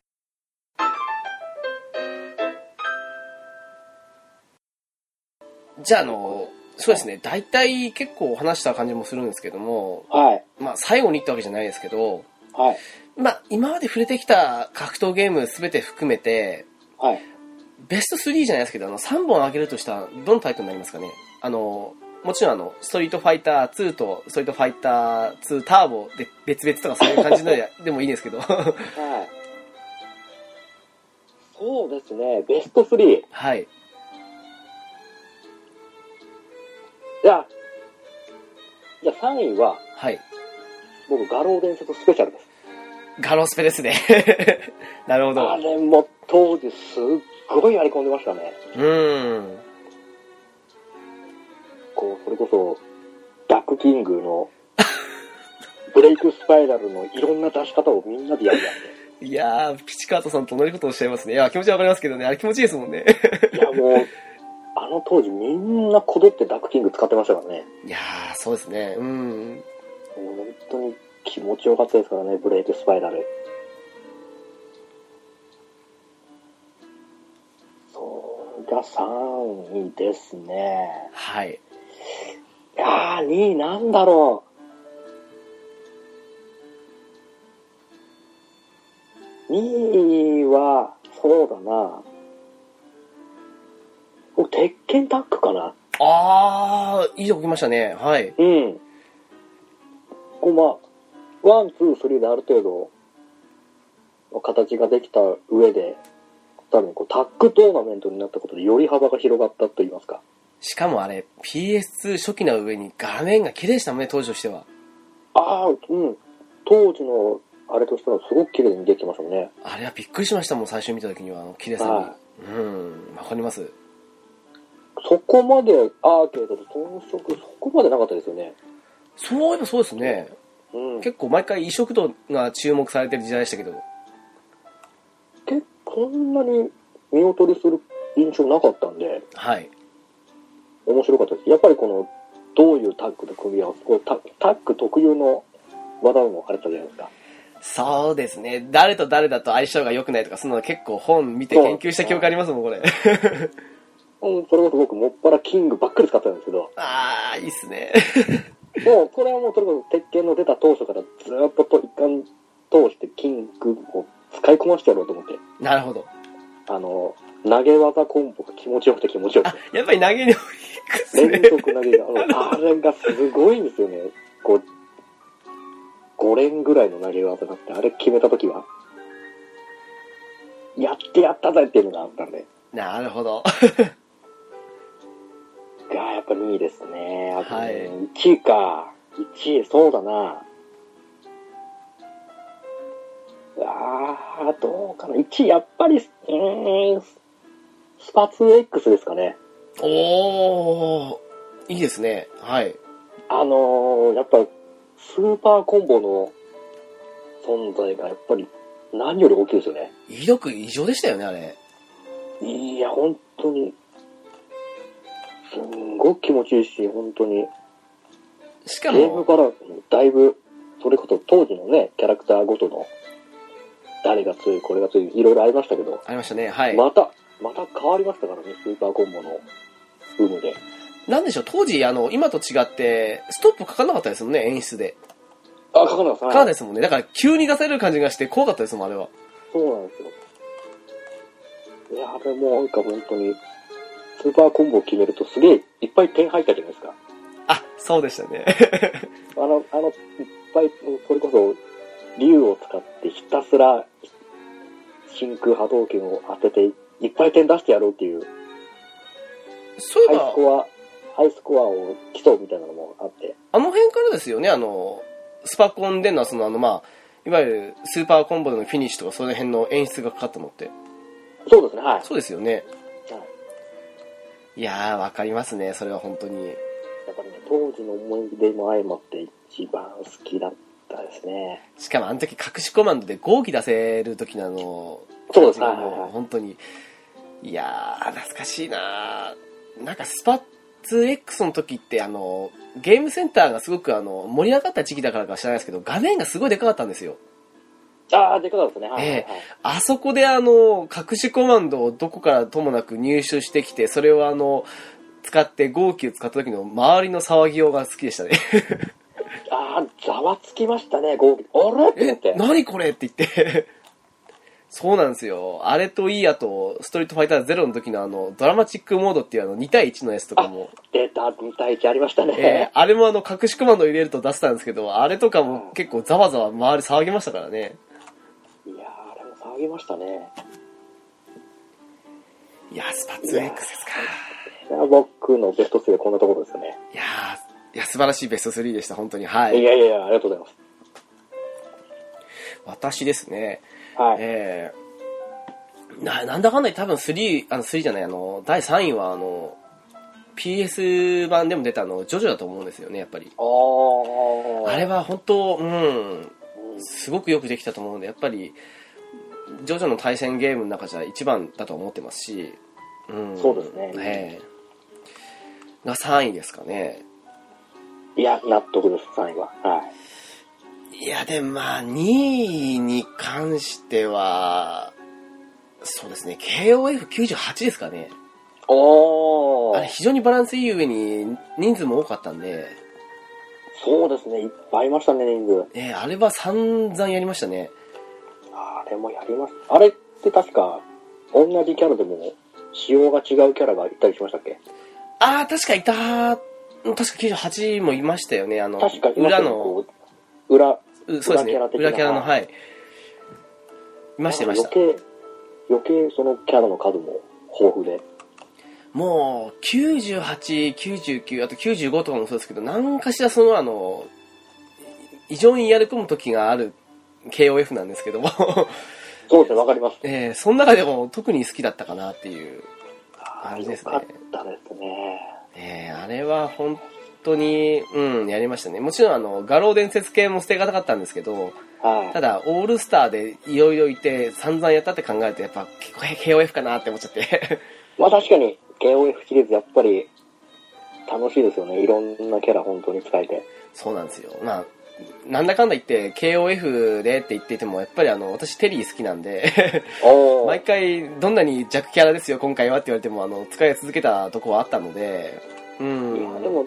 Speaker 1: じゃあ、あの、そうですね、大体結構話した感じもするんですけども、
Speaker 2: はい。
Speaker 1: まあ最後にってわけじゃないですけど、
Speaker 2: はい。
Speaker 1: まあ今まで触れてきた格闘ゲーム全て含めて、
Speaker 2: はい。
Speaker 1: ベスト3じゃないですけど、あの3本挙げるとしたらどのタイトルになりますかねあの、もちろんあの、ストリートファイター2とストリートファイター2ターボで別々とかそういう感じのやでもいいですけど、
Speaker 2: はい。そうですね、ベスト3。い
Speaker 1: はい。
Speaker 2: や、じゃあ3位は、
Speaker 1: はい。
Speaker 2: 僕、画廊伝説スペシャルです。
Speaker 1: ガロスペですね。 なるほ
Speaker 2: あ
Speaker 1: ど。
Speaker 2: れも当時すっごいやり込んでましたね。
Speaker 1: うーん。
Speaker 2: こう、それこそ、ダックキング の、ブレイクスパイラルのいろんな出し方をみんなでやり合
Speaker 1: いやー、ピチカートさんと同じことをおっしゃいますね。いや、気持ちわかりますけどね、あれ気持ちいいですもんね。
Speaker 2: って。いや、もう、あの当時みんなこぞってダックキング使ってましたからね。
Speaker 1: いやー、そうですね。うん。
Speaker 2: もう本当に気持ちよかったですからね、ブレイクスパイラル。そうが3位ですね。
Speaker 1: はい。
Speaker 2: いやー、2位なんだろう。2位は、そうだな。お、鉄拳タックかな。
Speaker 1: あー、いいとこ来ましたね。はい。
Speaker 2: うん。こう、まあ、ワン、ツー、スリーである程度、の形ができた上で、さらにこう、タックトーナメントになったことで、より幅が広がったと言いますか。
Speaker 1: しかもあれ、PS2 初期の上に画面が綺麗でしたもんね、当時としては。
Speaker 2: ああ、うん。当時の、あれとしてはすごく綺麗にできてましたもんね。
Speaker 1: あれはびっくりしましたもん、最初見た時には、あの、綺麗さ
Speaker 2: は
Speaker 1: に。うん、わかります。
Speaker 2: そこまでアーケードと遜色、そこまでなかったですよね。
Speaker 1: そういえばそうですね。
Speaker 2: うん。結
Speaker 1: 結構毎回移植度が注目されてる時代でしたけど。
Speaker 2: 構、こんなに見劣りする印象なかったんで、
Speaker 1: はい。
Speaker 2: 面白かったです。やっぱりこの、どういうタッグと組み合わせ、こうタタッグ特有の技もあれだったじゃないですか。
Speaker 1: そうですね。誰と誰だと相性が良くないとか、その結構本見て
Speaker 2: そう
Speaker 1: 研究した記憶ありますもん、これ。
Speaker 2: うん、それこそ僕、もっぱらキングばっかり使ってたんですけ ど、
Speaker 1: あー、いいっすね。
Speaker 2: もう、これはもうそれこそ鉄拳の出た当初からずっとと一貫通してキングを使いこましてやろうと思って、
Speaker 1: なるほど。
Speaker 2: あの、投げ技コンボが気持ちよくて気持ちよくて。
Speaker 1: やっぱり投げに多いですね
Speaker 2: 連。続投げが、あれがすごいんですよね。こう、5連ぐらいの投げ技があって、あれ決めたときは、やってやったぜっていうのがあったんで、
Speaker 1: なるほど。
Speaker 2: が、やっぱ2位ですね。あと、
Speaker 1: はい
Speaker 2: 1位か。1位、そうだな。ああ、どうかな。1位、やっぱり、うーん、ススパ 2X ですかね。
Speaker 1: おー、いいですね。はい。
Speaker 2: あのーやっぱ、スーパーコンボの存在がやっぱり何より大きいですよね。
Speaker 1: 威力異常でしたよね、あれ。
Speaker 2: いや、本当に、すんごく気持ちいいし、本当に、
Speaker 1: し
Speaker 2: ゲ
Speaker 1: か
Speaker 2: ーム
Speaker 1: も、
Speaker 2: からだいぶ、それこそ当時のね、キャラクターごとの、誰が強い、これが強い、いろいろありましたけど、
Speaker 1: ありましたね。はい。
Speaker 2: また、また変わりましたからね、スーパーコンボの有無で。
Speaker 1: なんでしょう、当時、あの、今と違って、ストップかかんなかったですもんね、演出で。
Speaker 2: あ、かかなさ
Speaker 1: か
Speaker 2: ん。
Speaker 1: かんないですもんね。だから、急に出される感じがして、怖かったですもん、あれは。
Speaker 2: そうなんですよ。いや、あれもなんか本当に、スーパーコンボを決めるとすげえいっぱい点入ったじゃないですか。
Speaker 1: あ、そうでしたね。
Speaker 2: あの、あの、いっぱい、それこそ、竜を使ってひたすら、真空波動拳を当てて、いっぱい点出してやろうっていう、
Speaker 1: そう
Speaker 2: ハ
Speaker 1: いえ
Speaker 2: イス
Speaker 1: ば、
Speaker 2: コア、ハイスコアを競うみたいなのもあって。
Speaker 1: あの辺からですよね、あの、スパコンでの、その、あの、まあ、いわゆる、スーパーコンボでのフィニッシュとか、その辺の演出がかかったのって。
Speaker 2: そうですね、はい。
Speaker 1: そうですよね。
Speaker 2: はい
Speaker 1: いやー、わかりますね、それは本当に。
Speaker 2: やっぱりね、当時の思い出も相まって一番好きだったですね。
Speaker 1: しかもあの時隠しコマンドで号機出せる時のあの
Speaker 2: そうですね
Speaker 1: 感じが
Speaker 2: はいはい
Speaker 1: も
Speaker 2: は
Speaker 1: う
Speaker 2: い
Speaker 1: 本当にいやー懐かしいなーなんかスパッツ X の時ってあのゲームセンターがすごくあの盛り上がった時期だからか知らないですけど画面がすごいでかかったんですよ
Speaker 2: ああ、でかかったですね、はい、はいはい。
Speaker 1: あそこであの隠しコマンドをどこからともなく入手してきてそれをあの使って号泣使った時の周りの騒ぎようが好きでしたね
Speaker 2: ああ、ざわつきましたね、ゴーあれって思って。
Speaker 1: 何これって言って そうなんですよあれといいあとストリートファイターゼロの時のあのドラマチックモードっていうあの2対1のやつとかも
Speaker 2: 出た、2対1ありましたね。
Speaker 1: えーあれもあの隠しコマンド入れると出せたんですけどあれとかも結構ざわざわ周り騒ぎましたからね
Speaker 2: いやー、あれも騒ぎましたね。
Speaker 1: いやスパツ X ですか
Speaker 2: いや僕のベスト3はこんなところですかね。、
Speaker 1: いやーいや素晴らしいベスト3でした本当にはいい
Speaker 2: やいやいや、ありがとうござい
Speaker 1: 私ですね
Speaker 2: ます。はい。
Speaker 1: えーななんだかんだで多分3あの3じゃないあの第3位はあの PS 版でも出たあのジョジョだと思うんですよねやっぱり
Speaker 2: あ
Speaker 1: あれ
Speaker 2: は、
Speaker 1: は本当うん
Speaker 2: うん
Speaker 1: すごくよくできたと思うんでやっぱりジョジョの対戦ゲームの中じゃ一番だと思ってますし、うん、
Speaker 2: そうですね
Speaker 1: ええが3位ですかね
Speaker 2: いや、納得です、3位は。はい。
Speaker 1: いやでもまあ2位に関してはそうですね KOF98 ですかね
Speaker 2: お
Speaker 1: あれ非常にバランスいい上に人数も多かったんで、
Speaker 2: そうですね、いっぱいいましたね、人数。
Speaker 1: えーあれは散々やりましたね。
Speaker 2: あれもやります。あれって確か、同じキャラでも、仕様が違うキャラがいたりしましたっけ
Speaker 1: ああ、確かいたー、確か98もいましたよね、あの、
Speaker 2: 確か、今
Speaker 1: 裏の、
Speaker 2: こう裏、
Speaker 1: うそうですね、
Speaker 2: 裏キャラ的な
Speaker 1: 裏キャラの、はい。いましたいました。
Speaker 2: 余計、余計そのキャラの数も豊富で。
Speaker 1: もう、98、99、あと95とかもそうですけど、何かしらその、あの、異常にやり込む時がある KOF なんですけども、
Speaker 2: そうですね、わかります。
Speaker 1: えーその中でも特に好きだったかなっていう感じですね
Speaker 2: よかったですね。
Speaker 1: えーあれは本当に、うん、やりましたね。もちろん、あの、画廊伝説系も捨てがたかったんですけど、
Speaker 2: はい
Speaker 1: た。だ、オールスターでいろいろいて、散々やったって考えると、やっぱ、結構、KOF かなって思っちゃって。
Speaker 2: まあ確かに KOF シリーズやっぱり楽しいですよね。いろんなキャラ本当に使えて。
Speaker 1: そうなんですよ。まあ、なんだかんだ言って、KOF でって言ってても、やっぱりあの、私、テリー好きなん で、
Speaker 2: お
Speaker 1: 毎回、どんなに弱キャラですよ、今回はって言われても、あの、使い続けたとこはあったので、う
Speaker 2: い
Speaker 1: ん。
Speaker 2: やでも、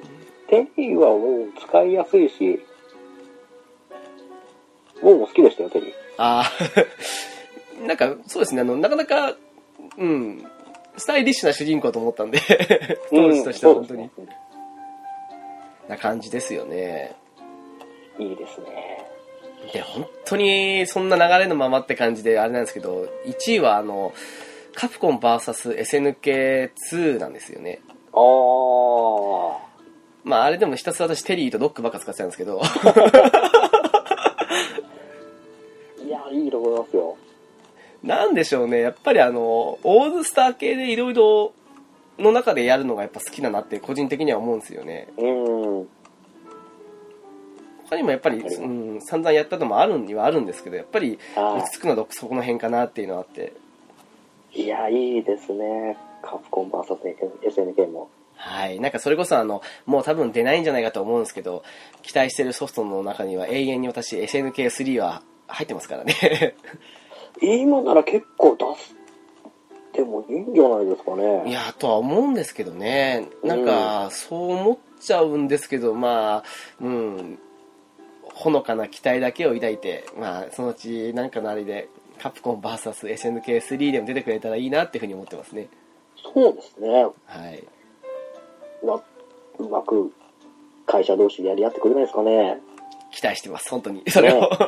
Speaker 2: テリーはもう使いやすいし、もうも好きでしたよ、テリー。
Speaker 1: ああ、 なんか、そうですね、あの、なかなか、うん、スタイリッシュな主人公と思ったんで、当時としては本当に、
Speaker 2: そうで
Speaker 1: な感じですよね。
Speaker 2: すねいいですね。
Speaker 1: で、本当に、そんな流れのままって感じで、あれなんですけど、1位は、あの、カプコン VSSNK2 なんですよね。
Speaker 2: あー。
Speaker 1: まあ、あれでもひたすら私、テリーとロックばっか使ってたんですけど、
Speaker 2: いや、いいと思いますよ。
Speaker 1: なんでしょうね、やっぱりあの、オールスター系でいろいろの中でやるのがやっぱ好きだなって、個人的には思うんですよね。
Speaker 2: うん。
Speaker 1: 他にもやっぱり、
Speaker 2: わかりま
Speaker 1: う
Speaker 2: す
Speaker 1: ん、散々やったのもあるにはあるんですけどやっぱり
Speaker 2: は
Speaker 1: 落ち着くのはそこの辺かなっていうのはあって
Speaker 2: い。いや、いいですね。カプコン VSSNK も。
Speaker 1: はいなんかそれこそあのもう多分出ないんじゃないかと思うんですけど期待してるソフトの中には永遠に私 SNK3 は入ってますからね
Speaker 2: 今なら結構出す。でもいいんじゃないですか ね。
Speaker 1: いやとは思うんですけどねなんかそう思っちゃうんですけどまあうんほのかな期待だけを抱いてまあそのうちなんかのあれでカプコン VSSNK3 でも出てくれたらいいなっていうふうに思ってますね
Speaker 2: そうですね。
Speaker 1: はい
Speaker 2: ま、うまく会社同士でやり合ってくれないですかね。
Speaker 1: 期待してます、本当に。それを。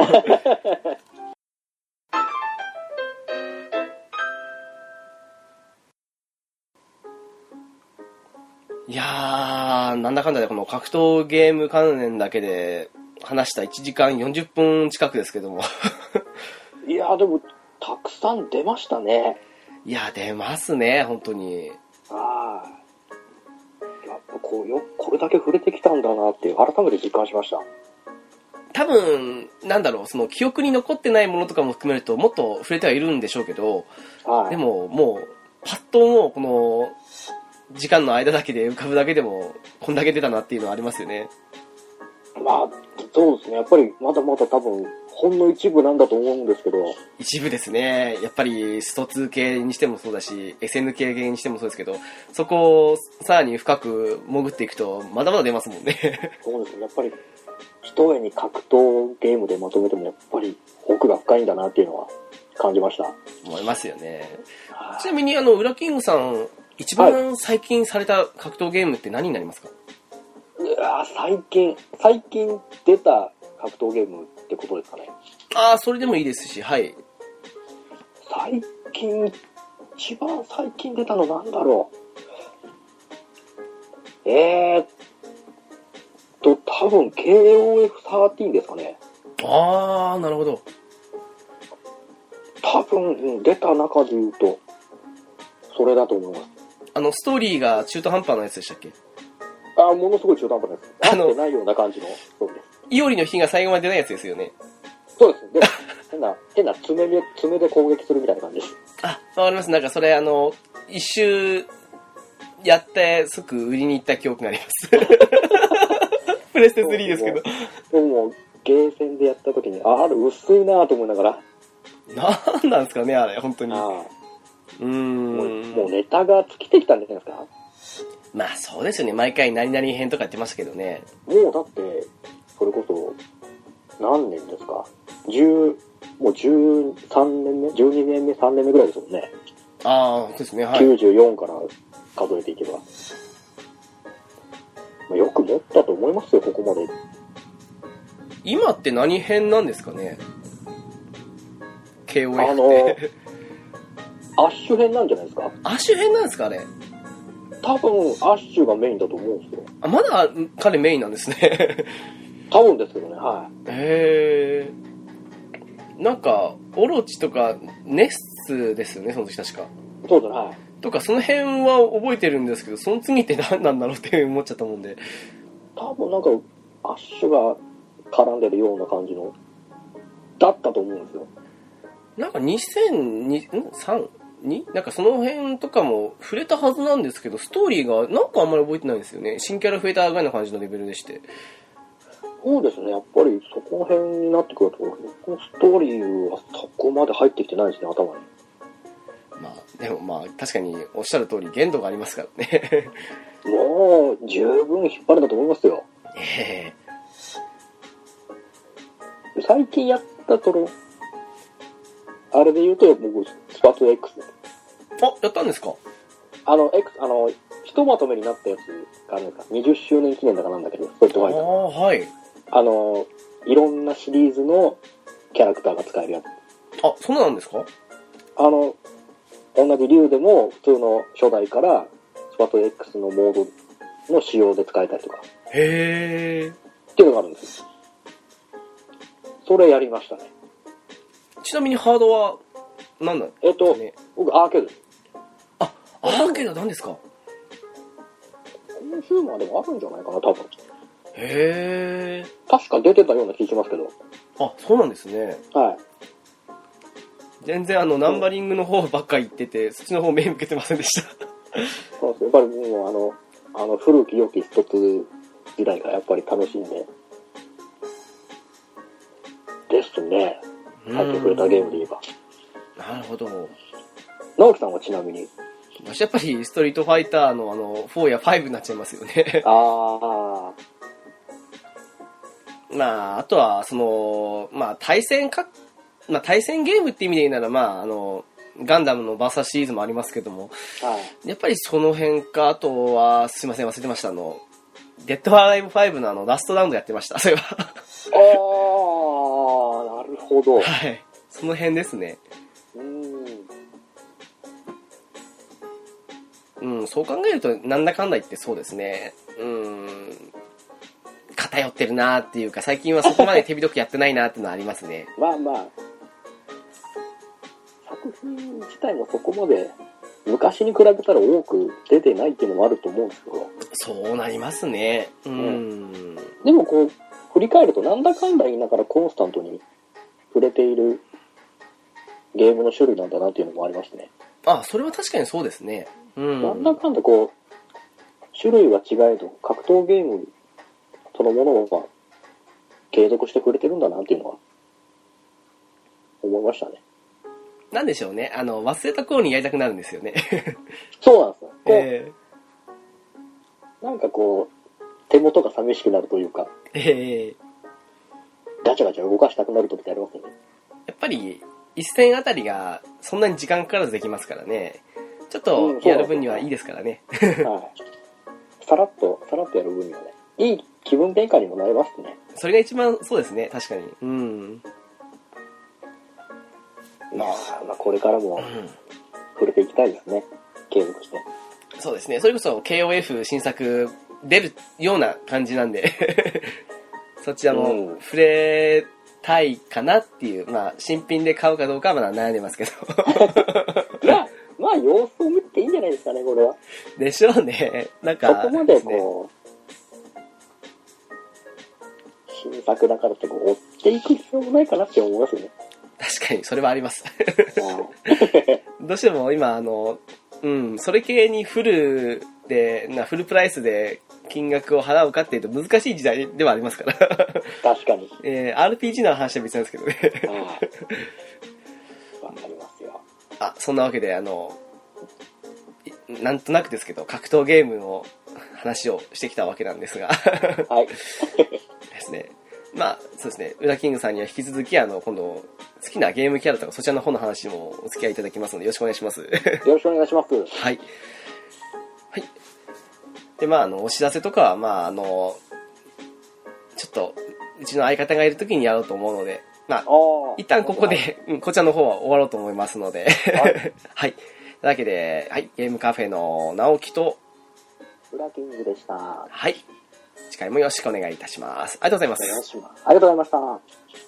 Speaker 1: いやー、なんだかんだでこの格闘ゲーム関連だけで話した1時間40分近くですけども。
Speaker 2: いや、でも、たくさん出ましたね。
Speaker 1: いや、出ますね、本当に。
Speaker 2: はい。やっぱこうよ、これだけ触れてきたんだなっていう、改めて実感しました。
Speaker 1: 多分、なんだろう、その記憶に残ってないものとかも含めるともっと触れてはいるんでしょうけど、
Speaker 2: はい。
Speaker 1: でももうパッともうこの時間の間だけで浮かぶだけでもこんだけ出たなっていうのはありますよね
Speaker 2: まあ、そうですね。やっぱり、まだまだ多分、ほんの一部なんだと思うんですけど、
Speaker 1: 一部ですね。やっぱり、スト2系にしてもそうだし、SN 系系にしてもそうですけど、そこをさらに深く潜っていくと、まだまだ出ますもんね。
Speaker 2: そうですね、やっぱり、一重に格闘ゲームでまとめても、やっぱり奥が深いんだなっていうのは感じました。
Speaker 1: 思いますよね。ちなみに、あの、ウラキングさん、一番最近された格闘ゲームって何になりますか、
Speaker 2: うわー最近、最近出た格闘ゲームってことですかね。
Speaker 1: ああ、それでもいいですし、はい。
Speaker 2: 最近、一番最近出たのなんだろう。えーっと、多分 KOF13 ですかね。
Speaker 1: ああ、なるほど。
Speaker 2: 多分、うん出た中で言うと、それだと思います。
Speaker 1: あの、ストーリーが中途半端なやつでしたっけ
Speaker 2: あー、ものすごい中途半端です。
Speaker 1: あの
Speaker 2: 合ってないような感じの。そうです。
Speaker 1: イオリの火が最後まで出ないやつですよね。
Speaker 2: そうです。 で変な、変な爪で、爪で攻撃するみたいな感じです。
Speaker 1: あ、わかります。なんかそれ、あの、一周、やって、即売りに行った記憶があり ます。プレステ3ですけど。
Speaker 2: でも、ゲーセンでやった時に、あー、あれ薄いなーと思いながら、
Speaker 1: なんなんですかね、あれ、本当に。う
Speaker 2: あ
Speaker 1: ー。
Speaker 2: ーもうんもうネタが尽きてきたんじゃないですか。
Speaker 1: まあ、そうですよね。毎回何々編とかやってましたけどね。
Speaker 2: もうだって、それこそ、何年ですか ?10、もう13年目 ?12 年目、3年目ぐらいですもんね。
Speaker 1: ああ、そうですね、はい。
Speaker 2: 94から数えていけば。まあ、よく持ったと思いますよ、ここまで。
Speaker 1: 今って何編なんですかね ?KOF って。
Speaker 2: あの、アッシュ編なんじゃないですか
Speaker 1: アッシュ編なんですか、あれ。
Speaker 2: 多分、アッシュがメインだと思うんですよ。
Speaker 1: あ、まだ彼メインなんですね。
Speaker 2: 多分ですけどね、は
Speaker 1: へえなんかオロチとかネスですよねその時確か
Speaker 2: い。そうですね、はい。
Speaker 1: とかその辺は覚えてるんですけどその次って何なんだろうって思っちゃったもんで
Speaker 2: 多分なんか、アッシュが絡んでるような感じの、だったと思うんですよ。
Speaker 1: なんか2003なんかその辺とかも触れたはずなんですけどストーリーがなんかあんまり覚えてないんですよね新キャラ増えたぐらいな感じのレベルでして
Speaker 2: そうですね、やっぱりそこら辺になってくると、このストーリーはそこまで入ってきてないですね、頭に。
Speaker 1: まあでもまあ確かにおっしゃる通り限度がありますからね
Speaker 2: もう、十分引っ張れたと思いますよ。
Speaker 1: ええ
Speaker 2: 最近やったその、あれで言うと、僕、スパツ X です。
Speaker 1: あやったんですか
Speaker 2: あの、X、あの、ひとまとめになったやつがあるんですか、20周年記念だかなんだけど、そうやって
Speaker 1: あ
Speaker 2: 書いてある
Speaker 1: あはい
Speaker 2: あの、いろんなシリーズのキャラクターが使えるやつ。
Speaker 1: あそうなんですか
Speaker 2: あの、同じ竜でも、普通の初代から、スパツ X のモードの仕様で使えたりとか。
Speaker 1: へえ
Speaker 2: っていうのがあるんですよそれやりましたね
Speaker 1: ちなみにハードは何なんだ
Speaker 2: えっと、
Speaker 1: ね
Speaker 2: 僕アーケードです
Speaker 1: あアーケードなんですか
Speaker 2: コンシューマーでもあるんじゃないかな多
Speaker 1: へ
Speaker 2: 分
Speaker 1: え
Speaker 2: 確か出てたような気しますけど
Speaker 1: あそうなんですね
Speaker 2: はい
Speaker 1: 全然あのナンバリングの方ばっか行っててそっちの方目向けてませんでした
Speaker 2: そうですやっぱりもうあのあの古き良き一つ時代がやっぱり楽しんでですね入ってくれたゲームで言えば
Speaker 1: なるほど
Speaker 2: 直樹さんはちなみに
Speaker 1: 私やっぱりストリートファイターのあの4や5になっちゃいますよね
Speaker 2: ああ
Speaker 1: まああとはそのまあ対戦か、まあ、対戦ゲームって意味で言うならまああのガンダムのバーサシリーズもありますけども
Speaker 2: はい
Speaker 1: やっぱりその辺かあとはすいません忘れてましたあのデッドアライブ5のあのラストラウンドやってました それは
Speaker 2: ああなるほど
Speaker 1: はい。その辺ですね。
Speaker 2: うん
Speaker 1: うん、そう考えると、なんだかんだ言ってそうですね。うん、偏ってるなーっていうか、最近はそこまで手広くやってないなーっていうのはありますね。
Speaker 2: まあまあ、作品自体もそこまで昔に比べたら多く出てないっていうのもあると思うんですけど、
Speaker 1: そうなりますね。うん。
Speaker 2: でもこう、振り返るとなんだかんだ言いながらコンスタントに触れているゲームの種類なんだなっていうのもありますね。
Speaker 1: あ、それは確かにそうですね。うん。
Speaker 2: なんだかんだこう、種類は違えど、格闘ゲームそのものをまあ継続して触れてるんだなっていうのは思いましたね。
Speaker 1: なんでしょうね。あの、忘れた頃にやりたくなるんですよね。
Speaker 2: そうなんですよ。こう
Speaker 1: え
Speaker 2: なんかこう、手元が寂しくなるというか、
Speaker 1: ーえー
Speaker 2: ガチャガチャ動かしたくなる時ってありますよね。
Speaker 1: やっぱり、一戦あたりがそんなに時間かからずできますからね。ちょっ
Speaker 2: うん
Speaker 1: と
Speaker 2: そう
Speaker 1: やる分にはいいですからね。
Speaker 2: はい。さらっと、さらっとやる分にはね、いい気分転換にもなりますね。
Speaker 1: それが一番そうですね、確かに。うん。
Speaker 2: まあ、まあ、これからも触れていきたいですね。継続して。
Speaker 1: そうですね。それこそ KOF 新作出るような感じなんで、 そちら
Speaker 2: う
Speaker 1: も
Speaker 2: ん
Speaker 1: 触れたいかなっていう、まあ、新品で買うかどうかはまだ悩んでますけど。
Speaker 2: まあ、まあ、様子を見ていいんじゃないですかね、これは。
Speaker 1: でしょうね。なんか、
Speaker 2: そこまです
Speaker 1: ね
Speaker 2: こう、新作だからってこう、追っていく必要もないかなって思いますよね。
Speaker 1: 確かに、それはあります。
Speaker 2: はい
Speaker 1: どうしても今、あの、うん、それ系にフルで、なフルプライスで金額を払うかっていうと難しい時代ではありますから。
Speaker 2: 確かに。
Speaker 1: えー RPG の話は別なんですけどね。
Speaker 2: はいわかりますよ。
Speaker 1: あ、そんなわけで、あの、いなんとなくですけど、格闘ゲームの話をしてきたわけなんですが、 で
Speaker 2: はい。
Speaker 1: すね。まあ、そうですね。ウラキングさんには引き続き、あの、今度、好きなゲームキャラとか、そちらの方の話もお付き合いいただきますので、よろしくお願いします。
Speaker 2: よろしくお願いします。
Speaker 1: はい。はい。で、まあ、あの、お知らせとかは、まあ、あの、ちょっと、うちの相方がいるときにやろうと思うので、まあ、
Speaker 2: ああ。
Speaker 1: 一旦ここ。で、うんこちらの方は終わろうと思いますので。
Speaker 2: はい。
Speaker 1: はい。というわけで、はい、ゲームカフェの直樹と、
Speaker 2: ブラキングでした。お
Speaker 1: はい、次回もよろしくお願いいたします。ありがとうございます。
Speaker 2: 願いします。ありがとうございました。